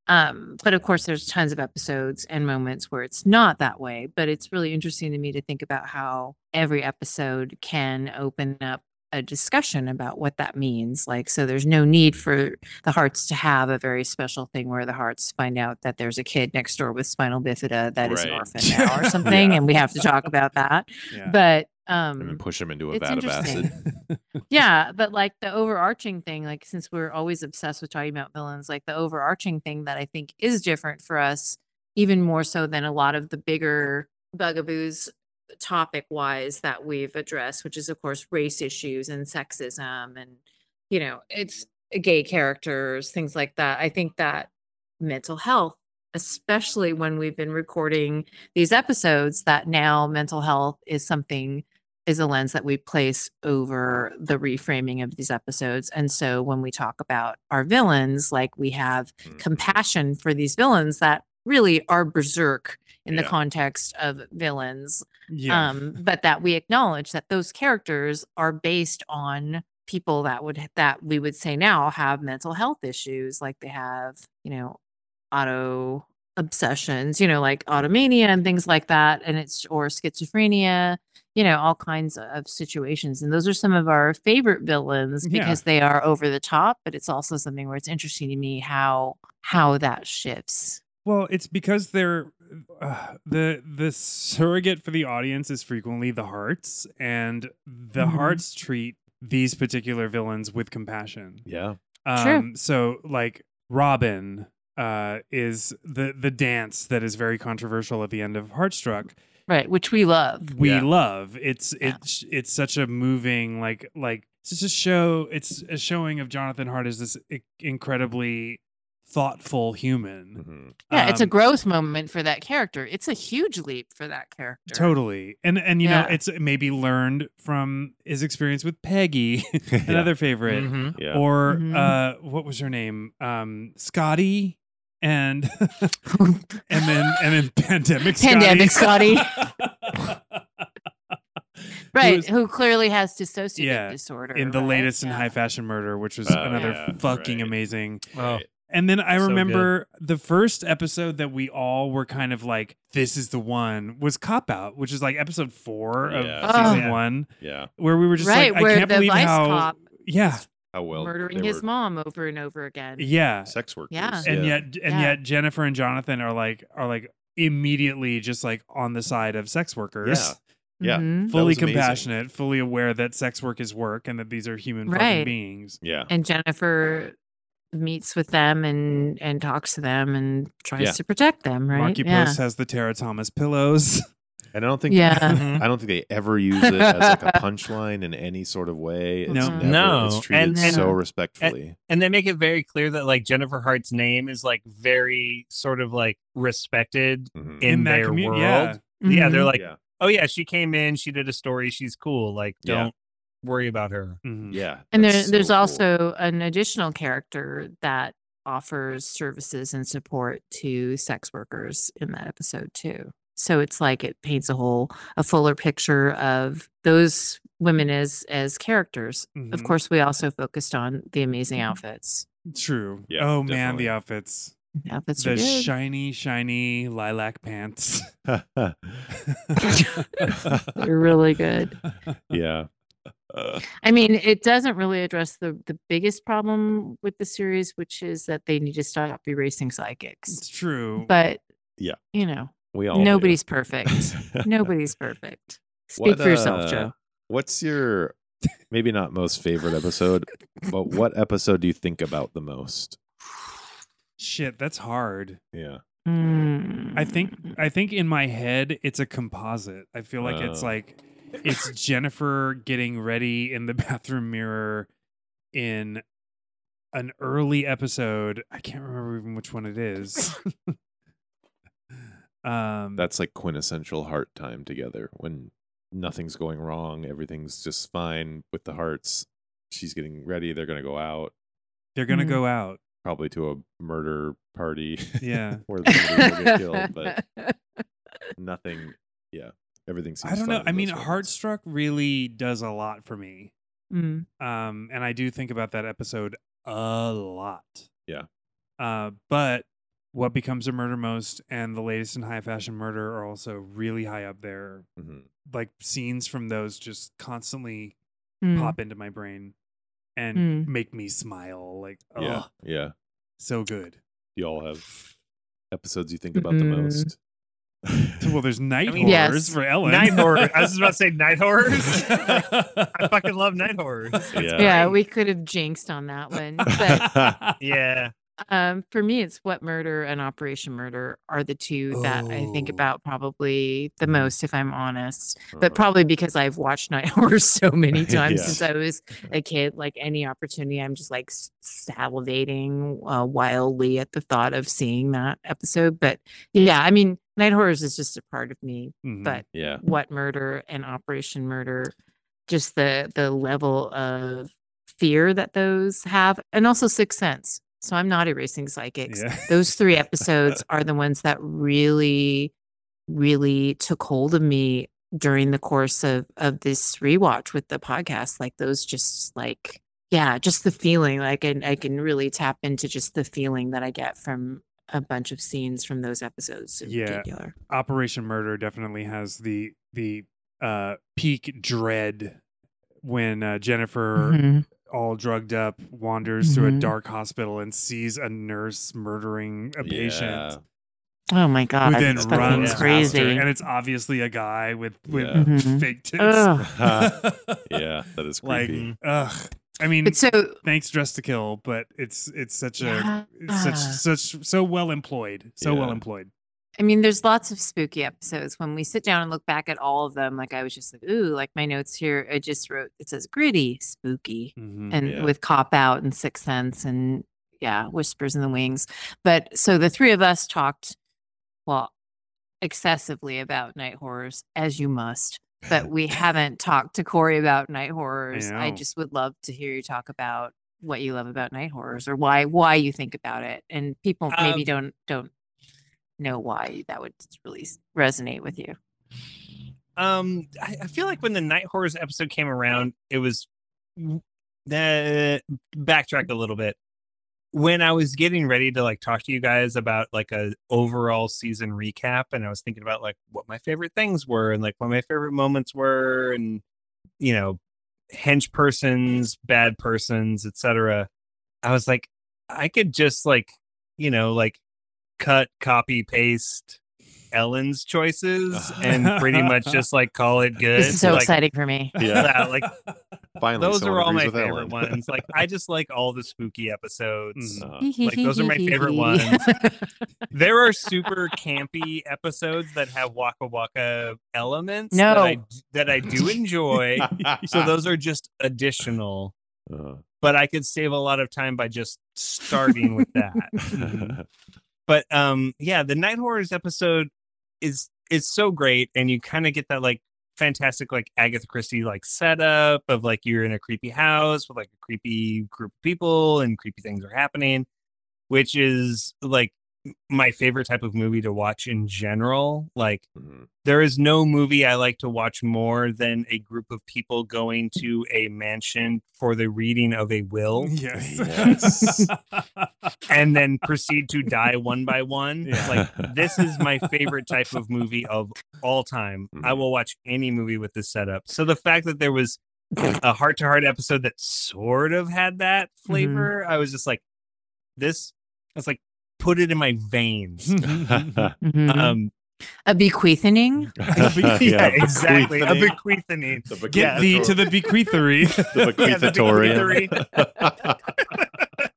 um but of course there's tons of episodes and moments where it's not that way but it's really interesting to me to think about how every episode can open up a discussion about what that means like so there's no need for the hearts to have a very special thing where the hearts find out that there's a kid next door with spinal bifida that is an
Right.
orphan now or something
Yeah.
and we have to talk about that
Yeah.
but
And then
um
push him into a
it's
vat of acid.
interesting. yeah but like the overarching thing like since we're always obsessed with talking about villains like the overarching thing that i think is different for us even more so than a lot of the bigger bugaboos topic wise that we've addressed which is of course race issues and sexism and you know it's gay characters things like that i think that mental health especially when we've been recording these episodes that now mental health is something is a lens that we place over the reframing of these episodes and so when we talk about our villains like we have
Mhm.
compassion for these villains that really are berserk in the
Yeah.
context of villains
yeah.
um, but that we acknowledge that those characters are based on people that would that we would say now have mental health issues like they have you know auto obsessions you know like automania and things like that and it's or schizophrenia you know all kinds of situations and those are some of our favorite villains
Yeah.
because they are over the top but it's also something where it's interesting to me how how that shifts
Well, it's because they're uh, the the surrogate for the audience is frequently the hearts, and the
Mhm.
hearts treat these particular villains with compassion.
Yeah.
Sure.
Um, So, like Robin uh, is the the dance that is very controversial at the end of Heartstruck.
right which we love
We
Yeah.
love it's
Yeah.
it's it's such a moving like like it's just a show. It's a showing of Jonathan Hart as this i- incredibly thoughtful human.
Mhm.
Yeah, it's a
Um,
growth moment for that character. It's a huge leap for that character.
Totally. And and you know,
Yeah.
it's maybe learned from his experience with Peggy, another favorite.
Mhm.
Mm-hmm. Yeah.
Or
Mhm.
uh what was her name? Um Scotty and and then and then Pandemic Scotty.
Pandemic Scotty. right,
was-
who clearly has dissociative
Yeah,
disorder
In the
right?
latest in
Yeah.
High Fashion Murder, which was
Oh,
another
yeah,
fucking
right.
amazing
Oh,
And then I
So good.
remember the first episode that we all were kind of like, this is the one was Cop Out, which is like episode four of
Yeah.
Oh.
season one,
Yeah.
where we were just
Right,
like, I
where
can't
the
believe
vice
how.
cop-
yeah.
How well
murdering
they
his
were
mom over and over again.
Yeah.
Sex workers.
Yeah.
And yet and
Yeah.
yet Jennifer and Jonathan are like are like immediately just like on the side of sex workers.
Yeah. Yeah.
Mhm.
Fully
was amazing.
compassionate, fully aware that sex work is work and that these are human fucking
Right.
beings.
Yeah.
And Jennifer meets with them and and talks to them and tries
Yeah.
to protect them, right?
Marky
yeah.
Post has the Tara Thomas pillows.
And I don't think
yeah.
Mhm.
I don't think they ever use it as like a punchline in any sort of way. It's
No.
never,
No.
It's treated
And-
and-
so respectfully.
and they make it very clear that like Jennifer Hart's name is like very sort of like respected
Mhm.
in,
that
their
commu-
world.
yeah. Mm-hmm.
Yeah, they're
Mhm.
like,
yeah.
oh yeah, she came in, she did a story, she's cool. Like,
Yeah.
don't worry about her.
Mhm.
Yeah.
And
that's
there,
so
there's
cool.
also an additional character that offers services and support to sex workers in that episode too. So it's like it paints a whole a fuller picture of those women as as characters. Of
Mhm.
Mm-hmm.
course, we also focused on the amazing outfits.
True.
Yeah,
oh man,
definitely.
the outfits.
Yeah, that's
the
good.
shiny, shiny lilac pants.
They're really good.
yeah.
I mean, it doesn't really address the the biggest problem with the series, which is that they need to stop erasing psychics.
It's true.
But
Yeah.
you know,
We all do.
nobody's perfect. Nobody's perfect. Speak
What,
for yourself,
uh,
Joe.
What's your maybe not most favorite episode, but what episode do you think about the most?
Shit, that's hard.
Yeah.
uh, I think
Mm.
I think in my head it's a composite. I feel like it's
Oh.
like it's Jennifer getting ready in the bathroom mirror in an early episode. I can't remember even which one it is. um
That's like quintessential heart time together when nothing's going wrong, everything's just fine with the hearts. She's getting ready, they're going to go out,
they're going to
Mm.
go out.
probably to a murder party
Yeah.
where somebody will get killed, but nothing, yeah. Everything seems
I don't know.
fine
I
in
mean,
those moments.
Heartstruck really does a lot for me.
Mm.
um and i do think about that episode a lot
Yeah.
uh but what becomes a murder most and the latest in high fashion murder are also really high up there
Mhm.
like scenes from those just constantly
Mm.
pop into my brain and
Mm.
make me smile like oh
Yeah. Yeah.
so good
You all have episodes you think about the
Mhm.
most.
well there's night
I mean,
horrors
Yes.
for ellen
night horror. I was just about to say night horrors. I fucking love night horrors.
Yeah.
Yeah, we could have jinxed on that one. But
Yeah.
um, for me, it's What Murder and Operation Murder are the two that I think
Oh.
about probably the most, if I'm honest. But
Uh,
probably because I've watched Night Horror so many times
Yeah.
since I was a kid. Like any opportunity, I'm just like s- salivating uh, wildly at the thought of seeing that episode. But yeah, I mean, Night Horrors is just a part of me.
Mhm.
But
yeah.
what murder and operation murder just the the level of fear that those have and also sixth sense so i'm not erasing psychics
yeah.
those three episodes are the ones that really really took hold of me during the course of of this rewatch with the podcast like those just like yeah just the feeling like I, I can really tap into just the feeling that i get from a bunch of scenes from those episodes in
Yeah.
particular
Operation Murder definitely has the the uh, peak dread when uh, Jennifer,
Mm-hmm.
all drugged up, wanders through a
Mhm.
dark hospital and sees a nurse murdering a
Yeah.
patient,
Oh my god!
who then
it's fucking
runs
past her,
crazy.
faster, and it's obviously a guy with with
Yeah.
Mhm.
fake tits.
Ugh.
yeah. That is
like
creepy.
ugh. I mean,
But so
thanks Dress to Kill, but it's it's such
Yeah.
a it's such such so well employed, so well
Yeah.
employed.
I mean, there's lots of spooky episodes. When we sit down and look back at all of them, like I was just like, ooh, like my notes here. I just wrote it says gritty, spooky,
Mm,
Mhm.
and
Yeah.
with cop out and Sixth Sense and yeah, Whispers in the Wings. But so the three of us talked, well, excessively about night horrors as you must. But we haven't talked to Corey about night horrors. I
know.
just would love to hear you talk about what you love about night horrors or why why you think about it. And people maybe
Um,
don't don't know why that would really s- resonate with you.
Um, I, I feel like when the night horrors episode came around, it was uh, backtrack a little bit. When I was getting ready to like talk to you guys about like a overall season recap, and I was thinking about like what my favorite things were and like what my favorite moments were, and you know, hench persons, bad persons, etc. I was like, I could just like, you know, like cut, copy, paste Ellen's choices and pretty much just like call it good.
This is so
like,
exciting for me.
Yeah.
like
Finally,
those
someone
are all
agrees
my
with
favorite
Ellen.
ones. Like I just like all the spooky episodes.
Uh,
Like, those are my favorite ones. There are super campy episodes that have waka waka elements that I
No.
that I do enjoy. so those are just additional,
Uh,
but I could save a lot of time by just starting with that. But um yeah, the Night Horrors episode is is so great and you kind of get that like fantastic like Agatha Christie like setup of like you're in a creepy house with like a creepy group of people and creepy things are happening, which is like my favorite type of movie to watch in general. Like
Mhm.
there is no movie I like to watch more than a group of people going to a mansion for the reading of a will
Yes.
and then proceed to die one by one.
Yeah.
Like this is my favorite type of movie of all time. I
Mhm.
will watch any movie with this setup. So the fact that there was a heart to heart episode that sort of had that flavor, I was just like, this, I was like, put it in my veins.
Mhm.
Um,
a bequeathening.
yeah, exactly. A
bequeathening.
bequeathening.
The
Get
Yeah.
thee to the bequeathery.
the
Yeah, the
bequeathatorium.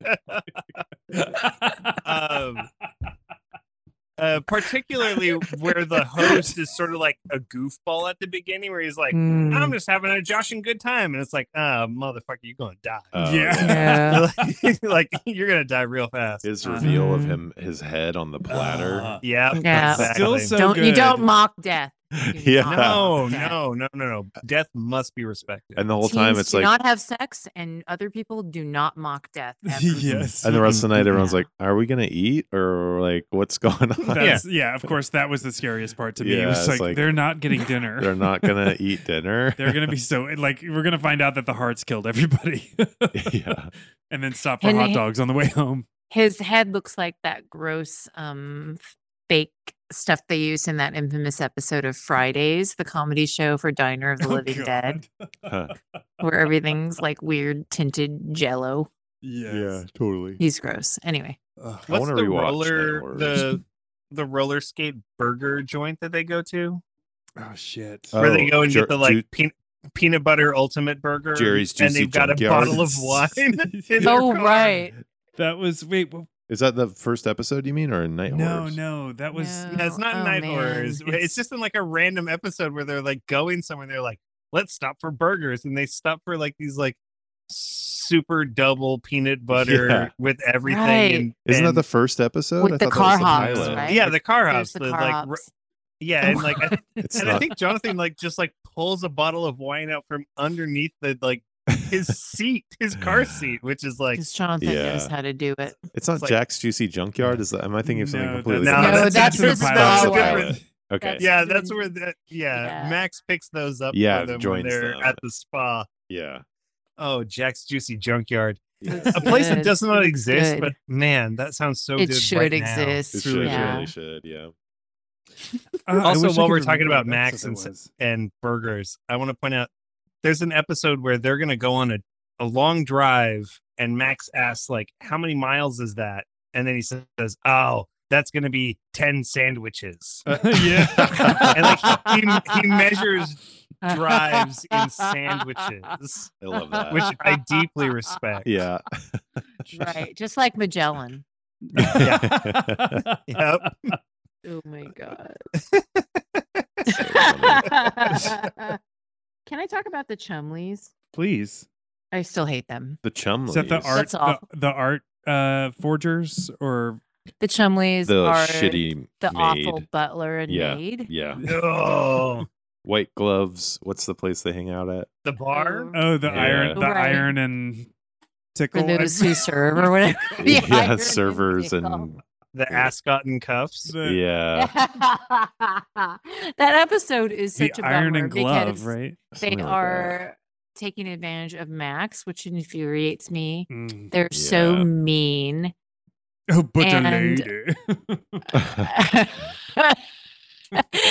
um, uh, particularly where the host is sort of like a goofball at the beginning, where he's like, I'm
Hmm.
Mm.
just having a Josh and good time. And it's like, ah, motherfucker, you're going to die.
Oh,
Yeah.
Yeah.
like, you're going to die real fast.
His
Uh-huh.
reveal of him, his head on the platter.
Uh,
yeah.
Yeah.
Still
Exactly.
so
Don't you
good.
don't mock death. You
Yeah.
mock
no,
death.
no, no, no, no. Death must be respected.
and the whole time,
Teens
it's
do
like,
not have sex, and other people do not mock death. ever.
yes.
and the rest of the night, everyone's
Yeah.
like, "Are we gonna eat or like what's going on?
That's, yeah. Of course, that was the scariest part to me.
Yeah,
it was
it's
like,
like-
they're not getting dinner.
They're not gonna eat dinner."
They're gonna be so like we're gonna find out that the hearts killed everybody,
yeah,
and then stop for
And
hot
they-
dogs on the way home.
His head looks like that gross um fake stuff they use in that infamous episode of Fridays, the comedy show for Diner of the
Oh,
Living Dead,
God.
where everything's like weird tinted jello.
yes. Oh,
totally.
He's gross. Anyway.
Ugh.
I
What's
wanna
the
rewatch Night
roller,
Warriors.
the, the roller skate burger joint that they go to?
Oh shit.
Uh,
where they
Oh,
go and
Jer-
get the like
Ju-
peanut peanut butter ultimate burger
Jerry's
and
Juicy
they've got a
Junkyard.
bottle of wine in their
Oh
car.
right.
that was wait. Well,
Is that the first episode you mean, or Night
no,
Horrors?
no, that was
yeah, it's not
Oh,
night
man.
horrors it's,
It's-
just in like a random episode where they're like going somewhere and they're like let's stop for burgers and they stop for like these like super double peanut butter
Yeah.
with everything
Right.
and,
Isn't that
and-
the first episode?
With
I
the
thought
car
that was
hops,
pilot.
right?
yeah the car house
There's the
the,
car Oh
like r-
ops.
yeah and like I,
It's
and I
not-
think Jonathan like just like pulls a bottle of wine out from underneath the like his seat his car seat which is like
Because Jonathan knows
Yeah.
how to do of
It's not
It's like-
Jack's Juicy Junkyard. Is that? Am I thinking of something
No,
completely?
that's-
different?
No, that's
in the
the
pilot.
Star
That's
Wars.
different.
okay.
that's-
yeah,
It's
that's
doing-
where the yeah,
yeah.
Max picks those up.
Yeah,
for them when
joins
they're
them.
at the spa.
Yeah.
Oh, Jack's Juicy Junkyard,
Yeah.
a place that
Good.
does not
It's
exist,
good.
but man, that sounds so
it. It
good.
should
right now.
exist.
It should,
yeah.
really should. Yeah.
Uh, I
Also,
wish I
while
could
we're talking
remember
about
what
Max
episode
and
it
s-
was.
And burgers. I want to point out there's an episode where they're gonna go on a, a long drive, and Max asks like, "How many miles is that?" And then he says, "Oh, that's gonna be ten sandwiches."
yeah.
And like he, he measures drives in sandwiches.
I love that.
which I deeply respect.
yeah.
Right. Just like Magellan.
Yeah.
Yep.
Oh my god. Can I talk about the Chumleys?
Please.
I still hate them.
The Chumleys.
Is that the art?
That's
The,
awful.
the art uh, forgers or
The Chumleys
The
are
shitty
the
maid.
awful butler and
Yeah.
maid.
Yeah.
Oh,
White gloves. What's the place they hang out at?
the bar.
oh the iron, the
Yeah. Right.
iron and tickle.
For those who serve or whatever. The iron
yeah.
and
Servers and
pickle.
The ascot and cuffs.
The-
yeah.
that episode is
the
such a
iron
bummer
and glove,
because
right?
they
something like that.
are taking advantage of Max, which infuriates me.
Mm.
They're so
Yeah.
mean.
Oh, but a
And-
lady.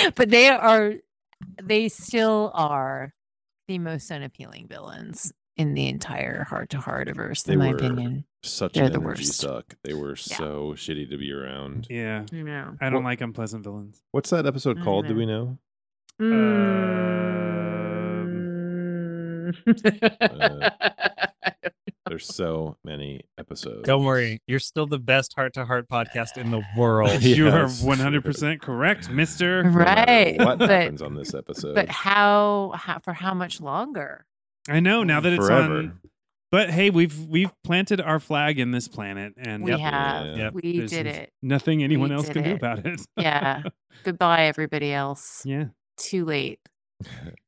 but they are they still are the most unappealing villains in the entire heart to heart verse,
They
in my
were.
opinion.
such
They're
an
the
energy
worst.
suck. They were
Yeah.
so shitty to be around.
yeah,
You know.
I don't
Well-
like unpleasant villains.
What's that episode
I
called? Do
know.
we know?
Um,
Uh, There's so many episodes.
Don't worry, you're still the best heart to heart podcast in the world.
You are
Yes.
one hundred percent correct, Mister.
No matter
right.
What
but
happens on this episode?
but how, how for how much longer?
I know now that it's
Forever.
on. But hey, we've we've planted our flag in this planet, and
We
Yep.
have
Yeah.
Yep.
we
There's
did
n-
it.
nothing anyone else
did
can do
it.
about it.
Yeah. Goodbye, everybody else.
yeah.
Too late.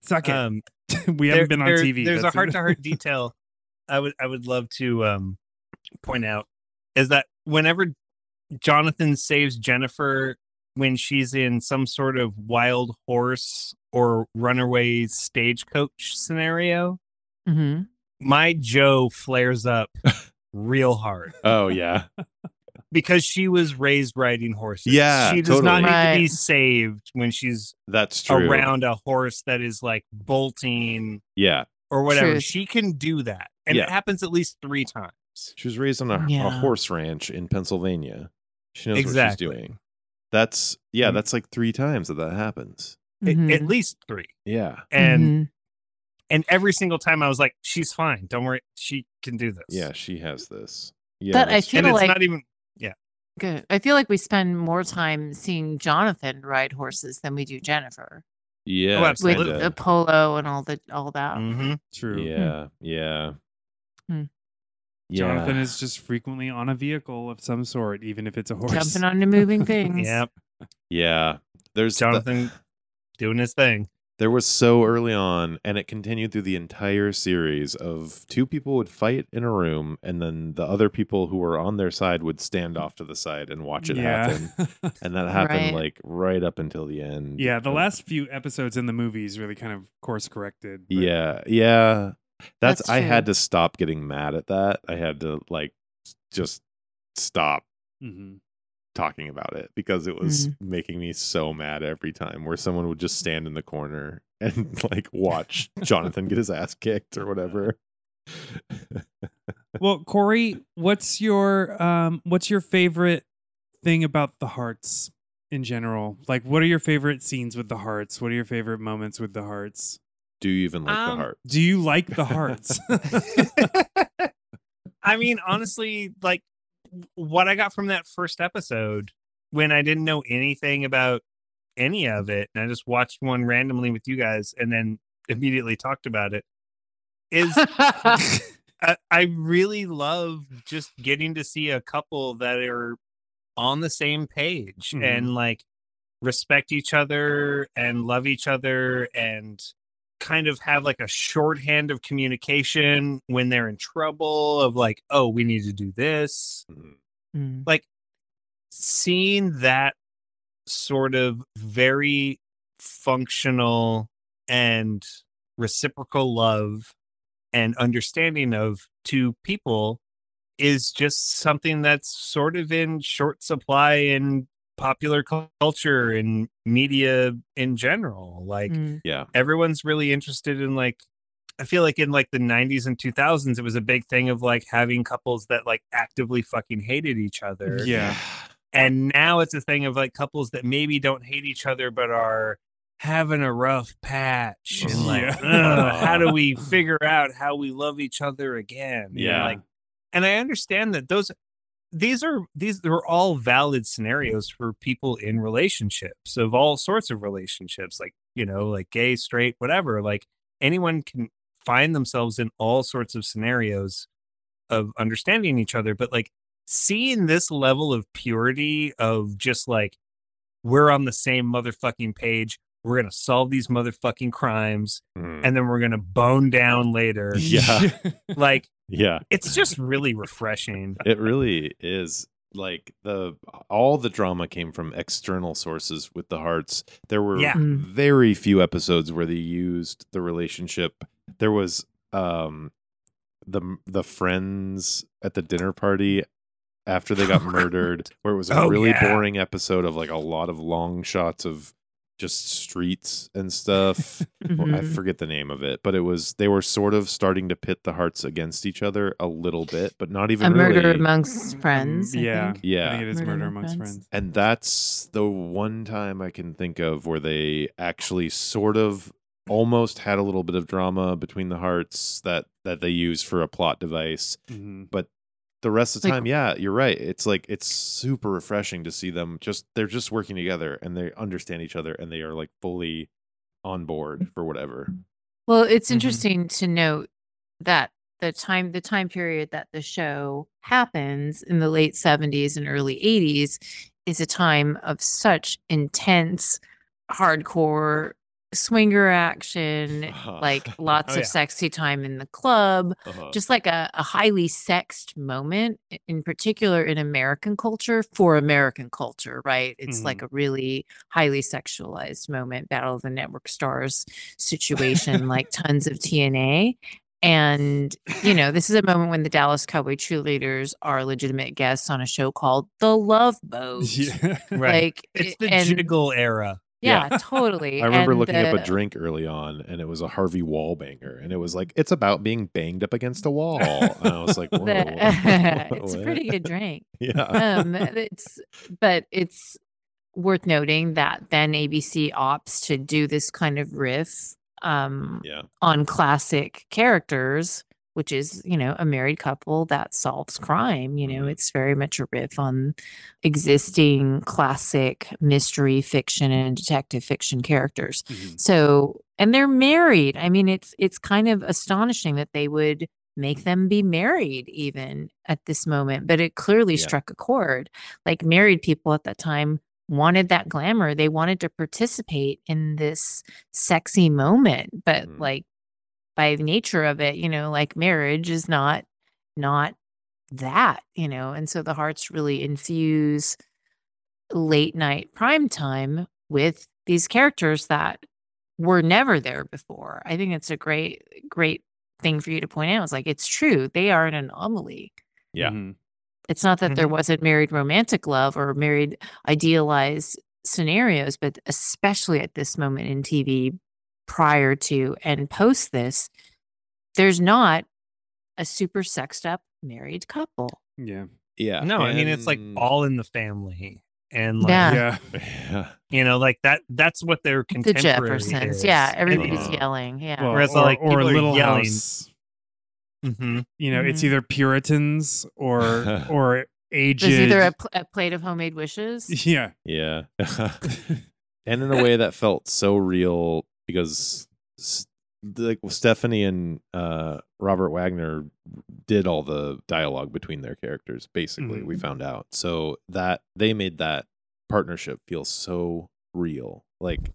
Suck it.
Um,
we
there-
haven't been on
there-
TV.
There's a
that's it.
heart to heart detail. I would I would love to um point out is that whenever Jonathan saves Jennifer when she's in some sort of wild horse or runaway stagecoach scenario.
Mm-hmm.
My Joe flares up real hard
Oh yeah.
because she was raised riding horses.
Yeah,
she does not need
totally.
to be
Right.
saved when she's
That's true.
around a horse that is like bolting
Yeah.
or whatever.
Truth.
She can do that, and
Yeah.
it happens at least three times.
She was raised on a, a
Yeah.
horse ranch in Pennsylvania. She knows
Exactly.
what she's doing. That's yeah,
Mm.
that's like three times that that happens.
A-
Mhm.
At least three,
Yeah.
and
Mhm.
and every single time I was like, "She's fine. Don't worry. She can do this."
Yeah, she has this. Yeah.
But I
that's-
feel
and it's
like-
not even
good. I feel like we spend more time seeing Jonathan ride horses than we do Jennifer
yeah,
Oh,
with
Kinda.
kinda.
Apollo and all the all that.
Mhm.
True.
Yeah, yeah.
Hmm.
Yeah.
Jonathan is just frequently on a vehicle of some sort, even if it's a horse.
Jumping onto moving things.
Yep.
Yeah. There's the-
Jonathan doing his thing.
there was so early on, and it continued through the entire series of two people would fight in a room, and then the other people who were on their side would stand off to the side and watch it happen. And that happened
Right.
like right up until the end.
yeah, the
of-
last few episodes in the movies really kind of course corrected. but-
Yeah, yeah. That's,
That's
I had
true.
to stop getting mad at that. I had to like s- just stop
Mhm.
talking about it because it was making me so mad every time where someone would just stand in the corner and like watch Jonathan get his ass kicked or whatever.
Well, Corey, what's your um, what's your favorite thing about the hearts in general? Like, what are your favorite scenes with the hearts? What are your favorite moments with the hearts?
Do you even like
Um,
the heart?
Do you like the hearts?
I mean, honestly, like what I got from that first episode when I didn't know anything about any of it, and I just watched one randomly with you guys and then immediately talked about it is I, I really love just getting to see a couple that are on the same page
Mhm.
and like respect each other and love each other and kind of have like a shorthand of communication when they're in trouble of like oh we need to do this
Mhm.
Mm.
seeing that sort of very functional and reciprocal love and understanding of two people is just something that's sort of in short supply in popular cul- culture and media in general like
Mm.
Yeah.
everyone's really interested in like I feel like in like the 90s and 2000s it was a big thing of like having couples that like actively fucking hated each other
yeah.
and now it's a thing of like couples that maybe don't hate each other but are having a rough patch and like
Yeah.
"Ugh, how do we figure out how we love each other again You know,
Yeah.
like and i understand that those these are these are all valid scenarios for people in relationships of all sorts of relationships like you know like gay straight whatever like anyone can find themselves in all sorts of scenarios of understanding each other but like seeing this level of purity of just like we're on the same motherfucking page we're gonna solve these motherfucking crimes
Mhm.
and then we're gonna bone down later
Yeah.
like
Yeah.
it's just really refreshing
It really is like the all the drama came from external sources with the hearts. There were
Yeah.
Mm.
very few episodes where they used the relationship. There was um the the friends at the dinner party after they got murdered, where it was a
Oh,
really
yeah.
boring episode of like a lot of long shots of just streets and stuff. Well, I
Mhm.
forget the name of it, but it was they were sort of starting to pit the hearts against each other a little bit, but not even
A murder
really.
amongst friends. I
yeah.
think.
I
yeah,
think it is
Murder
murder amongst
Amongst
friends.
and that's the one time I can think of where they actually sort of almost had a little bit of drama between the hearts that that they use for a plot device.
Mhm.
The rest of the
Like-
time, yeah, you're right. It's like it's super refreshing to see them just they're just working together and they understand each other and they are like fully on board for whatever.
Well, it's
Mm-hmm.
Mhm.
interesting to note that the time the time period that the show happens in the late 70s and early 80s is a time of such intense hardcore swinger action, like lots
Oh,
of
yeah.
sexy time in the club,
Uh-huh.
just like a, a highly sexed moment, i- in particular in American culture for American culture, right? It's like
Mm-hmm.
a really highly sexualized moment, Battle of the Network Stars situation, like tons of TNA. And, you know, this is a moment when the Dallas Cowboy cheerleaders are legitimate guests on a show called The Love Boat.
Yeah.
Right.
Like,
it's
it-
the
and-
jiggle era.
yeah,
Yeah.
totally.
I remember
And
looking up a
the-
drink early on, and it was a Harvey Wall banger, and it was like it's about being banged up against a wall, and I was like,
the-
Whoa,
it's a
what?
pretty good drink.
yeah,
Um, it's but it's worth noting that then ABC opts to do this kind of riff um,
yeah,
on classic characters, which is you know a married couple that solves crime. You know,
Mhm.
it's very much a riff on existing classic mystery fiction and detective fiction characters.
Mhm.
So, and they're married. I mean, it's it's kind of astonishing that they would make them be married even at this moment, but it clearly
Yeah.
struck a chord. Like married people at that time wanted that glamour. They wanted to participate in this sexy moment, but
Mhm.
like by the nature of it, you know, like marriage is not not that, you know. And so the hearts really infuse late night prime time with these characters that were never there before. I think it's a great, great thing for you to point out. It's like it's true. They are an anomaly.
Yeah.
Mhm.
It's not that there
Mhm.
Mm-hmm.
wasn't married romantic love or married idealized scenarios, but especially at this moment in TV prior to and post this, there's not a super sexed up married couple.
Yeah.
yeah.
No, I mean it's like
and-
all in the family. And like
Yeah.
Yeah.
Yeah.
you know, like that that's what their
The
contemporary
Jeffersons.
is.
Yeah. Everybody's
Uh-huh.
yelling. Yeah.
Well,
Whereas,
or,
like,
or
people are
Little
yelling.
House.
Mhm.
You know, it's
Mhm.
either Puritans or or aged.
There's either a, pl- a plate of homemade wishes.
yeah.
Yeah. and in a way that felt so real because s- like Stephanie and uh, Robert Wagner did all the dialogue between their characters basically we found out. So that they made that partnership feel so real. Like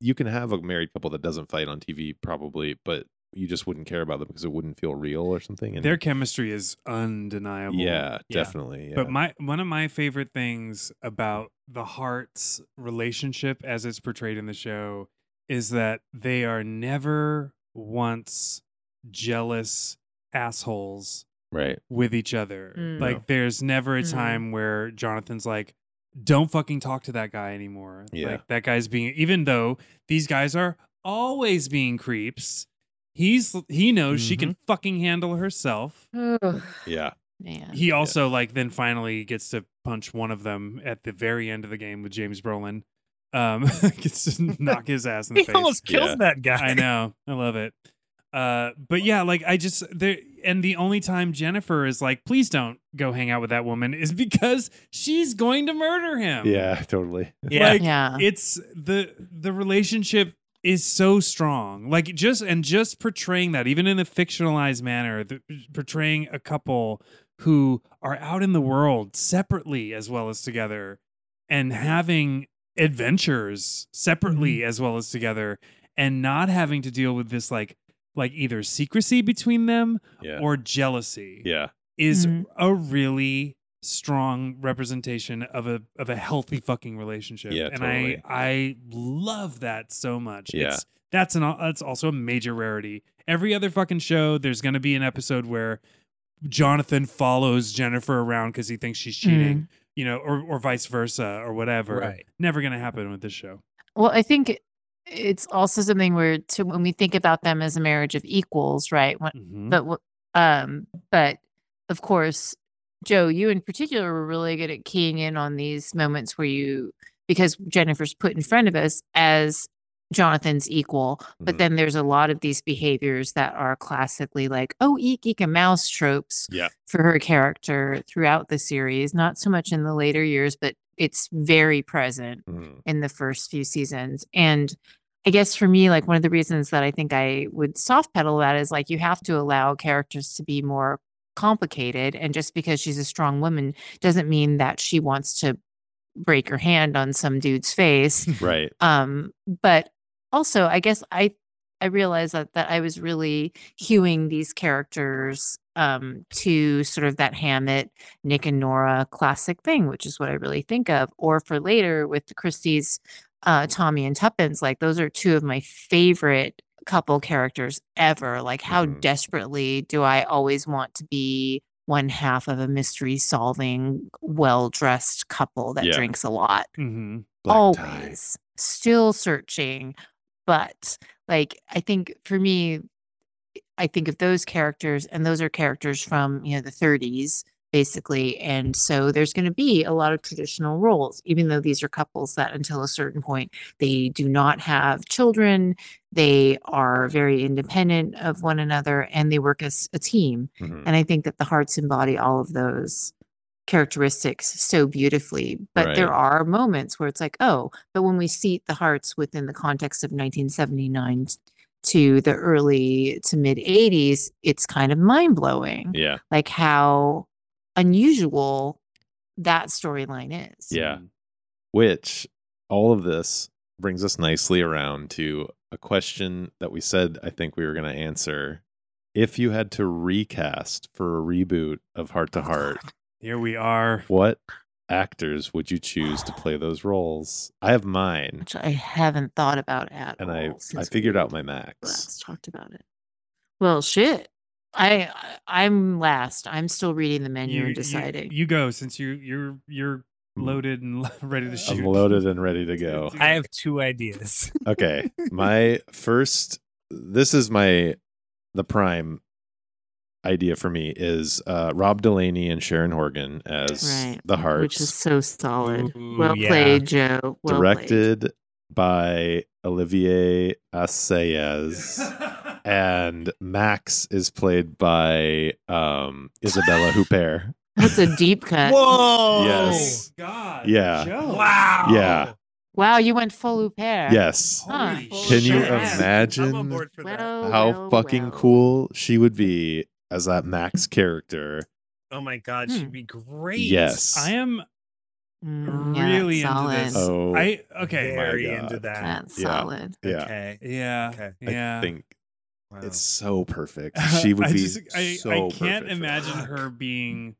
you can have a married couple that doesn't fight on TV probably, but you just wouldn't care about them because it wouldn't feel real or something. And
Their chemistry is undeniable.
yeah,
Yeah.
definitely. Yeah.
But my one of my favorite things about the Hearts relationship as it's portrayed in the show is that they are never once jealous assholes
right.
with each other.
Mm.
Like
No.
there's never a
Mhm.
time where Jonathan's like, don't fucking talk to that guy anymore.
Yeah.
Like that guy's being even though these guys are always being creeps, he's he knows she can fucking handle herself
Ugh,
Yeah.
Man.
he also like then finally gets to punch one of them at the very end of the game with James Brolin. Um, gets to knock his ass in the
He
face.
almost kills
Yeah.
that guy.
I know, I love it. Uh, but yeah, like I just there, and the only time Jennifer is like, "Please don't go hang out with that woman," is because she's going to murder him.
Yeah, totally.
Yeah.
Like,
yeah.
it's the the relationship is so strong like just and just portraying that even in a fictionalized manner the, portraying a couple who are out in the world separately as well as together and having adventures separately as well as together and not having to deal with this like like either secrecy between them
Yeah.
or jealousy
yeah.
is
Mhm.
a really strong representation of a of a healthy fucking relationship.
Yeah,
and
totally.
I I love that so much.
Yeah.
It's, that's an that's also a major rarity. Every other fucking show, there's gonna be an episode where Jonathan follows Jennifer around because he thinks she's cheating,
Mm-hmm.
you know, or or vice versa or whatever.
Right.
Never gonna happen with this show.
Well, I think it- it's also something where to when we think about them as a marriage of equals, right? When,
Mhm.
But wh- um, but of course, Joe, you in particular were really good at keying in on these moments where you because Jennifer's put in front of us as Jonathan's equal, but
Mhm.
then there's a lot of these behaviors that are classically like oh eek eek and mouse tropes
Yeah.
for her character throughout the series. Not so much in the later years, but it's very present
Mm.
in the first few seasons. And I guess for me, like one of the reasons that I think I would soft pedal that is like you have to allow characters to be more complicated. And just because she's a strong woman doesn't mean that she wants to break her hand on some dude's face.
Right.
Um, but also, I guess I I realized that that I was really hewing these characters um to sort of that Hammett, Nick and Nora classic thing, which is what I really think of. Or for later with the Christie's uh Tommy and Tuppence, like those are two of my favorite couple characters ever. Like how
Mhm.
desperately do I always want to be one half of a mystery solving, well dressed couple that
Yeah.
drinks a lot
hmm
Black tie.
always still searching but like i think for me i think of those characters and those are characters from you know the 30s basically and so there's going to be a lot of traditional roles even though these are couples that until a certain point they do not have children they are very independent of one another and they work as a team
Mhm.
and I think that the hearts embody all of those characteristics so beautifully. But there
Right.
are moments where it's like, oh, but when we seat the hearts within the context of 1979 t- to the early to mid 80s, it's kind of mind blowing,
Yeah.
like how unusual that storyline is.
Yeah. Which all of this brings us nicely around to a question that we said I think we were going to answer. If you had to recast for a reboot of Heart to Heart,
Here we are.
what actors would you choose to play those roles? I have mine,
Which I haven't thought about at
and
all.
I I
since we
figured out my max.
last talked about it. Well, shit. I I- I'm last. I'm still reading the menu and deciding.
You, go since you you're you're loaded and ready to shoot.
Mm. I'm loaded and ready to go.
Dude.
I have two ideas.
Okay, my first. This is my the prime idea for me is uh, Rob Delaney and Sharon Horgan as
Right,
the hearts.
which is so solid.
Ooh,
well
yeah.
played, Joe. Well
directed by Olivier Assayas.
Oh,
and Max is played by um, Isabella Huppert.
Played. That's a deep cut. Oh,
Whoa!
Yes.
God.
Yeah.
Joe.
Oh. Wow.
Yeah.
Wow, you went full pair.
Yes.
Huh.
Holy
Can
Can
shit.
you
Sure. I'm on
imagine
board for that.
Well,
how
Oh, well,
fucking
well.
cool she would be as that Max character?
Oh my god,
Hmm.
she'd be great.
Yes.
I am
Mm, yeah,
really
that's
into this.
solid.
Oh,
I okay.
my
Very
God.
into that.
That's
Yeah.
solid.
yeah.
Okay.
Yeah.
Okay.
Yeah.
I think
Wow.
it's so perfect. She would
I
be
just, I,
so
I
perfect
can't
for
imagine
that.
her being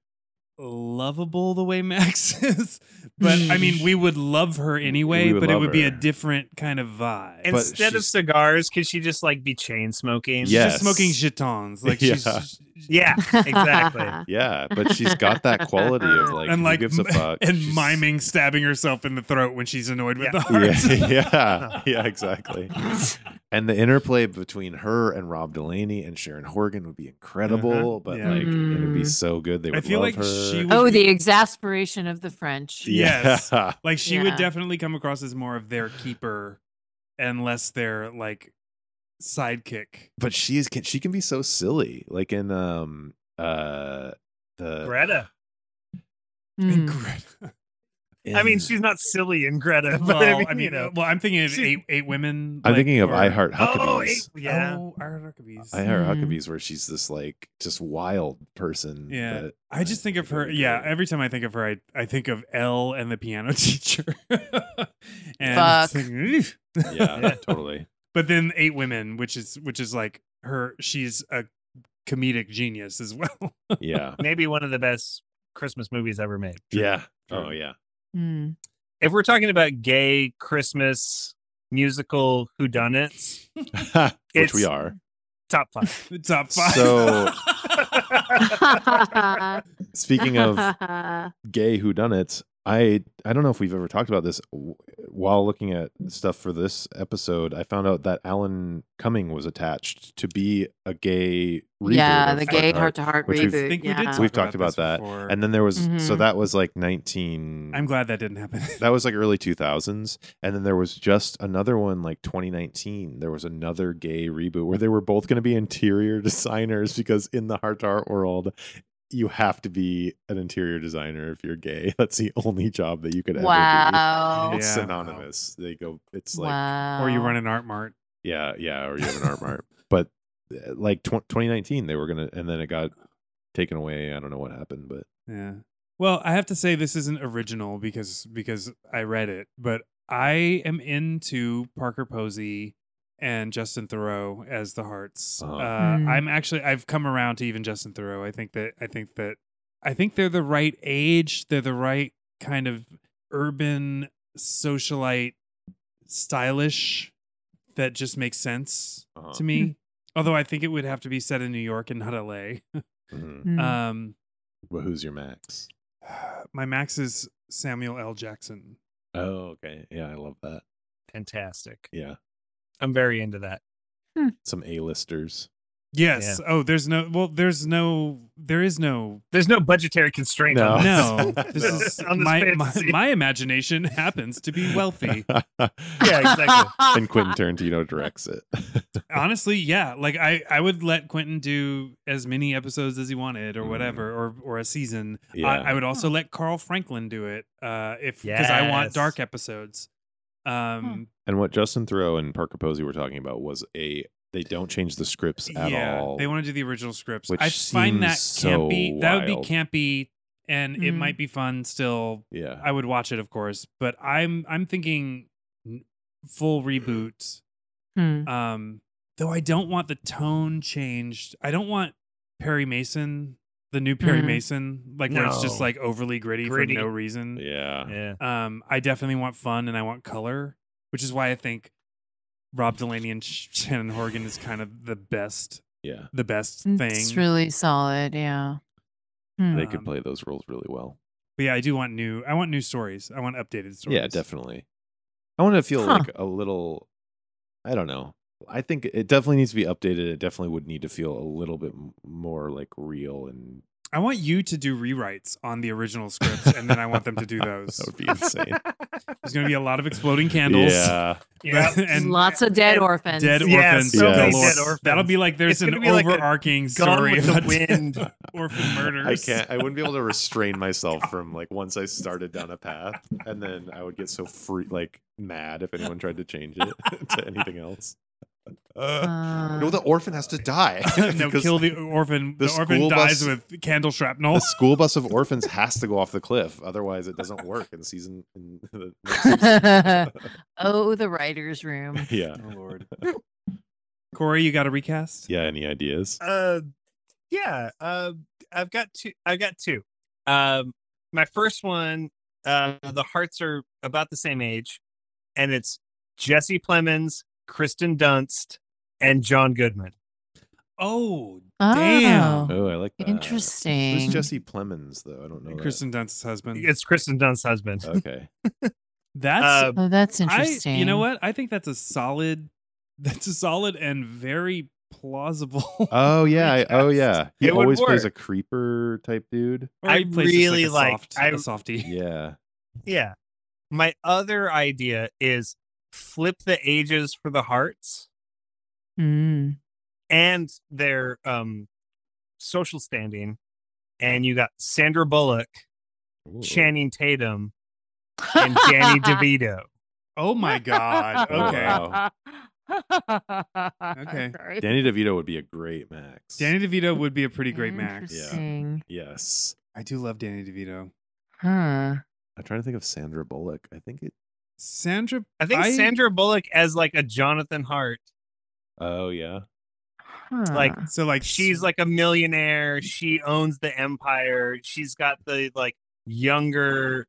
lovable the way Max is. But I mean, we would love her anyway,
would
but it
love
would be a
her.
different kind of vibe.
But
Instead of
she's-
cigars, could she just like be chain smoking?
she's
Yeah.
just smoking
yes.
jetons. Like
Yeah.
she's
Yeah. Exactly.
Yeah, but she's got that quality of like,
and
who
like
gives a fuck.
and
She's-
miming stabbing herself in the throat when she's annoyed with the
Yeah.
hearts.
Yeah, yeah, yeah, exactly. And the interplay between her and Rob Delaney and Sharon Horgan would be incredible,
Uh-huh,
but
yeah.
like it would be
Mm.
so good. They
I
would
feel
love
like
her.
she would-
oh, the exasperation of the French.
Yes.
Yeah.
Like she would
Yeah.
definitely come across as more of their keeper and less their like sidekick.
but she is can she can be so silly. Like in um uh the
Greta.
Hmm.
Mm.
Incredible.
I mean,
in-
she's not silly in Greta, but
well,
I mean, you
uh,
know.
well, I'm thinking of
she-
eight eight women.
I'm
like,
thinking of
or-
I Heart
Oh,
Huckabees.
eight- yeah.
Oh, I Heart Huckabees.
I Heart
Mhm.
Huckabees where she's this like just wild person.
Yeah.
but
I just think of
it would
her.
be
Yeah,
great.
every time I think of her, I I think of Elle and the piano teacher. and
Fuck.
it's like, "Oof."
yeah, totally.
but then eight women, which is which is like her. She's a comedic genius as well.
Yeah.
Maybe one of the best Christmas movies ever made.
Yeah.
True.
Oh yeah.
Mm.
If we're talking about gay Christmas musical whodunits,
Which
It's-
we are.
top five.
The Top five.
So- Speaking of gay whodunits, I I don't know if we've ever talked about this. W- While looking at stuff for this episode, I found out that Alan Cumming was attached to be a gay. Reboot
yeah,
of
the
Heart
gay
to Heart.
heart to heart
which we've-
I
reboot.
think we did
yeah.
talk
We've talked about
this
that,
before.
And then there was so
Mhm.
that was like nineteen.
I'm glad that didn't happen.
that was like early 2000s and then there was just another one like 2019 there was another gay reboot where they were both going to be interior designers because in the heart to heart world you have to be an interior designer if you're gay that's the only job that you could ever
Wow.
do it's
Yeah.
synonymous they go it's like
wow.
or you run an art mart.
yeah yeah or you have an art mark but uh, like tw- 2019 they were gonna and then it got taken away i don't know what happened but
Yeah. Well, I have to say this isn't original because because I read it, but I am into Parker Posey and Justin Thoreau as the Hearts.
Oh.
Uh,
Mm.
I'm actually I've come around to even Justin Thoreau. I think that I think that I think they're the right age. They're the right kind of urban socialite, stylish. That just makes sense
Uh-huh.
to me. Although I think it would have to be set in New York and not LA.
Mhm.
Mm.
Um,
Well, who's your max?
my max is Samuel L. Jackson.
Oh, okay. Yeah, I love that.
Fantastic.
Yeah,
I'm very into that.
some A-listers.
Yes. Oh, there's no. Well, there's no. There is no
There's no budgetary constraint
No.
Oh. on this.
No, this
No.
is
On this
my, my
fantasy.
my imagination happens to be wealthy.
Yeah, exactly.
and Quentin Tarantino directs it.
Honestly, yeah, like I I would let Quentin do as many episodes as he wanted or
Mm.
Mhm.
whatever or or a season.
yeah,
I, I would also let Carl Franklin do it uh if because I want
Yes.
dark episodes. Um
and what Justin Thoreau and Parker Posey were talking about was a they don't change the scripts at
yeah,
all.
they want to do the original scripts.
Which
I find that
seems so
campy. That would be
wild.
campy and it
Mhm.
might be fun still.
yeah,
I would watch it of course, but I'm I'm thinking n- full reboot.
Hmm.
Um, though I don't want the tone changed. I don't want Perry Mason, the new Perry
Mhm.
Mason, like where it's just
No.
like overly gritty,
Gritty.
for no reason.
yeah.
Yeah.
Um, I definitely want fun and I want color, which is why I think Rob Delaney and Sh- Shannon Horgan is kind of the best,
Yeah,
the best
It's
thing.
really solid. Yeah. Hmm.
they could
Um,
play those roles really well.
but yeah, I do want new. I want new stories. I want updated stories.
Yeah, definitely. I want to feel
Huh.
like a little. I don't know. I think it definitely needs to be updated. It definitely would need to feel a little bit m- more like real and.
I want you to do rewrites on the original scripts, and then I want them to do those.
that would be insane.
There's going to be a lot of exploding candles.
Yeah.
Yeah.
and
Lots of dead
and
orphans.
Dead
Yeah,
orphans.
so many
galore.
dead
orphans.
That'll be like there's
It's
an
gonna be like a
overarching
Gone
story
with the
about
wind.
orphan murders.
I can't. I wouldn't be able to restrain myself from like once I started down a path, and then I would get so free, like mad if anyone tried to change it to anything else.
Uh,
no, the orphan has to die.
no,
because
kill the orphan. The,
the
orphan
school
dies
bus-
with candle shrapnel.
The school bus of orphans has to go off the cliff, otherwise it doesn't work in season. In the next season.
oh, the writer's room.
yeah.
Lord. Corey, you got a recast?
Yeah. Any ideas?
Oh,
Uh, yeah. Uh, I've got two. I've got two. Um, my first one. Uh, the hearts are about the same age, and it's Jesse Plemons, Kristen Dunst, and John Goodman.
Oh,
Oh,
Damn.
Oh, I like that.
interesting.
Who's Jesse Plemons though? I don't know. that.
Kristen Dunst's husband.
It's Kristen Dunst's husband.
Okay.
That's
Uh,
Oh, that's
I,
interesting.
you know what? I think that's a solid. That's a solid and very plausible.
Uh,
Oh yeah. I, oh yeah. He
It would
always plays a
work.
creeper type dude.
Or he
I
plays just
really
like, a
like-
soft,
I-
a softie.
Yeah.
yeah. My other idea is flip the ages for the hearts.
Mm.
and their um social standing and you got Sandra Bullock,
Ooh.
Channing Tatum, and Danny DeVito.
Oh my god.
Oh,
Okay.
wow.
Okay.
Sorry.
Danny DeVito would be a great Max.
Danny DeVito would be a pretty great Max.
Yeah.
Interesting.
Yes.
I do love Danny DeVito.
Huh.
I'm trying to think of Sandra Bullock. I think it.
Sandra,
I think
I-
Sandra Bullock as like a Jonathan Hart.
Oh yeah.
Huh.
Like,
so like
She's like a millionaire. She owns the empire. She's got the like younger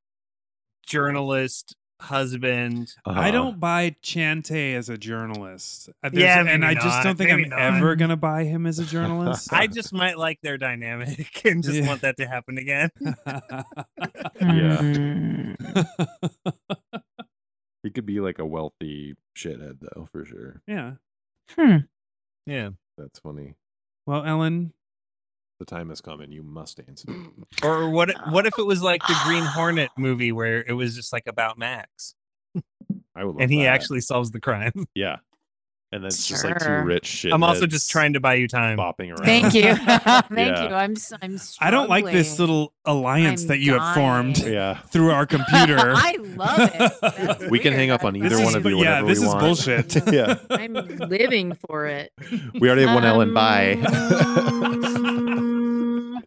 journalist husband.
I
Uh-huh.
don't buy Chante as a journalist. Uh, there's-
Yeah,
and I
maybe
just
not,
don't think I'm
maybe not.
ever gonna buy him as a journalist.
I just might like their dynamic and just
Yeah.
want that to happen again.
uh,
Hmm.
Yeah.
Mm.
He could be like a wealthy shithead though, for sure.
yeah.
Hmm.
Yeah.
That's funny.
Well, Ellen,
The time has come, and you must answer.
Or what what if it was like the Green Hornet movie where it was just like about Max
I would. Love
and he
that.
actually solves the crime?
Yeah. And that's just like two
Sure.
rich shit.
I'm also just trying to buy you time.
bopping around.
Thank you. Thank
Yeah.
you. I'm s- I'm
I don't like this
struggling.
little alliance
I'm
that you have formed
dying.
Yeah.
through our computer.
I love it. That's
We can
weird.
hang up
I
on
love
either
This
it.
one
is-
of you
yeah,
whenever
this
we
is
want.
bullshit.
yeah.
I'm living for it.
We already have one Ellen. Bye.
Um,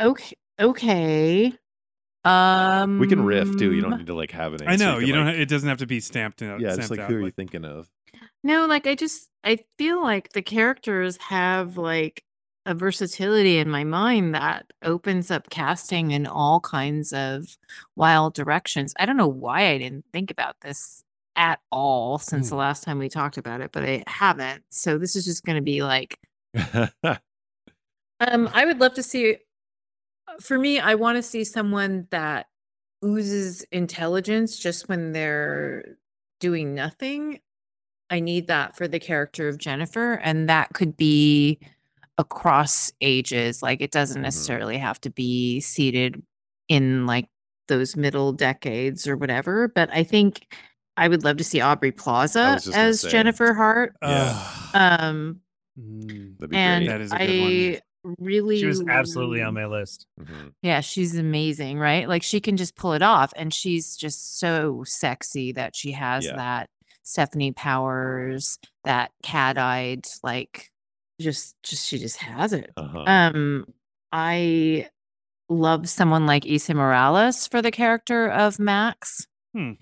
okay. Okay. Um.
we can riff too. You don't need to like have an answer.
I know
can,
you don't.
like-
ha- it doesn't have to be stamped out.
yeah, just
stamped
like
out,
who are you
like-
thinking of?
No, like I just I feel like the characters have like a versatility in my mind that opens up casting in all kinds of wild directions. I don't know why I didn't think about this at all since the last time we talked about it, but I haven't. So this is just going to be like um I would love to see for me I want to see someone that oozes intelligence just when they're doing nothing I need that for the character of Jennifer. And that could be across ages. Like it doesn't
Mhm.
necessarily have to be seated in like those middle decades or whatever. But I think I would love to see Aubrey Plaza
was just gonna
as
say.
Jennifer Hart.
Yeah.
Ugh.
Um,
Mm.
That'd be
and
That is a good
I really,
She was absolutely on my list.
great. Mhm.
yeah, she's amazing, right? Like she can just pull it off, and she's just so sexy that she has
Yeah.
that Stephanie Powers, that cat-eyed, like just, just she just has it.
Uh-huh.
Um, I love someone like Issa Morales for the character of Max.
Hmm.
Who's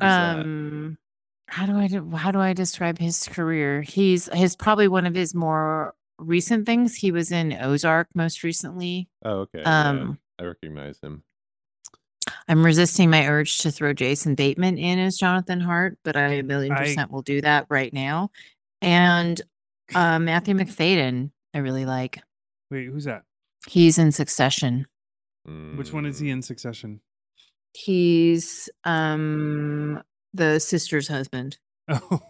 that?
Um, how do I de- how do I describe his career? He's his probably one of his more recent things. He was in Ozark most recently.
oh, okay. yeah,
Um.
I recognize him.
I'm resisting my urge to throw Jason Bateman in as Jonathan Hart, but I a million
I-
percent will do that right now. And uh, Matthew McFadden, I really like.
Wait, who's that?
He's in Succession.
Which one
Mm.
is he in Succession?
He's um the sister's husband.
Oh,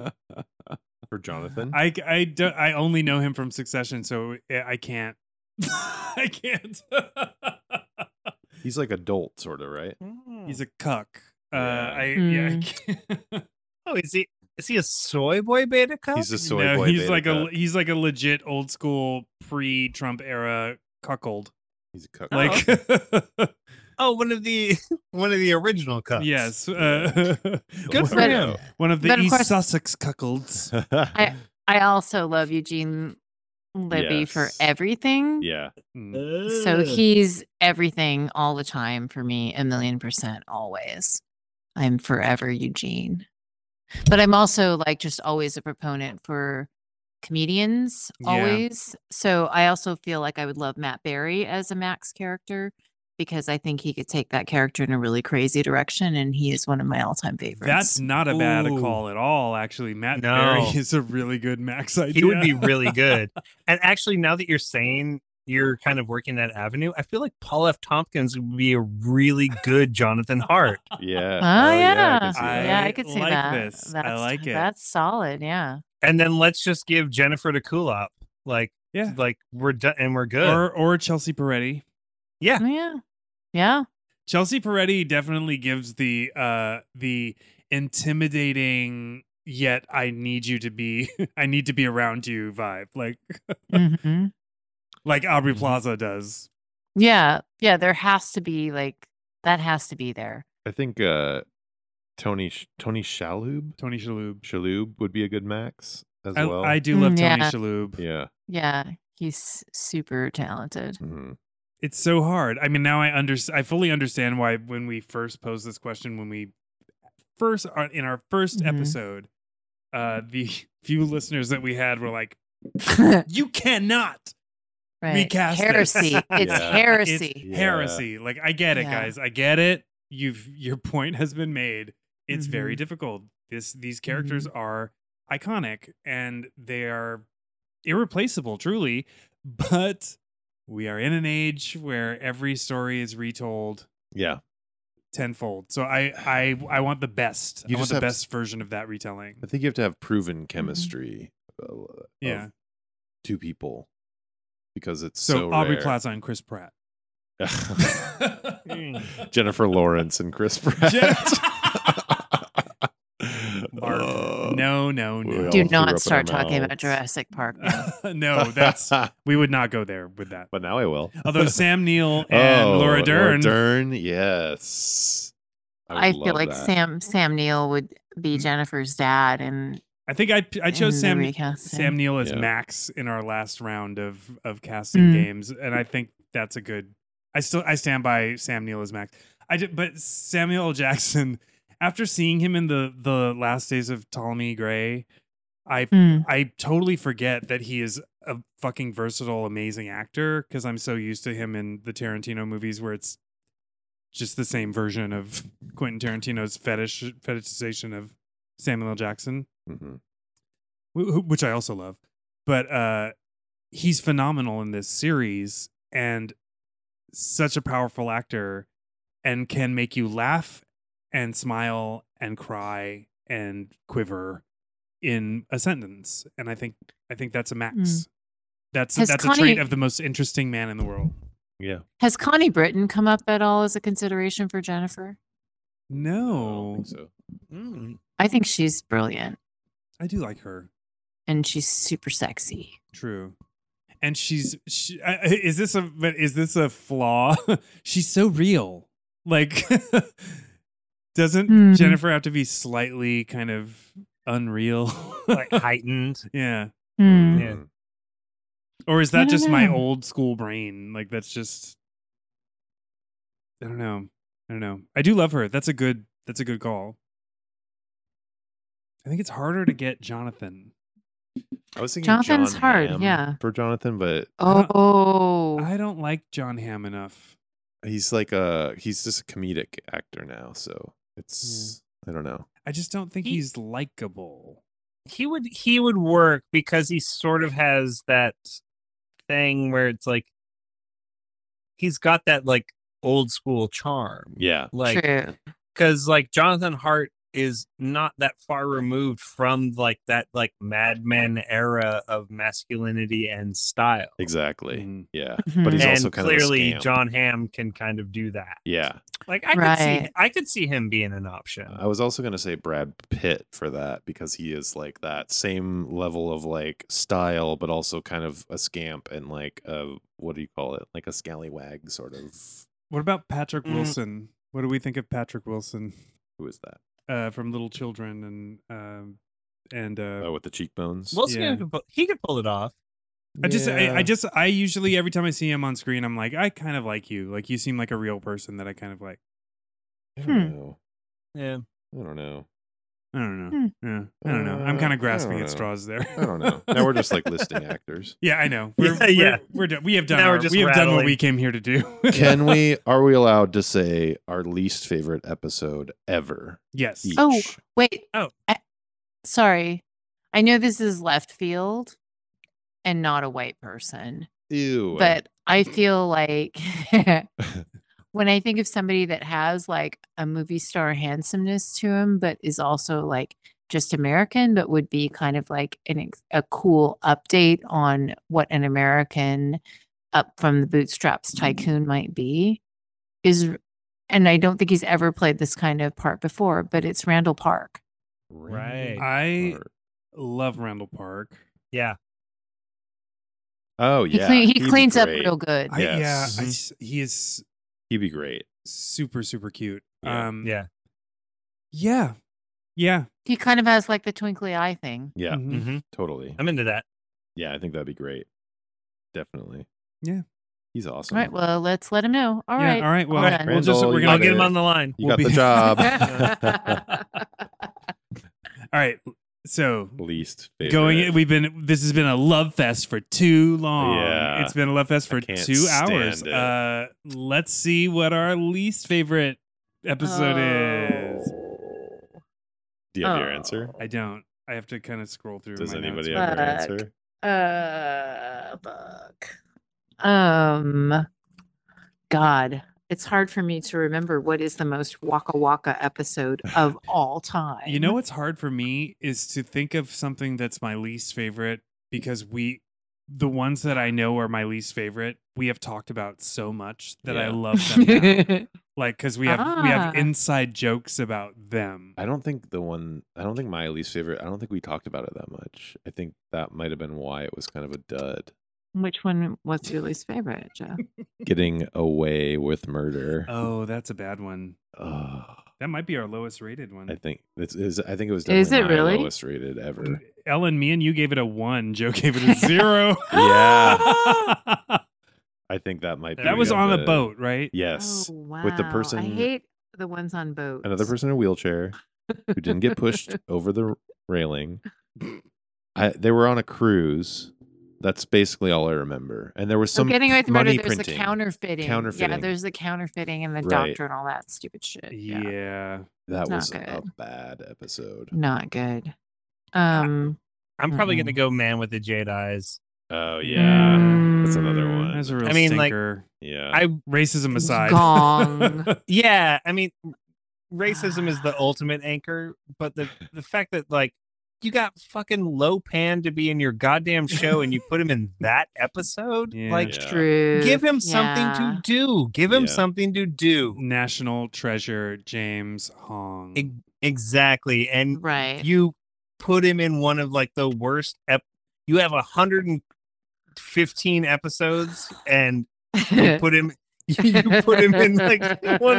Mm, For Jonathan?
I I do, I only know him from Succession, so eh, I I can't. I can't.
He's like adult, sort of, right?
He's a cuck. Uh,
Yeah.
I yeah. I
Mm.
can't.
Oh, is he is he a soy boy beta cup?
He's a soy
no,
boy.
he's
beta
like a
cuck.
he's like a legit old school pre-Trump era cuckold.
He's a cuck.
Oh,
Like
oh, one of the one of the original cups.
yes, uh,
Good for
But-
him.
One of the
But of
East
course-
Sussex cuckolds.
I- I also love Eugene Libby for
Yes.
everything.
yeah.
Oh,
Mm.
So he's everything all the time for me, a million percent always. I'm forever Eugene. But I'm also like just always a proponent for comedians,
Yeah.
always. So I also feel like I would love Matt Berry as a Max character because I think he could take that character in a really crazy direction. And he is one of my all time favorites.
That's not a bad
Ooh.
call at all, actually. Matt
No.
Berry is a really good Max idea.
he would be really good. and actually, now that you're saying you're kind of working that avenue, I feel like Paul F. Tompkins would be a really good Jonathan Hart.
Oh,
Yeah. I
yeah.
can see that.
yeah,
I
I could see
like
that.
this. I
That's,
like it.
That's solid. Yeah.
And then let's just give Jennifer to Kulop. Like,
Yeah.
like we're done and we're good.
Or or Chelsea Peretti.
yeah.
Oh, Yeah. Yeah.
Chelsea Peretti definitely gives the uh the intimidating yet I need you to be I need to be around you vibe. Like
hmm
like
Mm-hmm.
Aubrey Plaza does.
Yeah, yeah, there has to be like that has to be there.
I think uh, Tony Sh- Tony Shalhoub
Tony Shalhoub.
Shalhoub would be a good Max as
I,
well.
Oh, I do love
Mm,
Tony
yeah.
Shalhoub.
yeah.
Yeah, he's super talented.
Mhm.
It's so hard. I mean, now I under I fully understand why when we first posed this question when we first are in our 1st
Mhm.
episode, uh the few listeners that we had were like, "You cannot
right.
Recast this.
heresy. It's
Yeah.
heresy.
It's heresy. Like I get it,
Yeah.
guys. I get it. You've your point has been made. It's very
Mhm.
difficult. This these characters are iconic and they are irreplaceable, truly. But we are in an age where every story is retold
Yeah.
tenfold. So I I I want the best.
You
I want
just
the
have to-
best version of that retelling.
I think you have to have proven chemistry. uh, of
Yeah.
Two people. Because it's
So,
so,
Aubrey
rare.
Plaza and Chris Pratt.
Jennifer Lawrence and Chris Pratt.
Barf.
Uh,
no, no,
we
no.
all
Do
threw up in our
not start talking about
mouths.
Jurassic Park. now.
no, that's we would not go there with that.
but now I will.
Although Sam Neill and
Oh,
Laura Dern,
Dern, yes. would
I, feel
love
like
that. Mm-hmm.
Sam Sam Neill would be Jennifer's dad, and
I think I I
Mm-hmm,
chose Sam Sam Neill as
Yeah.
Max in our last round of of casting
Mm.
games, and I think that's a good. I still I stand by Sam Neill as Max. I did, but Samuel L. Jackson after seeing him in the the last days of Ptolemy Gray, I
Mm.
I totally forget that he is a fucking versatile, amazing actor because I'm so used to him in the Tarantino movies where it's just the same version of Quentin Tarantino's fetish fetishization of Samuel L. Jackson,
Mhm.
wh- wh- which I also love. But uh, he's phenomenal in this series and such a powerful actor, and can make you laugh and smile and cry and quiver in a sentence. And I think I think that's a max.
Mm.
That's
Has
that's a
Connie-
trait of the most interesting man in the world.
Yeah.
Has Connie Britton come up at all as a consideration for Jennifer?
I
No,
don't think so.
Hmm.
Mm.
I think she's brilliant
I do like her.
and she's super sexy.
True. And she's she, I- I- is this a but is this a flaw? she's so real. Like doesn't
Hmm.
Jennifer have to be slightly kind of unreal?
like heightened.
yeah. Hmm.
Hmm.
Yeah.
Mhm.
Or is
I
that
don't
just my
know.
old school brain? Like that's just I don't know. I don't know. I do love her. That's a good that's a good call. I think it's harder to get Jonathan.
I was thinking
Jonathan's
John
hard,
Hamm
yeah.
for Jonathan, but
Uh,
Oh,
I don't like John Ham enough.
he's like a he's just a comedic actor now, so it's I don't know.
I just don't think
He-
he's likable.
He would he would work because he sort of has that thing where it's like he's got that like old school charm.
Yeah,
Like
true.
because like Jonathan Hart is not that far removed from like that like Mad Men era of masculinity and style.
exactly.
Mm.
Yeah,
Mhm.
but he's
and
also kind
clearly
of a scamp.
John Hamm can kind of do that.
Yeah,
Like I could see
Right.
I could see him being an option.
I was also gonna say Brad Pitt for that because he is like that same level of like style, but also kind of a scamp and like a what do you call it? Like a scallywag sort of.
What about Patrick
Mm-hmm.
Mm.
Wilson? What do we think of Patrick Wilson
Who is that?
uh, from Little Children and um and uh,
Oh, with the cheekbones.
Wilson
Yeah.
could pull, he could pull it off.
I just I, I
Yeah.
just I usually every time I see him on screen I'm like I kind of like you like you seem like a real person that I kind of like
I don't
hmm.
know.
Yeah.
I don't know.
I don't know yeah I don't know I'm
Uh,
kind
I
of grasping
don't
at
know.
straws there
I don't know. Now we're just like listing actors.
yeah I know
Yeah,
we're, we're,
yeah.
we're done we have done
Now we're
our,
just
we have done what
rattling.
we came here to do
Can we? Are we allowed to say our least favorite episode ever?
yes
Each?
Oh. Wait.
Oh.
I, sorry. I know this is left field and not a white person,
Ew.
but I feel like when I think of somebody that has like a movie star handsomeness to him, but is also like just American, but would be kind of like an ex- a cool update on what an American up from the bootstraps
Mm-hmm.
tycoon might be, is, and I don't think he's ever played this kind of part before, but it's Randall Park.
Randall
Right.
I
Park.
love Randall Park
Yeah.
Oh
He,
yeah.
clean, he
he'd be
cleans up
great.
real good.
I, yeah
Yes.
I s- he is
He'd be great.
super super cute
Yeah.
um
Yeah.
yeah yeah
He kind of has like the twinkly eye thing.
Yeah.
Mhm.
hmm
Totally.
I'm into that.
Yeah, I think that'd be great. Definitely.
Yeah.
He's
All
awesome.
right. Well, let's let him know. All right.
Yeah, all right. Well,
right.
we'll just,
Randall,
we're
you
gonna
I'll
gotta-
get
get
him
him
on.
on the line.
you
we'll
got
be-
the job.
Bob.
All right. So
Least favorite.
going, we've been. This has been a love fest for too long.
Yeah.
it's been a love fest for
can't
two hours.
stand it.
Uh, let's see what our least favorite episode
Oh.
is.
Do you have your answer?
I don't. I have to kind of scroll through.
Does
my notes.
anybody have their
Fuck.
answer?
Uh, fuck. Um, God, it's hard for me to remember what is the most Waka Waka episode of all time.
You know what's hard for me is to think of something that's my least favorite because we the ones that I know are my least favorite, we have talked about so much that I
Yeah.
love them now. like cuz we have we have
Ah.
inside jokes about them.
I don't think the one I don't think my least favorite I don't think we talked about it that much. I think that might have been why it was kind of a dud.
Which one was your least favorite, Jeff?
Getting away with murder.
Oh, that's a bad one.
Ugh.
That might be our lowest rated one.
I think this is I think it was definitely
Is it
my
really?
lowest rated ever.
Ellen, me and you gave it a 1, Joe gave it a 0.
yeah. I think that might be
that was
of
on a
the-
boat, right?
Yes.
oh, wow.
with the
I
person-
hate the ones on boats.
Another person in a wheelchair who didn't get pushed over the railing. I, they were on a cruise. That's basically all I remember. And there was
I'm
some
getting away with murder.
money
There's the
printing.
counterfeiting. Yeah,
Counterfeiting.
there's the counterfeiting and the
Right.
doctor and all that stupid shit.
Yeah.
yeah.
that
not
was a
good. Mm.
bad episode.
Not good.
Ah.
Um.
I'm probably going to
Mhm.
go man with the jade eyes.
Oh yeah, that's another
Mm.
one.
That's a real
I mean, like,
stinker.
yeah,
I
Racism aside.
Gong.
yeah, I mean racism is the ultimate anchor, but the the fact that like you got fucking Lopan to be in your goddamn show and you put him in that episode,
Yeah.
like
Yeah.
True.
give him something
Yeah.
to do. Give him
Yeah.
something to do.
Mm-hmm. National treasure James Hong.
Ex- Exactly. And
Right.
you put him in one of like the worst ep- you have 115 episodes and you put him you put him in like one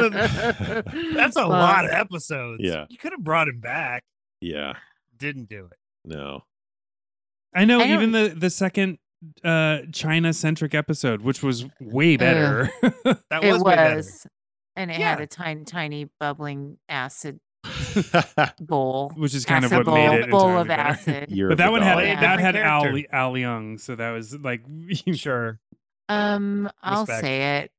of the- that's a
Well,
lot of episodes
Yeah.
you could have brought him back
yeah.
didn't do it
No,
I know
I
even the the second uh China centric episode, which was way better.
that
It
was, way better.
was, and it had
Yeah.
a tiny, tiny bubbling acid bowl.
which is kind of
acid
what
bowl,
made it
bowl
entirely
of
better.
acid.
Year
But
of
that
the
one had
Yeah.
that had Al,
Different
Al Young, so that was like
sure
Um, I'll
Respect.
say it.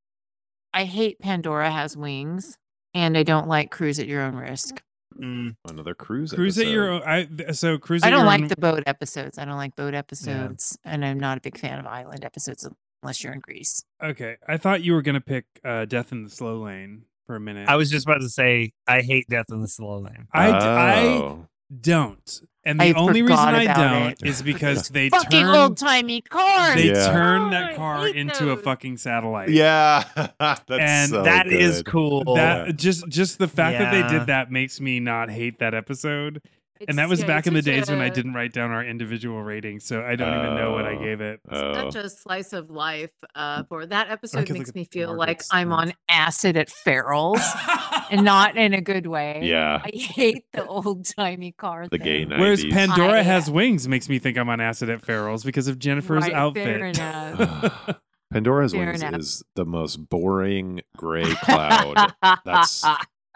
I hate Pandora has wings, and I don't like Cruise at Your Own Risk.
Mm,
Dog. another cruise.
Cruise at your own.
episode.
I th- so cruise. At
I don't
your
like
own,
the boat episodes. I don't like boat episodes, and I'm not a big fan of island episodes unless you're in Greece.
Okay, I thought you were gonna pick uh, Death in the Slow Lane for a minute.
i was just about to say i hate death in the slow lane
I, d- I
Oh.
don't, and the
I
only reason
forgot
I
about
don't
it.
is because they
Fucking
turn
old timey cars.
they
Yeah.
turn
Oh, I
that car
hate
into a
those.
fucking satellite.
yeah, that's
And
so
That is
good.
cool
That
Oh, Yeah.
just just the fact that they
Yeah.
did that makes me not hate that episode.
It's-
and that was
yeah,
back
it's
in the
such
days when I
a-
didn't write down our individual ratings, so I don't even know what I
Oh.
gave it.
Oh.
Such a slice of life. Uh, for that episode
could look
makes
at
me feel like
Margaret's
I'm on
notes.
acid at Farrell's, and not in a good way.
yeah,
I hate the old timey car.
the gay
thing.
night.
Whereas Pandora
I-
has wings makes me think I'm on acid at Farrell's because of Jennifer's
Right, fair
outfit.
enough.
Pandora's
Fair
Wings
enough.
is the most boring gray cloud That's-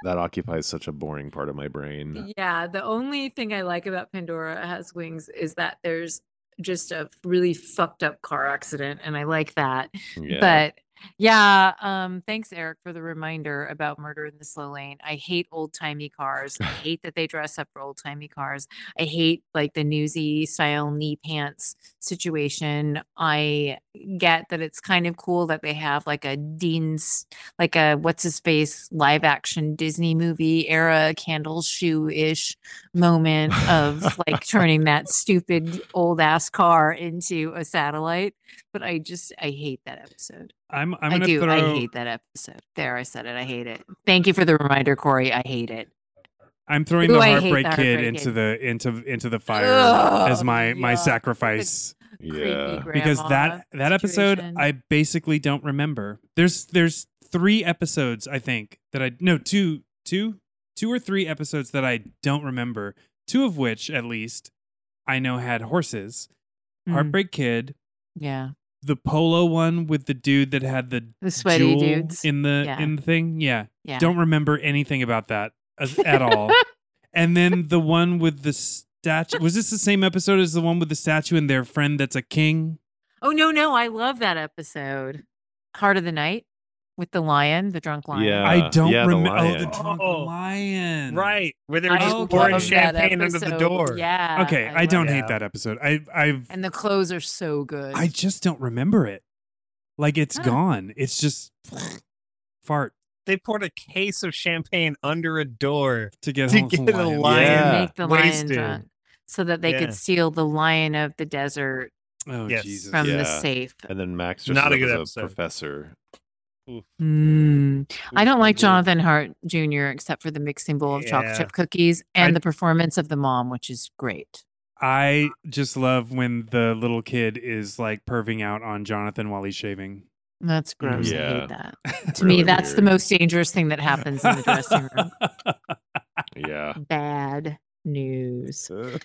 that occupies such a boring part of my brain.
yeah. The only thing I like about Pandora has wings is that there's just a really fucked up car accident, and I like that.
Yeah.
But yeah, um, thanks, Eric, for the reminder about Murder in the Slow Lane. I hate old timey cars. I hate that they dress up for old timey cars. I hate like the newsy style knee pants situation. I get that it's kind of cool that they have like a Dean's, like a what's his face live action Disney movie era candle shoe ish moment of like turning that stupid old ass car into a satellite but I just I hate that episode.
I'm I'm
i
gonna
do.
throw
I hate that episode. There, I said it. I hate it. Thank you for the reminder, Corey. I hate it.
I'm throwing
Ooh,
the
I hate the
heartbreak
Heartbreak
kid
Kid.
into the into into the fire
Ugh,
as my my
yuck.
sacrifice
yeah.
because that that episode
situation.
I basically don't remember. There's there's three episodes I think that I no two two two or three episodes that I don't remember. Two of which at least I know had horses.
Mm,
Heartbreak Kid,
yeah,
the polo one with the dude that had the
the sweaty
jewel
dudes.
in the
Yeah.
in the thing. Yeah.
yeah,
Don't remember anything about that as, at all. and then the one with the statue. Was this the same episode as the one with the statue and their friend that's a king?
Oh no, no, I love that episode. Heart of the Night with the lion, the drunk lion.
Yeah.
I don't
Uh, yeah, the
remember. Oh, the
lion.
drunk
Oh,
lion.
right where they're
I
just
love
pouring
that
champagne under the
Oh, episode.
door
Yeah.
Okay, I,
Uh, love
don't
it.
hate that episode. I I've
And the clothes are so good.
I just don't remember it. Like it's
Huh.
gone. It's just fart
they poured a case of champagne under a door
to get,
To
home
get a
lion.
lion.
to
Yeah.
make the lion
wasted.
drunk so that they
Yeah.
could steal the lion of the desert
Oh
Yes.
Jesus.
from
Yeah.
the safe.
And then Max just
Not a
up
good
as
episode.
professor.
Mm. I don't like
Ooh.
Jonathan Hart Jr. except for the mixing bowl of chocolate
Yeah.
chip cookies and
I-
the performance of the mom, which is great.
I just love when the little kid is like perving out on Jonathan while he's shaving.
That's gross. I
Yeah.
hate that. To
Really
me, that's the
weird.
most dangerous thing that happens in the dressing room.
Yeah.
Bad news. uh.
Uh,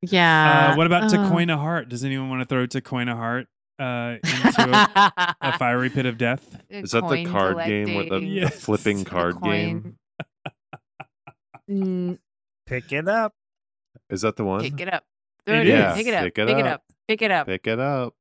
Yeah.
Uh, what about
uh,
to coin a heart? Does anyone want to throw to coin a heart? uh, into a, a fiery pit of death.
Is that the card game with the, the
Yes.
flipping
The
card game?
game?
Pick it up.
Is that the one?
Pick it up.
It
There it is.
is.
Pick it up. Pick it up. Pick it up.
Pick it up.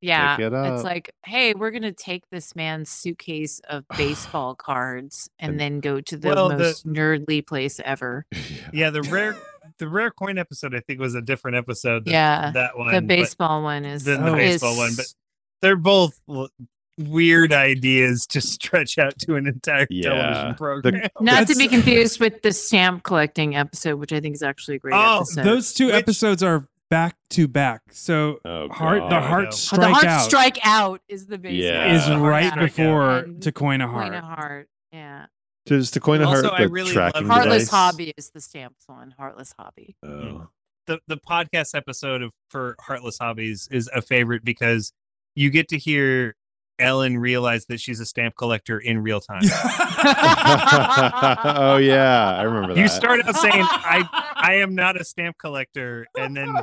Yeah.
Pick it up.
It's like, hey, we're gonna take this man's suitcase of baseball cards and
And-
then go to the
Well, the-
most nerdly place ever.
Yeah, the rare the rare coin episode I think was a different episode. Than
Yeah.
that one.
The
but
baseball one is
than the
Oh.
baseball one, but
is-
they're both l- weird ideas to stretch out to an entire
Yeah.
television program.
not to
That's-
be confused with the stamp collecting episode, which I think is actually a great
Oh,
episode.
Those two
Which-
episodes are back to back. So
Oh,
heart, the
God.
heart
Oh, the
strike
heart
out
strike out is the baseball
Yeah.
is
Yeah.
right
Yeah.
before
And
to coin a
Point
heart.
of heart. Yeah.
Just to coin a heart,
Also, I
the
really
tracking
love-
Heartless
device.
hobby is the stamps one. Heartless hobby.
Oh.
The the podcast episode of for Heartless Hobbies is a favorite because you get to hear Ellen realize that she's a stamp collector in real time.
oh yeah, I remember that.
you start out saying I I am not a stamp collector and then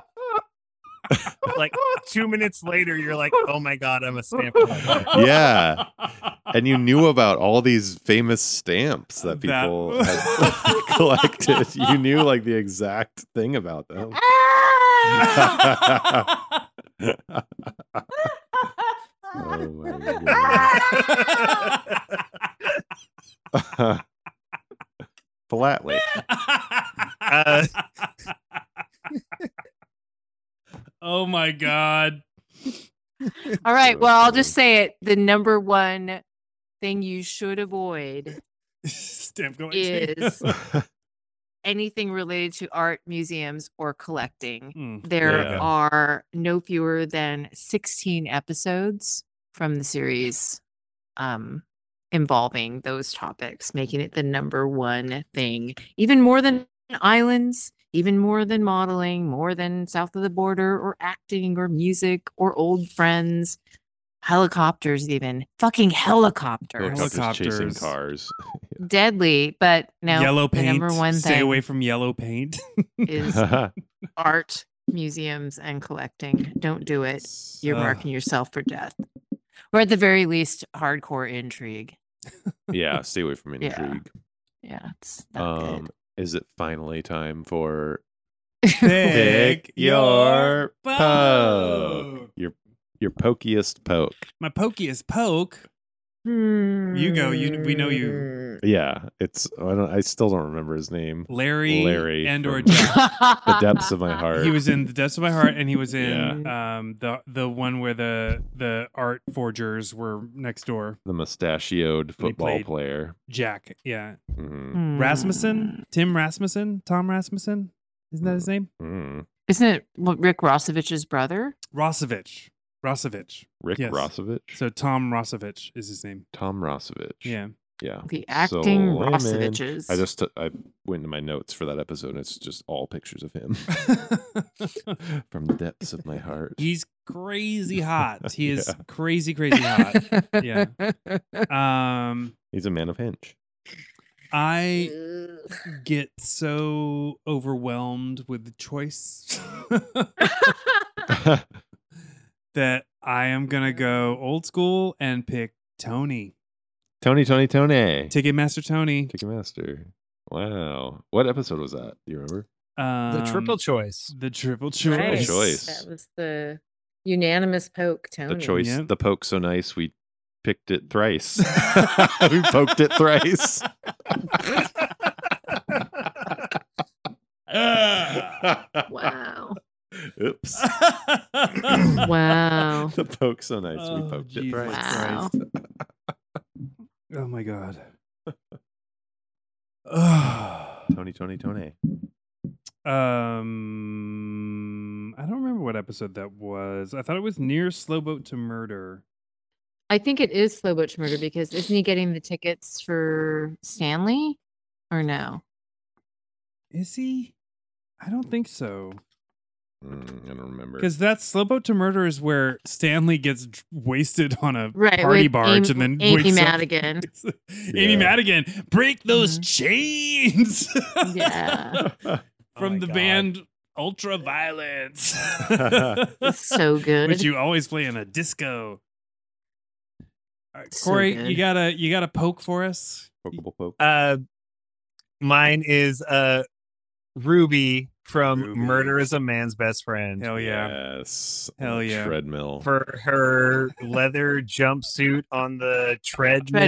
like two minutes later you're like, "Oh my god, I'm a stamp collector."
Yeah. and you knew about all these famous stamps that
That-
people had collected. You knew like the exact thing about them. Oh, my goodness. Flatly.
Uh,
oh my god.
All right. Well, I'll just say it. The number one thing you should avoid
Stamp going
is anything related to art, museums, or collecting. There
Yeah.
are no fewer than 16 episodes from the series um, involving those topics, making it the number one thing, even more than islands, even more than modeling, more than south of the border, or acting, or music, or old friends, helicopters, even fucking helicopters.
Helicopters.
chasing cars.
Deadly, but no,
yellow
the
paint.
number one
Stay
thing
away from yellow paint.
is art, museums, and collecting. Don't do it. You're
Ugh.
marking yourself for death. Or at the very least, hardcore intrigue.
yeah, stay away from
Yeah.
intrigue.
Yeah, it's not
Um, is it finally time for
good.
Pick your poke.
poke.
Your your pokiest poke.
My pokey is poke.
Um,
you go, you- we know you.
Yeah, it's I don't I still don't remember his name.
Larry,
Larry
and or
from-
Jack.
the
depths of my heart.
He was in the depths of my heart, and he was in um, the the one where the the art forgers were next door.
The mustachioed football
played-
player.
Jack, yeah,
Mhm.
Hmm.
Rasmussen, Tim Rasmussen, Tom Rasmussen, isn't that his name?
Mm.
Isn't it what, Rick Rossovich's brother?
Rossovich, Rossovich.
Rick
Yes.
Rossovich.
So Tom Rossovich is his name.
Tom Rossovich.
Yeah,
Yeah.
The
So,
acting
wait a minute.
Rossoviches.
I just t- I went into my notes for that episode. It's just all pictures of him from the depths of my heart.
he's crazy hot. He is
Yeah.
crazy, crazy hot. Yeah. Um,
He's a man of hinge.
I get so overwhelmed with choice that I am gonna go old school and pick Tony,
Tony, Tony, Tony.
Ticketmaster Tony.
Ticketmaster. Wow. What episode was that? Do you remember?
Um,
the triple choice.
the triple choice.
Right.
choice.
That was the unanimous poke, Tony.
The choice,
Yep.
the poke so nice we picked it thrice. we poked it thrice.
Wow.
Oops.
Oh
Wow.
The poke so nice we
Oh,
poked it
Jesus
thrice.
Oh. Wow.
Oh my god. Ugh.
Tony, Tony, Tony.
Um, I don't remember what episode that was. I thought it was near Slowboat to Murder.
I think it is Slow Butch Murder because isn't he getting the tickets for Stanley or no?
Is he? I don't think so.
Mm, I don't remember.
Because that Slowboat to Murder is where Stanley gets d- wasted on a
Right.
party
with
barge and
Amy-
then
Amy
wakes up-
Madigan. Mm-hmm.
Amy
Yeah.
Madigan, break those chains
Yeah.
from
Oh my
the
God.
band ultra violence.
It's so good.
Which you always play in a disco. All right,
So
Corey,
good.
you gotta you gotta poke for us.
Pokable poke.
Uh, mine is uh, Ruby from
Ruby.
Murder is a Man's Best Friend.
Hell yeah.
Yes.
Hell
On the
yeah.
Treadmill.
For her leather jumpsuit on the treadmill,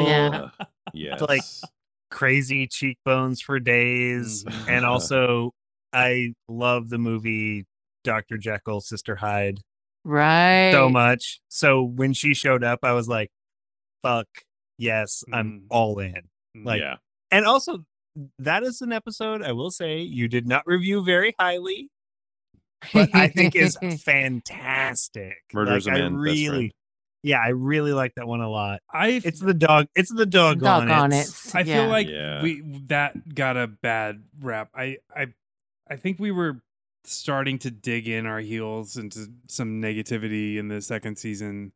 Treadmill, yeah.
yes.
like- crazy cheekbones for days,
Mhm.
Uh,
and also I love the movie Doctor Jekyll, Sister Hyde
right.
so much. So when she showed up, I was like, "Fuck yes, I'm
Hmm.
Mhm.
all in." like-
yeah.
And also, that is an episode I will say you did not review very highly, but I think is fantastic.
Murder is a
Like, I
man's best
really,
friend.
yeah, I really like that one a lot.
I f-
It's the dog. It's the dog,
Dog on it.
it.
I
Yeah.
feel like
Yeah.
we that got a bad rap. I I I think we were starting to dig in our heels into some negativity in the second season.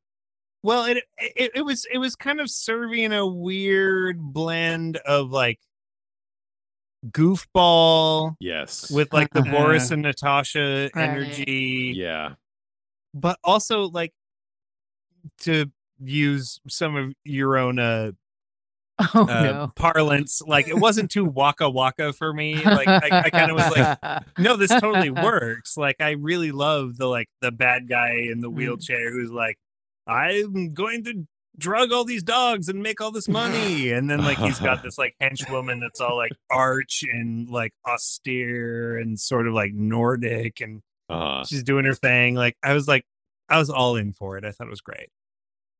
Well, it, it it was it was kind of serving a weird blend of like goofball
Yes.
with like the
Uh,
Boris and Natasha
Uh-huh. Right.
energy.
yeah.
but also like to use some of your own uh,
oh
uh,
no.
parlance like it wasn't too waka waka for me like i, I kind of was like no this totally works like i really love the like the bad guy in the
Mm.
wheelchair who's like i'm going to drug all these dogs and make all this money and then like he's got this like henchwoman that's all like arch and like austere and sort of like nordic and
Uh,
she's doing her thing. Like I was like, I was all in for it. I thought it was great.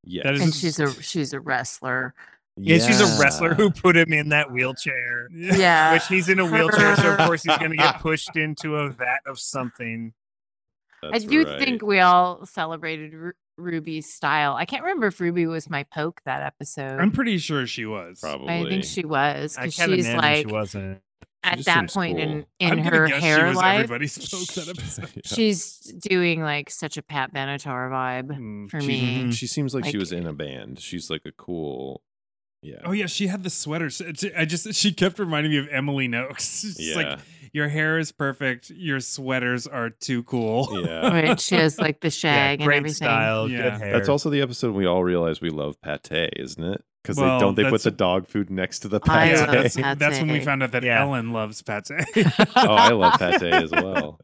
yes.
That is-
and she's a she's a wrestler.
Yeah, she's a wrestler who put him in that wheelchair,
Yeah.
which he's in a wheelchair, so of course he's gonna get pushed into a vat of something.
I
That's
do
right.
think we all celebrated Ru- Ruby's style. I can't remember if Ruby was my poke that episode.
I'm pretty sure she was.
Probably.
I think she was
I
because
can't
she's
imagine
like
she wasn't.
at
just
that
seems
point in
cool.
in
I'm gonna
her
guess she
hair
was
life,
Everybody's poke that episode.
Yeah.
she's doing like such a Pat Benatar vibe
Mm.
for
She's-
me.
Mhm.
She seems like, she
Like-
was in a band. She's like a cool. Yeah.
Oh yeah, she had the sweater. So- it's- I just she kept reminding me of Emily Noakes. She's just like
Yeah.
your hair is perfect, your sweaters are too cool.
yeah.
Right? She has like the
Yeah,
shag and
great
everything.
style,
Yeah.
good hair.
That's also the episode we all realize we love pate, isn't it? Because
Well,
they don't they put
that's-
the dog food next to the
I
pate.
love
that's,
pate.
that's when we found out that
Yeah.
Ellen loves pate.
oh, I love pate as well.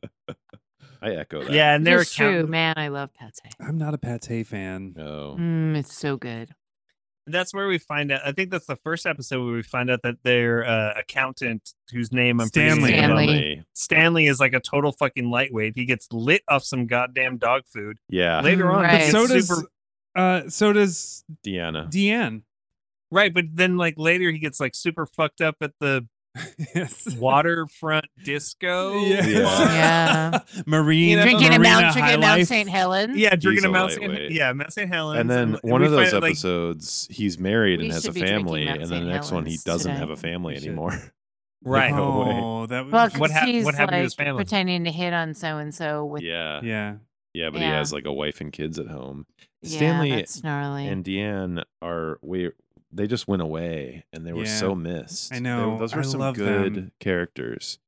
I echo that.
yeah, and they're
It's true, man. I love pate.
I'm not a pate fan.
No.
Mm, it's so good.
That's where we find out. I think that's the first episode where we find out that their uh, accountant, whose name I'm forgetting
Stanley.
his name on
Stanley.
the- Stanley is like a total fucking lightweight. He gets lit off some goddamn dog food.
Yeah.
Later on,
Right.
it's
so does
super-
uh, so does
Deanna.
Deanne.
Right, but then like later he gets like super fucked up at the
yes.
waterfront disco.
Yeah.
Yeah.
Marine
You know-
Drinking
Marina
a Mount,
High
drinking a Mount
Life.
St. Helens.
Yeah, drinking
He's
a
a
Mount St.
lightweight.
Yeah, Mount St. Helens.
and then one
we
of those
find out, like,
episodes, he's married
We
and has
should
a
be drinking
family,
Mount
and then
St.
the next one he
Hellen's
doesn't
today.
have a family
We should.
anymore.
right.
No.
Oh, that was
Well, 'cause
What hap-
he's
what happened to
like
his family?
pretending to hit on so and so with.
yeah. yeah,
yeah.
but he
Yeah.
has like a wife and kids at home.
Yeah,
Stanley
that's gnarly.
and Deanne are we they just went away and they were
Yeah.
so missed.
I
They-
know.
those were
I
some
love
good
them.
characters.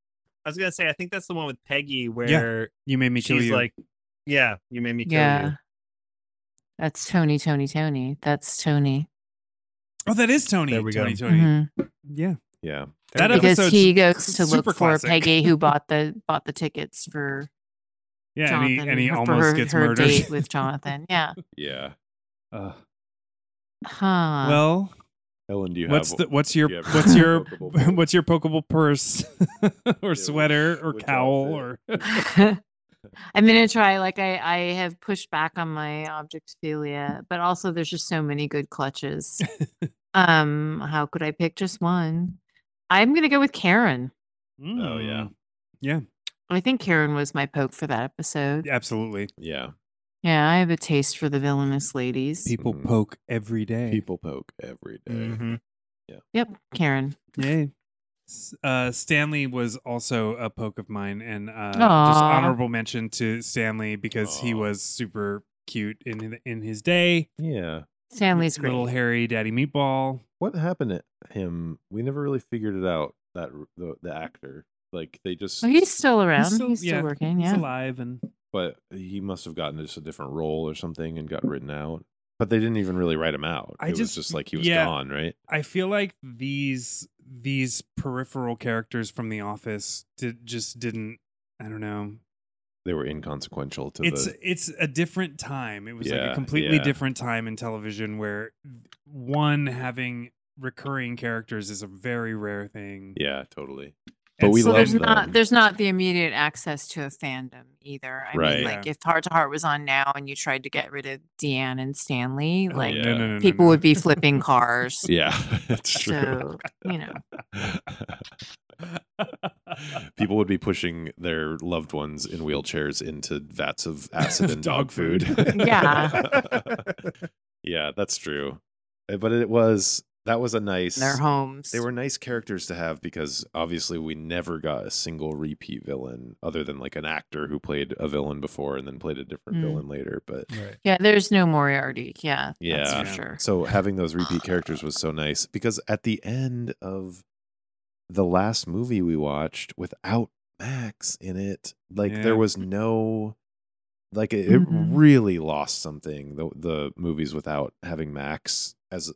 I was gonna say, I think that's the one with Peggy where
You made me kill
she's
you.
like, "Yeah, you made me kill
yeah.
you."
That's Tony, Tony, Tony. That's Tony.
oh, that is Tony.
There we go.
Tony, Tony.
Mhm.
Yeah.
Yeah,
There
That
we go.
because
episode's
he goes to look
super
for
classic.
Peggy, who bought the bought the tickets for
Yeah.
Jonathan,
and he, and he
for
almost
her,
gets
her
murdered.
date with Jonathan. Yeah.
yeah.
Ugh.
Huh.
well,
Ellen, do you
what's
have
the what's your
you have
what's
a
your
pokeable purse?
what's your pokeable purse or
which-
sweater or
which
cowl
outfit?
or
I'm gonna try. Like I, I have pushed back on my objectophilia, but also there's just so many good clutches. um, how could I pick just one? I'm gonna go with Karen.
Oh,
Hmm.
yeah.
I think Karen was my poke for that episode.
Mm, absolutely.
yeah?
Yeah, I have a taste for the villainous ladies.
People
Mhm.
poke every day.
People poke every day.
Mm-hmm.
Mhm.
Yep, Karen.
Yay. S- Uh, Stanley was also a poke of mine, and uh, just
Aw.
honorable mention to Stanley because he
Aw.
was super cute in hi- in his day.
Yeah.
Stanley's great.
little hairy daddy meatball.
What happened to him? We never really figured it out. That r- the, the actor. Like they just,
Oh, he's still around. He's still,
yeah,
working.
He's
Yeah.
alive and
but he must have gotten just a different role or something and got written out. But they didn't even really write him out.
I
it was
just-
just like he was
yeah.
gone, right?
I feel like these these peripheral characters from The Office did, just didn't. I don't know.
They were inconsequential to
It's
the.
it's a different time. It was like
Yeah,
a completely
yeah.
different time in television where one having recurring characters is a very rare thing.
Yeah, totally.
And
But we
so
love
there's
them.
not there's not the immediate access to a fandom either. I
Right.
mean, like if Heart to Heart was on now and you tried to get rid of Deanne and Stanley,
Oh,
like
no, no, no, no,
people
no.
would be flipping cars.
yeah, it's true.
So you know,
People would be pushing their loved ones in wheelchairs into vats of acid and
Dog
dog food.
food.
Yeah.
yeah, that's true. Uh, But it was that was a nice
their homes.
they were nice characters to have because obviously we never got a single repeat villain other than like an actor who played a villain before and then played a different
Mm.
villain later. But
Right.
yeah, there's no Moriarty. Yeah,
Yeah.
that's for sure.
so having those repeat characters was so nice because at the end of the last movie we watched without Max in it, like
Yeah. Mm-hmm.
there was no like it, it
Mhm.
really lost something the the movies without having Max as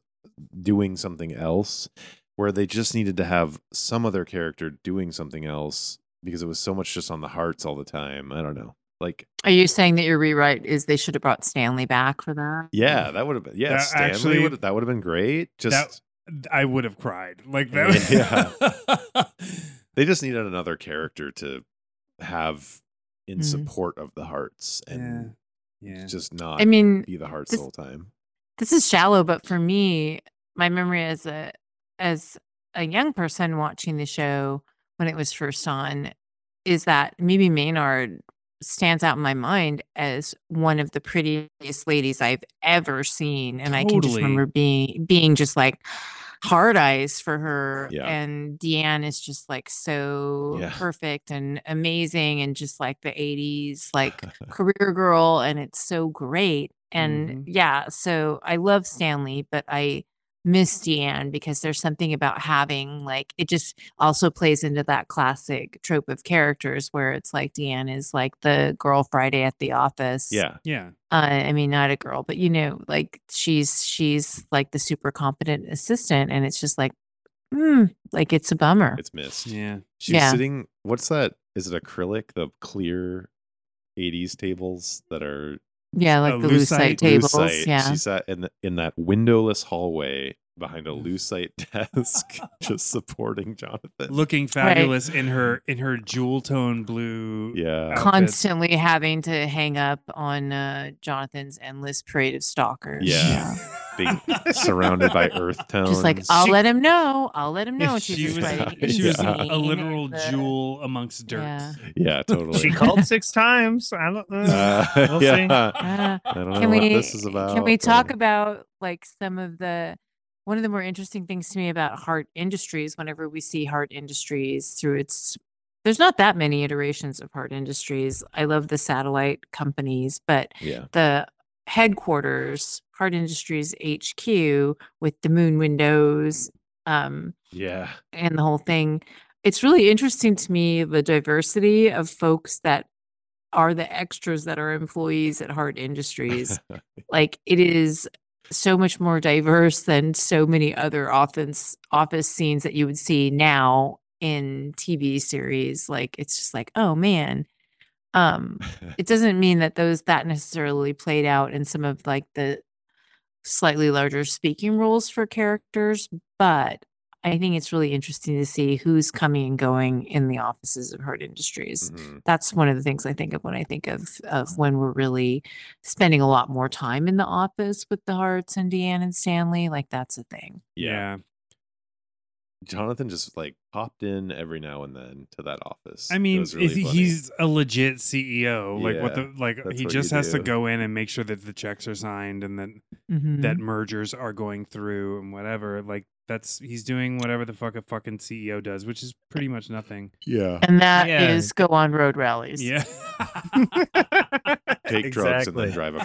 doing something else where they just needed to have some other character doing something else because it was so much just on the hearts all the time. I don't know. Like
Are you saying that your rewrite is they should have brought Stanley back for that?
yeah, that would have been yeah,
That
Stanley
actually-
would that would have been great. Just
I would have cried. Like that. was-
they just needed another character to have in
Mm.
support of the hearts and
Mm-hmm. yeah. Yeah.
just not
I mean,
be the hearts
this-
the whole time.
this is shallow, but for me, my memory as a as a young person watching the show when it was first on is that Mimi Maynard stands out in my mind as one of the prettiest ladies I've ever seen. And I can just
Totally.
remember being being just like hard eyes for her.
Yeah.
And Deanne is just like so
Yeah.
perfect and amazing and just like the 80s, like career girl and it's so great and
Mm-hmm.
Mhm.
yeah so i love stanley but i miss deanne because there's something about having like it just also plays into that classic trope of characters where it's like deanne is like the girl friday at the office
yeah.
Yeah.
uh, i mean not a girl but you know like she's she's like the super competent assistant and it's just like mm, like it's a bummer
It's missed.
Yeah.
She's
Yeah.
sitting what's that? Is it acrylic? The clear 80s tables that are
yeah like
a
the lucite
lucite-
tables
lucite.
yeah
She sat in in that windowless hallway behind a lucite desk just supporting Jonathan.
Looking fabulous in her in her jewel tone blue.
yeah.
outfits.
constantly having to hang up on uh, Jonathan's endless parade of stalkers.
Yeah. Being surrounded by earth tones.
Just like, I'll
She-
let him know. I'll let him know. And she's
she
just
was,
like,
she was
Yeah.
a literal
insane at the-
jewel amongst dirt.
Yeah.
Yeah, totally.
She called six times. I don't know.
Uh,
We'll see.
Uh,
I don't know
can
what
we
this is about.
can we talk
but-
about like some of the one of the more interesting things to me about Heart Industries whenever we see Heart Industries through its there's not that many iterations of Heart Industries. I love the satellite companies, but
Yeah.
the headquarters, Hard Industries HQ, with the moon windows um,
Yeah.
and the whole thing. It's really interesting to me the diversity of folks that are the extras that are employees at Hard Industries. like it is so much more diverse than so many other office office scenes that you would see now in TV series. Like it's just like, oh man. Um, it doesn't mean that those that necessarily played out in some of like the slightly larger speaking roles for characters but i think it's really interesting to see who's coming and going in the offices of hard
Mm.
industries
Mhm.
that's one of the things i think of when i think of of when we're really spending a lot more time in the office with the hearts and deanne and stanley like that's a thing
yeah.
Yeah.
Jonathan just like popped in every now and then to that office.
I
It
mean,
was really
is-
funny.
he's a legit CEO. Like what
Yeah,
the like
that's
he
what
just
you
has to
do.
go in and make sure that the checks are signed and that that mergers are going through and whatever. Like that's he's doing whatever the fuck a fucking CEO does, which is pretty much nothing.
yeah.
and that is
Yeah.
go on road rallies
Yeah.
Uh.
Take drugs and then
Exactly.
drive a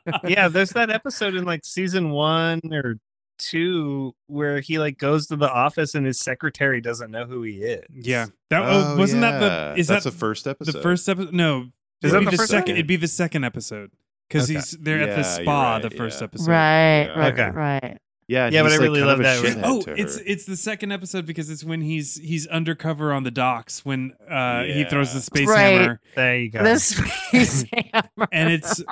car.
yeah, there's that episode in like season one or two where he like goes to the office and his secretary doesn't know who he is.
Yeah, that oh, wasn't that the is
that's
that
the first episode?
the first episode? No, it'd
Is that
be
the first
second.
one?
It'd be the second episode because
Okay.
he's they're at
Yeah,
the
you're
spa
right,
the first
yeah.
episode.
right,
Yeah.
right,
Okay.
right.
Yeah, and
Yeah, but
he's, like,
I really
kind of
love
a
that
shithead
Yeah,
Oh,
to her.
it's it's the second episode because it's when he's he's undercover on the docks when uh he throws the
Yeah.
space
Right.
hammer.
There you go.
This
And it's-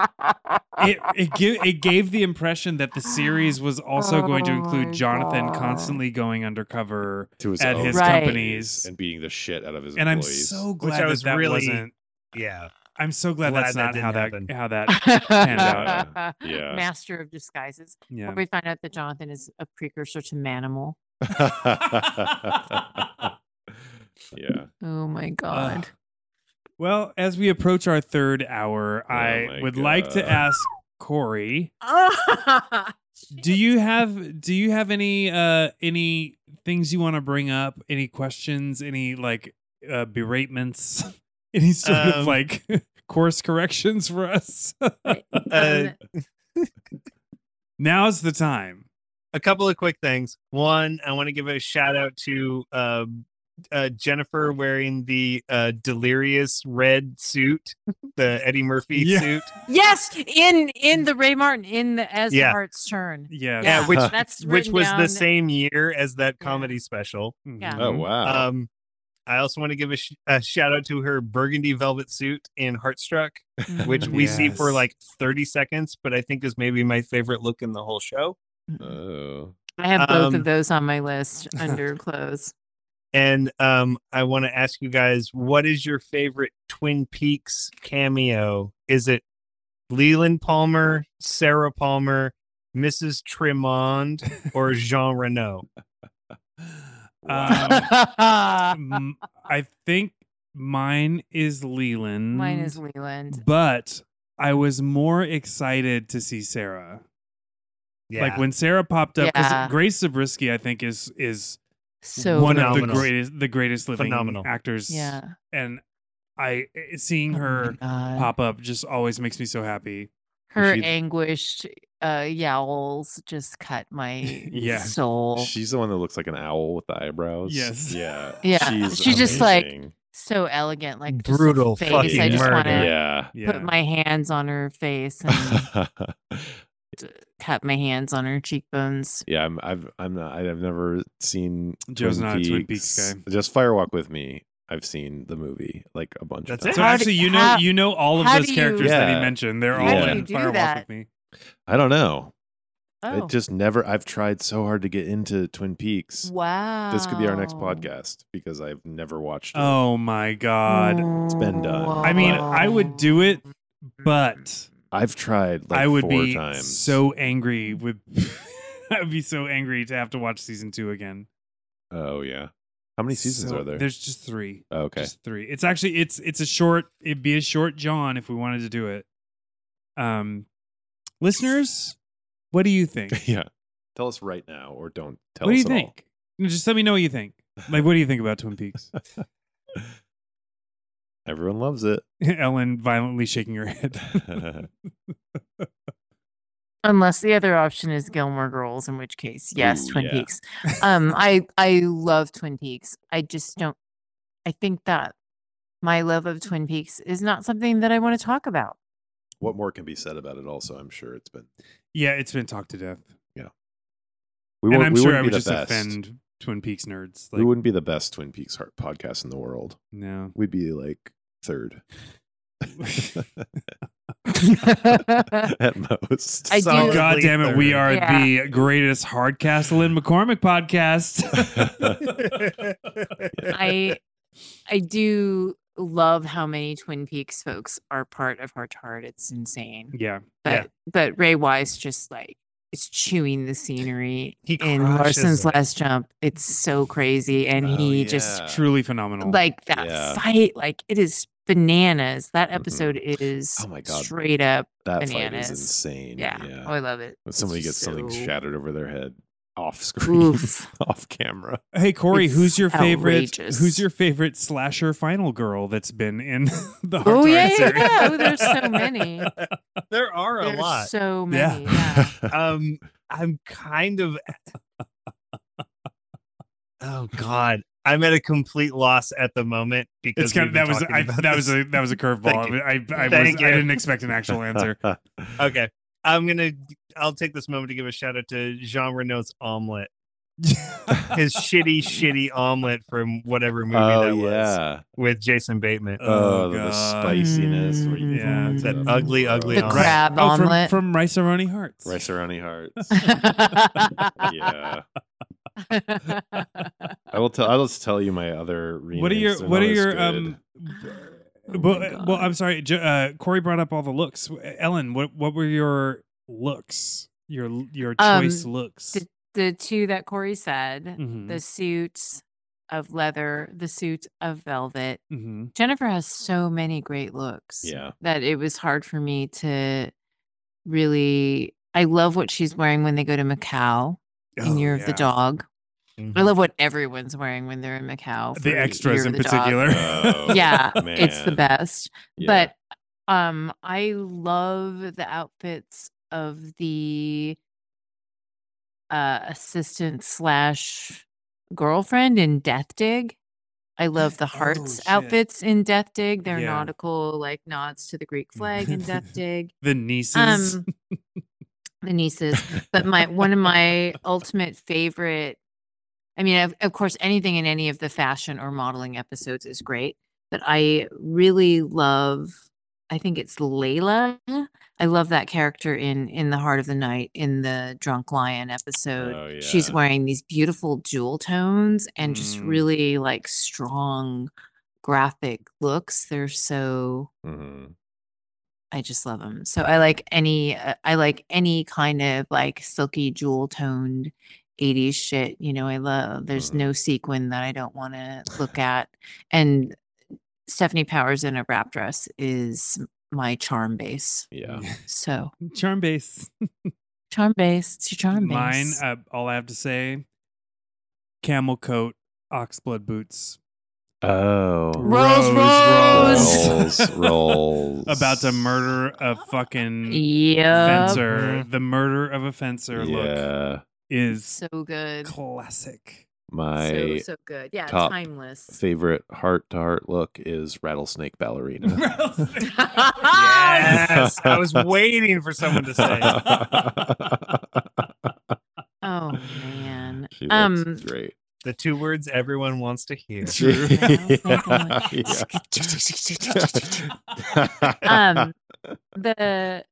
It it gave it gave the impression that the series was also going to
Oh
include
my
Jonathan
God.
constantly going undercover.
to his
at
own
his
Right.
companies.
and beating the shit out of his
And I'm
employees.
so
Which
glad
I
that
was
that
really
wasn't.
yeah.
I'm so glad,
glad
that's not
that
how
didn't happen.
that how that.
out.
master
yeah.
of disguises.
Yeah.
Where we find out that Jonathan is a precursor to Manimal.
yeah.
Oh my god.
Well, as we approach our third hour,
Oh
I
my
would like to
God.
ask Corey, do you have do you have any uh any things you want to bring up? Any questions? Any like uh, beratements? Any sort of
Um,
like course corrections for us?
Uh,
Now's the time.
a couple of quick things. One, I want to give a shout out to um, uh, Jennifer wearing the uh, delirious red suit, the Eddie Murphy
Yeah.
suit.
yes, in in the Ray Martin in the As
Yeah.
the Hearts Turn.
Yeah.
Yeah,
which-
that's
which
written
was
down.
the same year as that
Yeah. Hmm.
comedy special.
Mm-hmm.
yeah.
Oh wow.
Um, I also want to give a, sh- a shout out to her burgundy velvet suit in Heartstruck,
Mm-hmm.
which we see for
Yes.
like 30 seconds, but I think is maybe my favorite look in the whole show.
oh.
I have both
um,
of those on my list under clothes.
And um, I want to ask you guys, what is your favorite Twin Peaks cameo? Is it Leland Palmer, Sarah Palmer, Mrs. Tremond, or Jean Renault?
Um, m- I think mine is Leland.
Mine is
Mm.
Leland.
But I was more excited to see Sarah. Like when Sarah popped up, because
Yeah.
Grace Zabriskie, I think, is is
So
one of the
Phenomenal.
greatest the greatest living
Phenomenal.
actors.
Yeah.
And I seeing
Oh my
her
God.
pop up just always makes me so happy.
her
she-
anguished uh yowls just cut my
Yeah.
soul.
She's the one that looks like an owl with the eyebrows.
Yes.
Yeah.
Yeah,
She's
she just, like,
amazing.
so elegant, like just her
brutal
face.
fucking
I just
murder.
want to
Yeah.
Yeah.
put my hands on her face and tap my hands on her cheekbones.
yeah, I'm I've I'm not I've never seen
Joe's
Twin
not a
Peaks.
Twin Peaks guy.
Just Firewalk with me. I've seen the movie like a bunch
That's
of
it?
so
How
times.
do-
actually, you know,
how-
you know all of
how
those
do you-
characters that he
Yeah.
mentioned. They're
How
all
do you
in
do
Firewalk
that?
with me.
I don't know.
Oh
It just never I've tried so hard to get into Twin Peaks.
wow!
This could be our next podcast because I've never watched it.
Oh my god!
It's
been done.
I mean, I would do it, but
I've tried like
I would
four
be
times.
so angry with. I would be so angry to have to watch season two again.
Oh yeah. How many seasons
So-
are there?
There's just three.
Oh, okay.
Just three. It's actually it's it's a short. It'd be a short John if we wanted to do it. Um, listeners, what do you think?
yeah. Tell us right now, or don't tell
what do
us
you
at
think? No, Just let me know what you think. Like, what do you think about Twin Peaks?
all. Everyone loves it.
Ellen violently shaking her head.
Unless the other option is Gilmore Girls, in which case, yes,
Ooh,
Twin
yeah.
Peaks. Um, I I love Twin Peaks. I just don't. I think that my love of Twin Peaks is not something that I want to talk about.
what more can be said about it? Also, I'm sure it's been.
yeah, it's been talked to death,
We
and
won't-
I'm
we
sure
wouldn't
I
be
would
the
just
best.
offend Twin Peaks nerds.
we
Like,
wouldn't be the best Twin Peaks heart podcast in the world.
no.
We'd be like third at most.
I do-
Solidly
Oh, God damn it, we
third.
are
Yeah.
the greatest Hardcastle and McCormick podcast.
I I do love how many Twin Peaks folks are part of Heart to Heart. It's insane.
yeah.
But
Yeah.
but Ray Wise just like is chewing the scenery
He
in
crushes
Larson's
it.
last jump. It's so crazy. And
Oh,
he just
yeah.
Truly phenomenal.
like that
Oh Yeah.
fight, like it is bananas. That
Mhm.
episode is
Oh my God.
straight up.
that fight
Bananas.
is insane.
Yeah. Oh, I love it.
When
It's
somebody gets
just
something
so-
shattered over their head off screen,
Oof.
off camera.
hey Corey,
it's
who's your favorite
outrageous.
who's your favorite slasher final girl that's been in the Hard
Oh
Target
yeah, yeah,
series?
yeah. Oh, there's so many.
There are a
There's
lot.
so
Yeah.
many. Yeah.
um, I'm kind of Oh god. I'm at a complete loss at the moment because
It's kind of
we've
that
been
was
talking
I,
about
that was
this.
a that was a
Thank
curveball.
you.
I I, was, I
Thank you.
didn't expect an actual answer.
Okay. I'm gonna I'll take this moment to give a shout out to Jean Renault's omelet. His shitty, shitty omelet from whatever movie that
oh
was
yeah.
with Jason Bateman.
Uh,
Oh,
Oh,
the
God.
spiciness.
Mm,
where you
yeah.
put
That
it up.
ugly, ugly
The
omelet.
crab
oh, from,
omelet.
from Rice-A-Roni Hearts.
Rice Aroni hearts.
yeah.
yeah. I will tell. I'll just tell you my other.
What are your
remakes. They're
What
not
are
as
your
good.
um?
Oh
well,
my
well,
God.
I'm sorry. J- Uh, Corey brought up all the looks. Ellen, what what were your looks? Your your
Um,
choice looks.
did- the two that Corey said,
Mm-hmm.
Mhm,
the suits of leather, the suits of velvet.
mhm.
Jennifer has so many great looks
Yeah.
that it was hard for me to really. I love what she's wearing when they go to Macau in
Oh,
Year of the
yeah. Mm-hmm.
Dog.
Mhm.
I love what everyone's wearing when they're in Macau. for
The extras
Year
in
of the Dog.
particular.
Oh,
Yeah, It's the
man.
best.
Yeah.
But um I love the outfits of the uh assistant slash girlfriend in Death Dig. I love the hearts
Oh, shit.
outfits in Death Dig. They're
Yeah.
nautical, like nods to the Greek flag in Death Dig.
the nieces.
Um the nieces. But my one of my ultimate favorite I mean, of, of course, anything in any of the fashion or modeling episodes is great, but I really love. I think it's Layla. I love that character in in the Heart of the Night in the Drunk Lion episode.
Oh,
She's
yeah.
wearing these beautiful jewel tones and just
Mm.
really like strong graphic looks. They're so
Mhm.
I just love them. So I like any uh, I like any kind of like silky jewel toned 80s shit, you know, I love there's
Mhm.
no sequin that I don't want to look at and Stephanie Powers in a wrap dress is my charm base.
Yeah.
So,
Charm base.
charm base, it's your charm
Mine.
base.
Uh, all I have to say. Camel coat, oxblood boots.
Oh.
Rolls,
Rolls,
rolls, rolls.
About to murder a fucking
yeah.
fencer. The murder of a fencer. Look
Yeah.
is
So good.
classic.
My
so so good. Yeah,
top
timeless.
favorite heart to heart look is rattlesnake ballerina.
Yes, I was waiting for someone to say.
oh man.
She
Um,
looks great.
the two words everyone wants to hear.
True. Oh, um the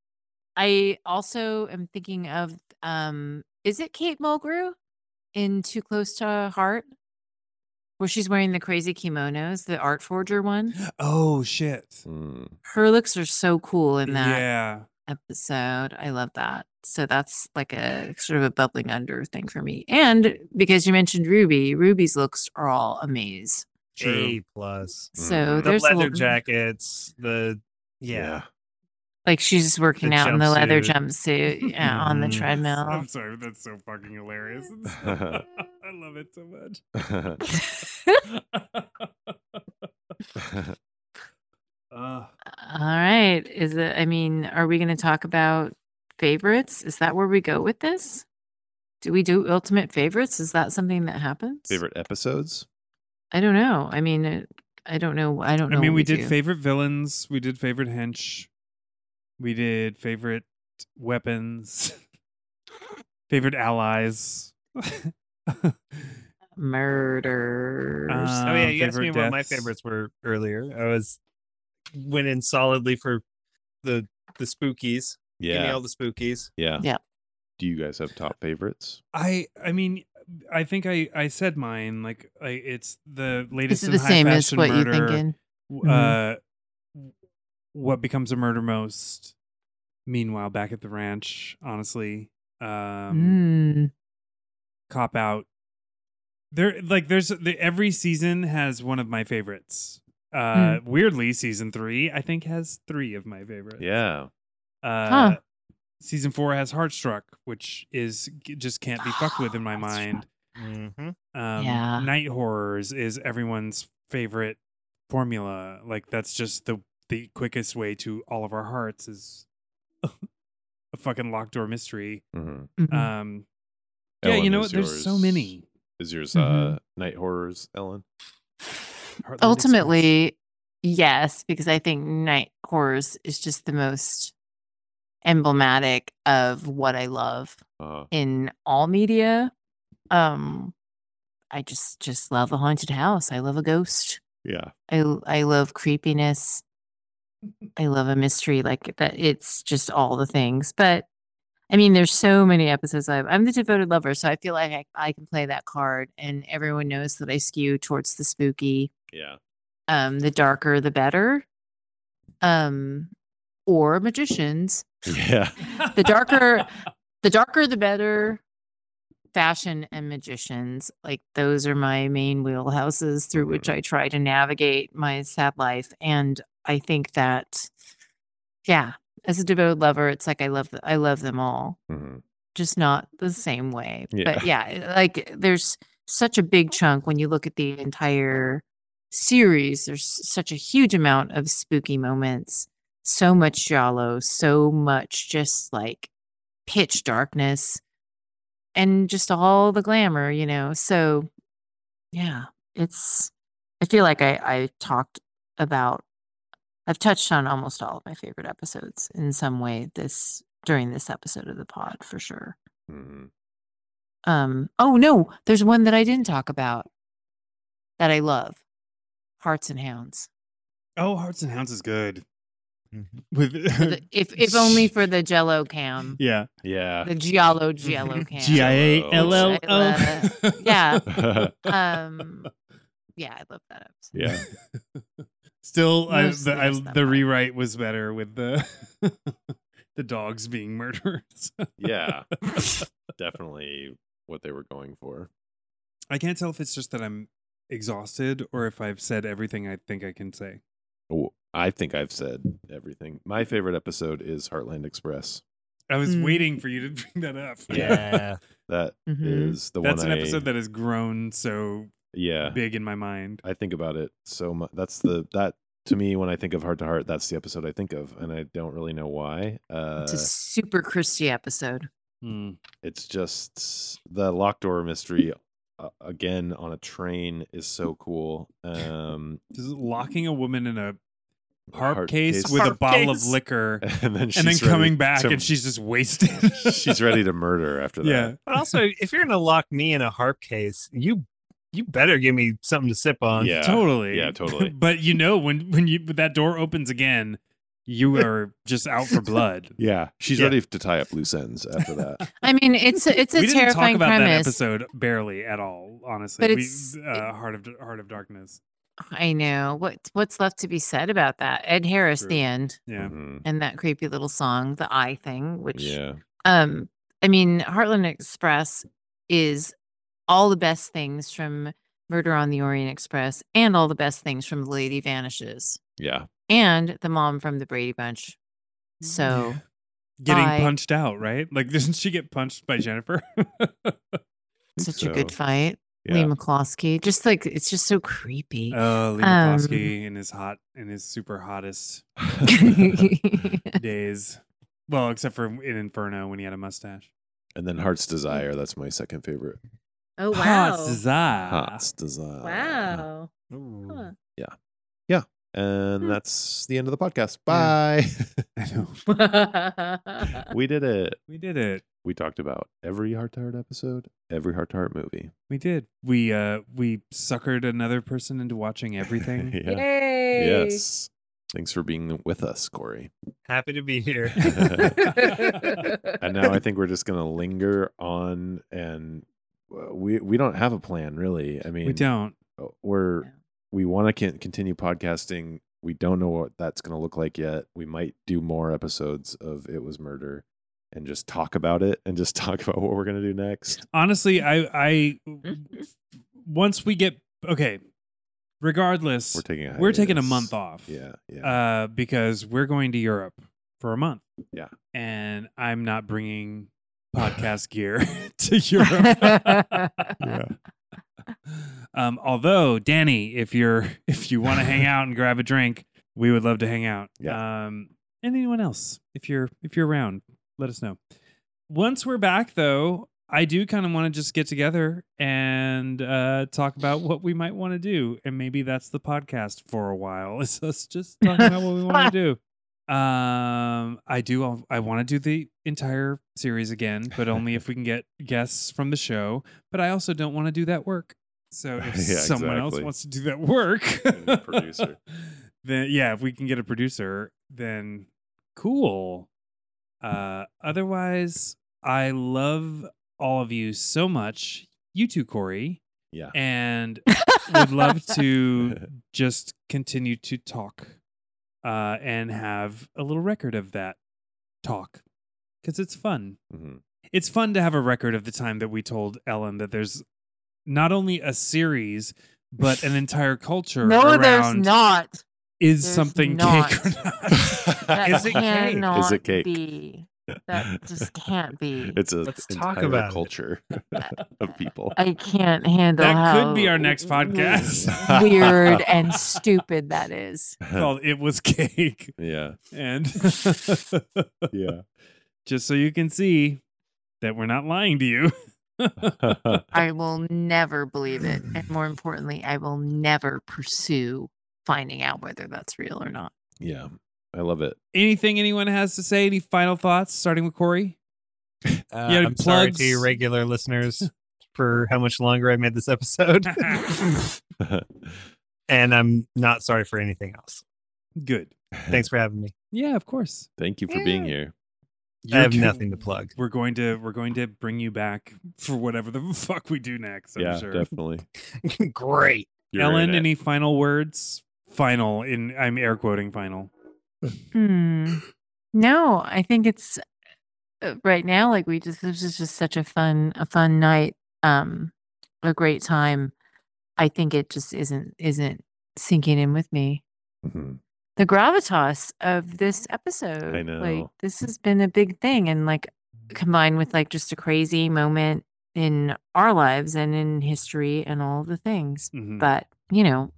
i also am thinking of um is it kate mulgrew in too close to heart where she's wearing the crazy kimonos the art forger one
Oh shit.
Um,
Mm.
her looks are so cool in that
Yeah.
episode i love that so that's like a sort of a bubbling under thing for me and because you mentioned ruby ruby's looks are all a maze
True.
A plus.
so
Mhm.
The
there's a
leather
little-
jackets. The yeah.
like she's working out in the leather jumpsuit yeah, on the
Mhm.
treadmill
I'm sorry, but that's so fucking hilarious. I love it so much. uh,
All right. Is it, I mean, are we going to talk about favorites? Is that where we go with this? Do we do ultimate favorites? Is that something that happens?
Favorite episodes?
I don't know. I mean, it, I don't know. I don't know.
I mean,
what
we, did
do.
favorite villains. We did favorite hench. We did favorite weapons. favorite allies.
murders.
oh yeah,
Um,
you asked me
favorite
what my
deaths.
favorites were earlier. I was went in solidly for the the spookies. Give me
Yeah.
all the spookies.
Yeah.
Yeah.
Do you guys have top favorites?
I I mean, I think I I said mine. Like, I, it's the latest.
this is
in
the
high
same as
fashion
what you're
murder.
thinking.
w-
Mhm.
uh, w- what becomes a murder most. Meanwhile, back at the ranch, honestly, um,
Mm.
cop out. There, like, there's the, every season has one of my favorites. Uh,
Hmm.
Weirdly, season three I think has three of my favorites.
Yeah.
Uh,
Huh.
Season four has Heartstruck, which is just can't be fucked with in my
Heartstruck.
mind.
Mm-hmm.
Um,
Yeah.
Night Horrors is everyone's favorite formula. Like that's just the the quickest way to all of our hearts is a fucking locked door mystery.
Mhm.
Mhm.
Um, yeah,
Ellen
you know
is
what? There's so
yours-
many. Mm-hmm.
Is yours uh,
Mhm.
night horrors, Ellen?
Heartland Express.
Ultimately, yes, because I think night horrors is just the most emblematic of what I love
Uh,
in all media. Um, I just just love a haunted house. I love a ghost.
yeah.
I l- I love creepiness. I love a mystery like that. It's just all the things. But I mean, there's so many episodes. I've, I'm the devoted lover, so I feel like I, I can play that card, and everyone knows that I skew towards the spooky.
Yeah.
Um, the darker, the better. Um, or magicians.
Yeah.
The darker, the darker, the better. Fashion and magicians, like those are my main wheelhouses through which I try to navigate my sad life. And I think that, yeah, as a devoted lover, it's like I love, th- I love them all,
hmm
just not the same way.
Yeah.
But yeah, like there's such a big chunk when you look at the entire series. There's such a huge amount of spooky moments, so much giallo, so much just like pitch darkness, and just all the glamour, you know. So yeah, it's. I feel like I I talked about. I've touched on almost all of my favorite episodes in some way this during this episode of the pod for sure.
hmm
Um, oh no, there's one that I didn't talk about that I love. Hearts and Hounds.
Oh, Hearts and Hounds is good.
Mhm.
With
For the- if if only for the Jello cam,
yeah,
Yeah.
the Giallo Jello cam.
G I A L L
I
O.
yeah.
Yeah.
Um, yeah, I love that episode.
yeah.
Still, I,
Mostly
the, I,
it's that
the
one.
rewrite was better with the the dogs being murderers.
Yeah. Definitely what they were going for.
I can't tell if it's just that I'm exhausted or if I've said everything I think I can say.
Oh, I think I've said everything. My favorite episode is Heartland Express.
I was
Hmm.
Mm.
waiting for you to bring that up.
Yeah.
That is
Mhm.
the
That's
one
an
I-
episode that has grown so
yeah
big in my mind.
I think about it so much. That's the that to me when I think of heart to heart, that's the episode I think of, and I don't really know why. Uh,
It's a super Christie episode.
Hmm.
it's just the locked door mystery uh, again on a train is so cool. Um,
Just locking a woman in a harp
heart
case with a
Harp
bottle of
case.
liquor
and then
and then
she's
coming
ready
back
to-
and she's just wasted.
she's ready to murder after that.
Yeah.
But also, if you're gonna lock me in a harp case, you you better give me something to sip on.
Yeah.
Totally.
Yeah, totally.
but you know when when you when that door opens again, you are just out for blood.
Yeah, she's
Yeah.
ready to tie up loose ends after that.
I mean, it's a, it's a
we didn't
terrifying
talk about that
premise.
episode barely at all, honestly.
But
we,
it's-
uh, Heart of Heart of Darkness.
I know what what's left to be said about that. Ed Harris,
True.
the end,
Yeah.
Mhm.
and that creepy little song, the eye thing, which
yeah,
Um, I mean, Heartland Express is all the best things from Murder on the Orient Express and all the best things from The Lady Vanishes
yeah,
and the mom from the Brady Bunch.
Mm.
So
Getting
I-
punched out, right? Like doesn't she get punched by Jennifer?
such a
so.
good fight. Lee
yeah. Uh,
McCloskey. Just like it's just so creepy.
Oh, Lee
Um,
McCloskey in his hot in his super hottest days. Well, except for in Inferno when he had a mustache.
and then Heart's Desire. That's my second favorite.
oh
Heart's
Ah.
Desire.
Heart's Desire. uh,
Ooh.
And
Hmm.
that's the end of the podcast.
Yeah.
Bye.
I know.
Wow.
we did it.
We did it.
We talked about every Heart to Heart episode, every Heart to Heart movie.
We did. We uh we suckered another person into watching everything.
yeah.
Yay.
Yes. Thanks for being with us, Corey.
Happy to be here.
And now I think we're just going to linger on and uh, we we don't have a plan really. I mean,
we don't.
uh, we're
Yeah.
we want to continue podcasting. We don't know what that's going to look like yet. We might do more episodes of It Was Murder and just talk about it and just talk about what we're going to do next.
Honestly, I
Hmm?
I once we get okay. Regardless,
We're taking a
we're taking a
hiatus.
month off.
Yeah, yeah.
Uh, because we're going to Europe for a month.
Yeah.
And I'm not bringing podcast gear to Europe.
yeah.
um, although Danny, if you're if you want to hang out and grab a drink, we would love to hang out. Um, and anyone else, if you're if you're around, Let us know. Once we're back, though, I do kind of want to just get together and uh, talk about what we might want to do, and maybe that's the podcast for a while. It's us just talking about what we want to do. Um, I do. al- I want to do the entire series again, but only if we can get guests from the show. But I also don't want to do that work. So if
Yeah,
someone else
exactly.
wants to do that work,
a producer.
then yeah, if we can get a producer, then cool. Uh, otherwise, I love all of you so much, you too, Corey,
Yeah.
and would love to just continue to talk uh, and have a little record of that talk because it's fun.
Mhm.
It's fun to have a record of the time that we told Ellen that there's not only a series but an entire culture
No, there's
around
not.
is
There's
something cake
not.
or not.
That
Is it cake?
cannot
Is it cake?
be. That just can't be.
It's a
Let's talk
entire
about it.
culture of people.
I can't handle
that could be
how
our next
w-
podcast
Weird and stupid that is.
called It Was Cake.
yeah.
And
Yeah.
just so you can see that we're not lying to you.
I will never believe it. And more importantly, I will never pursue finding out whether that's real or not.
yeah. I love it.
Anything anyone has to say? Any final thoughts? Starting with Corey?
Uh,
You had
I'm sorry to your
plugs?
regular listeners for how much longer I made this episode, and I'm not sorry for anything else.
Good.
Thanks for having me.
Yeah, of course.
Thank you for being
Yeah.
here.
I
You're
have
good.
nothing to plug.
We're going to we're going to bring you back for whatever the fuck we do next. I'm
yeah,
sure.
definitely.
Great.
You're in
Ellen,
it.
any final words? Final in I'm air quoting final.
Hmm. No, I think it's uh, right now. Like we just, this is just such a fun, a fun night. Um, a great time. I think it just isn't isn't sinking in with me.
Mhm.
The gravitas of this episode. Like
know.
this has been a big thing, and like combined with like just a crazy moment in our lives and in history and all the things
Mhm.
but you know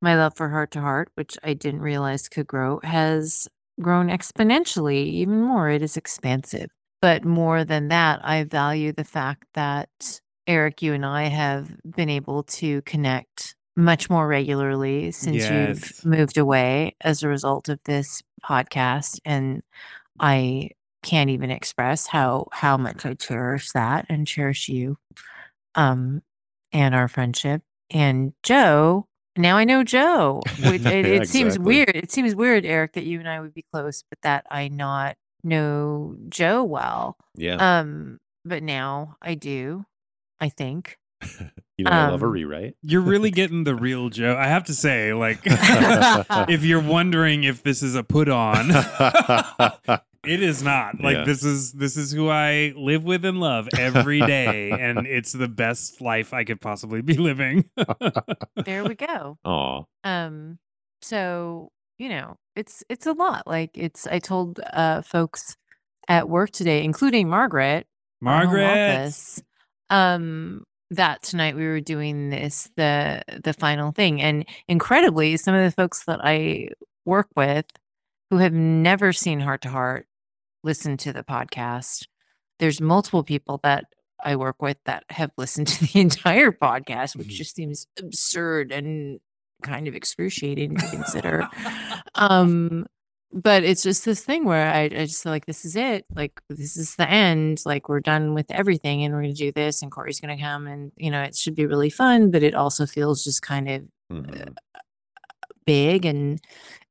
my love for heart to heart which i didn't realize could grow has grown exponentially even more it is expansive but more than that i value the fact that eric you and i have been able to connect much more regularly since
Yes.
you've moved away as a result of this podcast and i can't even express how how much i cherish that and cherish you um and our friendship and Joe. Now I know Joe. Which, it,
Yeah,
it seems
exactly.
weird. It seems weird, Eric, that you and I would be close, but that I not know Joe well.
Yeah.
Um, but now I do. I think.
you know, I love a
um,
rewrite.
You're really getting the real Joe. I have to say, like, if you're wondering if this is a put on, it is not. Like,
Yeah.
this is this is who I live with and love every day, and it's the best life I could possibly be living.
There we go.
Aw.
Um, so you know, it's it's a lot. Like it's. I told uh folks at work today, including Margaret, our home
Margaret,
office, um that tonight we were doing this the the final thing and incredibly some of the folks that i work with who have never seen heart to heart listen to the podcast there's multiple people that i work with that have listened to the entire podcast which
Mhm.
just seems absurd and kind of excruciating to consider um but it's just this thing where I, I just feel like this is it like this is the end like we're done with everything and we're gonna do this and corey's gonna come and you know it should be really fun but it also feels just kind of
Mhm.
big and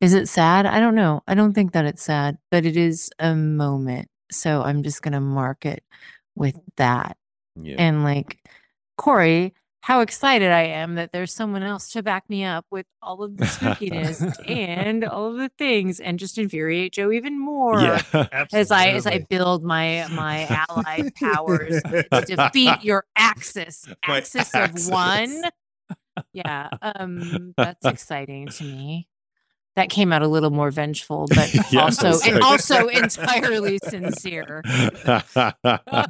is it sad i don't know i don't think that it's sad but it is a moment so i'm just gonna mark it with that
Yeah.
and like corey how excited i am that there's someone else to back me up with all of the spookiness and all of the things and just infuriate joe even more
yeah.
as I as I build my my ally powers to defeat your axis,
My
axis of one.
axis.
Yeah, um, that's exciting to me. That came out a little more vengeful, but
Yeah, I
also
was
and
like-
also entirely sincere.
My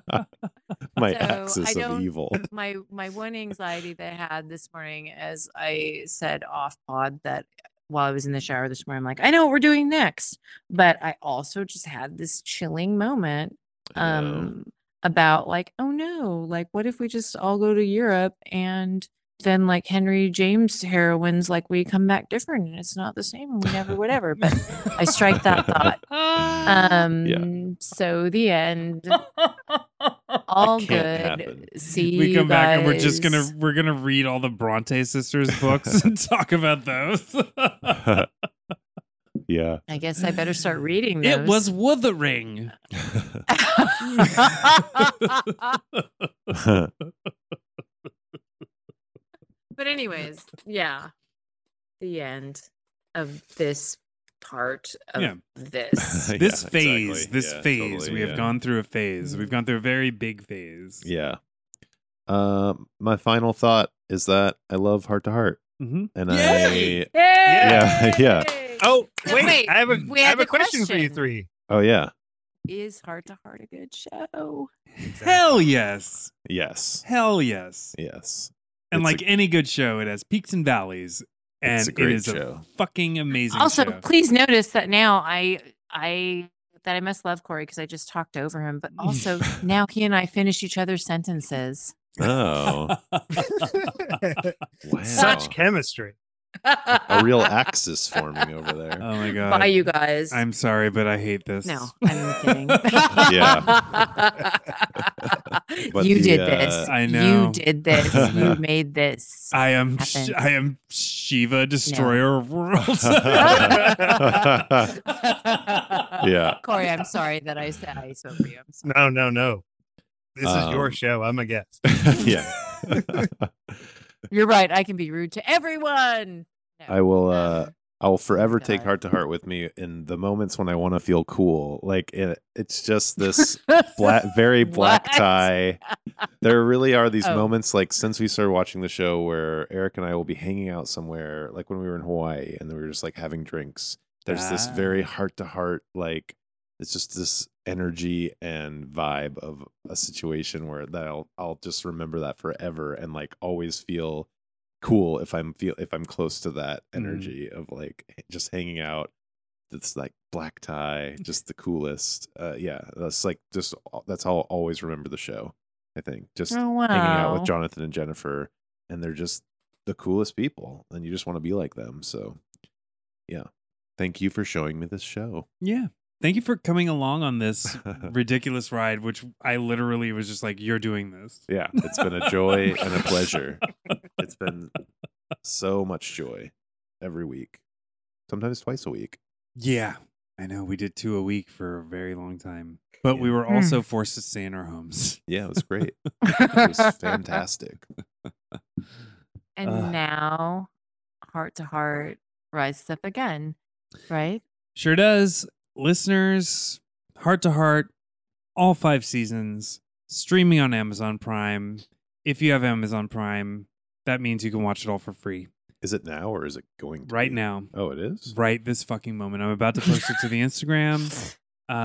So, I
axis of
don't-
evil.
My my one anxiety that I had this morning, as I said off pod, that while I was in the shower this morning. I'm like, I know what we're doing next. But I also just had this chilling moment um about like, oh no, like what if we just all go to Europe and then like Henry James heroines, like we come back different and it's not the same and we never whatever. But I strike that thought. Um so the end.
Uh,
All
can't
good.
happen.
See
we
you
come back and we're just gonna
guys.
we're gonna read all the Bronte sisters books and talk about those.
Um, yeah.
I guess I better start reading those.
it was Wuthering.
but anyways, yeah. The end of this part of
Yeah.
this.
This
Yeah,
phase,
exactly.
this
Yeah,
phase,
totally,
we have
yeah.
gone through a phase. We've gone through a very big phase.
Yeah. Um, my final thought is that I love heart to heart,
Mhm.
and
Yay!
I Yeah, yeah.
Oh
No,
wait,
wait,
I have a
we
I
had
have a
the
question, for you
question.
three.
oh yeah,
Is Heart to Heart a good show?
Hell yes.
yes,
Hell yes.
yes.
And
It's
like
a-
any good show, it has peaks and valleys. And
It's a
it
great
is
show.
a fucking amazing
Also,
show.
please notice that now I I that I must love Corey because I just talked over him, but also now he and I finish each other's sentences.
oh wow,
Such chemistry.
a real axis forming over there.
oh my Oh god.
Bye, you guys.
I'm sorry, but I hate this.
No, I'm kidding.
But
you
the,
did
uh,
this.
I know.
You did this. You made this.
I am sh-
Happens.
I am Shiva, destroyer of worlds.
yeah,
Corey, I'm sorry that I said I spoke for you. I'm sorry.
No, no, no. This is your
Um,
show. I'm a guest.
yeah.
You're right. I can be rude to everyone. No,
I will. uh
um,
I will forever take
God.
heart to heart with me in the moments when I want to feel cool. Like it, it's just this
Um,
black, very black
What?
tie. There really are these
Oh.
moments, like since we started watching the show, where Eric and I will be hanging out somewhere, like when we were in Hawaii, and we were just like having drinks. There's this
Ah.
very heart to heart, like it's just this energy and vibe of a situation where that I'll I'll just remember that forever and like always feel cool if I'm feel if I'm close to that
Mm-hmm.
Mhm.
energy of like h- just hanging out. It's like black
Mm-hmm.
tie, just the coolest. Uh, yeah, that's like just al- that's how I'll always remember the show. I think just
Oh, wow.
hanging out with Jonathan and Jennifer, and they're just the coolest people, and you just want to be like them. So, yeah, thank you for showing me this show.
yeah. Thank you for coming along on this ridiculous ride, which I literally was just like, "You're doing this."
yeah, it's been a joy and a pleasure. It's been so much joy every week, sometimes twice a week.
Yeah, I know. We did two a week for a very long time, but we
Yeah.
were also forced to stay in our homes.
Yeah, it was great. It was fantastic.
And
Ugh.
now, heart to heart, rises up again, right?
Sure does. Listeners, heart to heart, all five seasons, streaming on Amazon Prime. If you have Amazon Prime, that means you can watch it all for free
Is it now or is it going to
right
be?
now,
Oh, it is.
right this fucking moment. I'm about to post it to the Instagram. Um,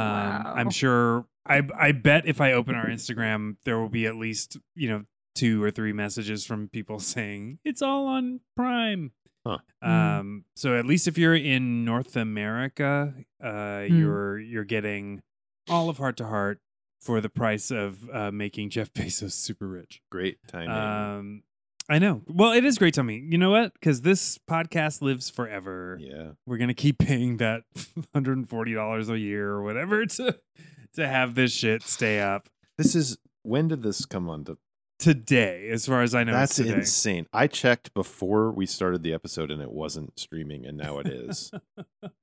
I'm
Wow.
sure. I I bet if I open our Instagram, there will be at least you know two or three messages from people saying it's all on Prime.
Huh.
Mm.
Um, so at least if you're in North America, uh,
Mm.
you're you're getting all of Heart to Heart for the price of uh, making Jeff Bezos super rich.
Great timing.
Um, I know. Well, it is great timing. You know what? Because this podcast lives forever
yeah.
we're gonna keep paying that hundred and forty dollars a year or whatever to to have this shit stay up
This is when did this come on? To,
today. As far as I know, it's
that's
today.
insane. I checked before we started the episode and it wasn't streaming, and now it is.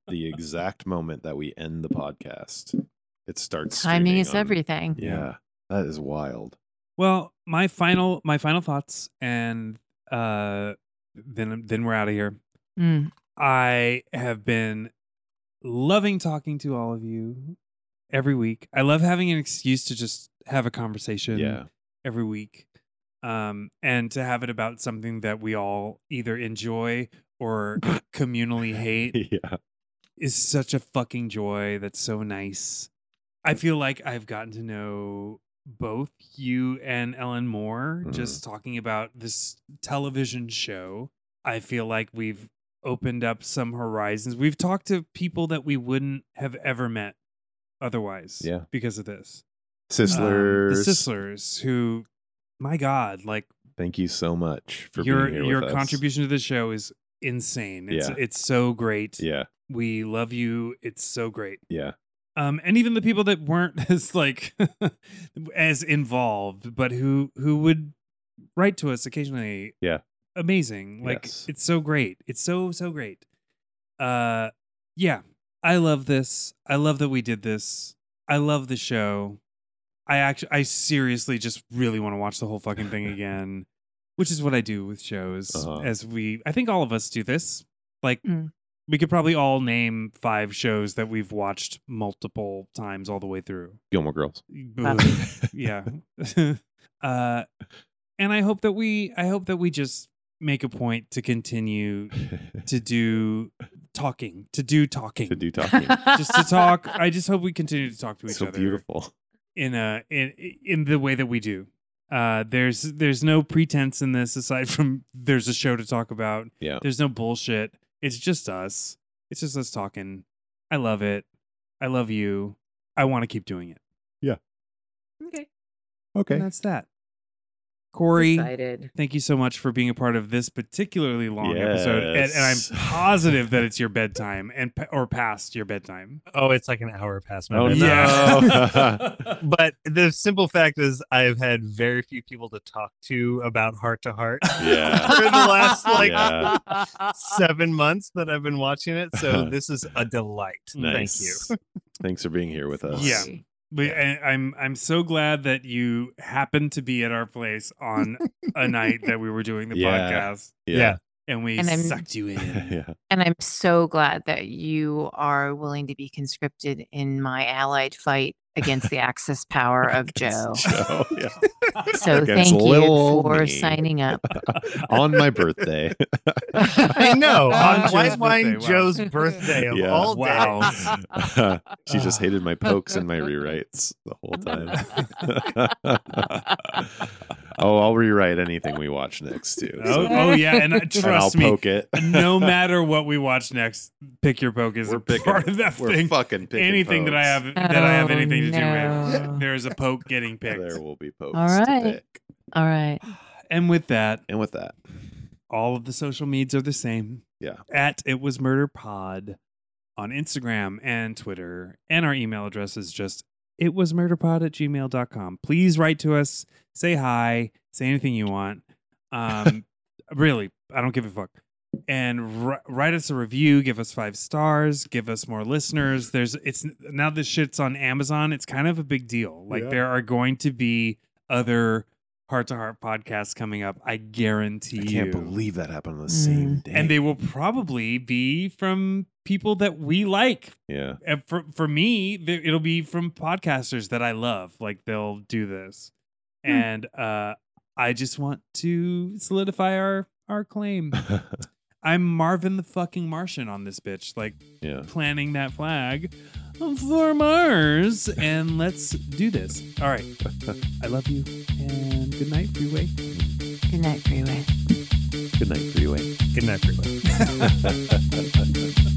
the exact moment that we end the podcast, it starts.
Timing
streaming
is
on-
everything.
Yeah, that is wild.
Well, my final my final thoughts, and uh, then then we're out of here.
Mm.
I have been loving talking to all of you every week. I love having an excuse to just have a conversation.
Yeah,
every week um, and to have it about something that we all either enjoy or communally hate
yeah.
is such a fucking joy that's so nice i feel like i've gotten to know both you and ellen
Mm-hmm.
moore just talking about this television show i feel like we've opened up some horizons. We've talked to people that we wouldn't have ever met otherwise.
Yeah.
Because of this. Um,
Sizzlers,
the Sislers, who, my God, like
thank you so much for
your
being here
your
with us.
contribution to the show is insane. It's
Yeah.
it's so great.
Yeah,
We love you. It's so great.
yeah,
Um, and even the people that weren't as like as involved, but who who would write to us occasionally.
Yeah.
Amazing. Like
Yes.
it's so great. It's so so great. Uh yeah. I love this. I love that we did this. I love the show. I actually I seriously just really want to watch the whole fucking thing again, which is what I do with shows
Uh-huh.
as we I think all of us do this. Like
Mm.
we could probably all name five shows that we've watched multiple times all the way through.
Gilmore Girls.
Ugh yeah uh and i hope that we i hope that we just make a point to continue to do talking to do talking
to do talking.
just to talk i just hope we continue to talk to each
so
other
beautiful.
in a in in the way that we do uh there's there's no pretense in this aside from there's a show to talk about
Yeah.
there's no bullshit it's just us it's just us talking i love it i love you i want to keep doing it
okay.
and
Okay.
that's that corey
Excited.
Thank you so much for being a part of this particularly long episode, and, and I'm
Yes.
positive that it's your bedtime and p- or past your bedtime.
Oh, it's like an hour past my
Oh,
bedtime.
Yeah.
But the simple fact is, I've had very few people to talk to about heart to heart
Yeah.
for the last like
Yeah.
seven months that I've been watching it. So this is a delight. Thank you.
Nice. Thanks for being here with us.
Yeah. We- I, I'm I'm so glad that you happened to be at our place on a night that we were doing the
Yeah.
podcast,
Yeah.
and we
And I'm-
sucked you in.
Yeah.
And I'm so glad that you are willing to be conscripted in my allied fight against the Axis power of Joe.
Joe, yeah.
So
Against
thank you
little old
for
me.
signing up.
On my birthday.
I know.
On
On White
Joe's
Wine
birthday, wow.
Joe's birthday of
Yeah.
all days.
Wow.
she just hated my pokes and my rewrites the whole time. oh, I'll rewrite anything we watch next too.
oh, oh yeah, and uh,
and I'll
trust me,
poke it.
no matter what we watch next, pick your poke is
We're
a
picking-
part of that
We're
thing.
fucking picking
anything that I
pokes.
have that I have
Oh,
anything to do
no.
with. There is a poke getting picked.
There will be pokes.
All
To
right.
pick.
All right.
And with that,
And with that,
all of the social medias are the same.
Yeah.
At it was murder pod on Instagram and Twitter. And our email address is just it was murderpod at gmail.com. Please write to us, say hi, say anything you want. Um, really, I don't give a fuck. And r- write us a review, give us five stars, give us more listeners. There's it's now this shit's on Amazon. It's kind of a big deal. Like
Yeah.
there are going to be other heart to heart podcasts coming up. I guarantee
I
you.
can't believe that happened on the
Mm.
same day.
and they will probably be from people that we like.
yeah,
And for for me, th- it'll be from podcasters that I love. Like they'll do this, and uh, I just want to solidify our our claim. I'm Marvin the fucking Martian on this bitch, like
yeah.
planning that flag for Mars, and let's do this. All right, I love you, and good night, freeway.
Good night, Freeway.
Good night, freeway.
Good night, everyone.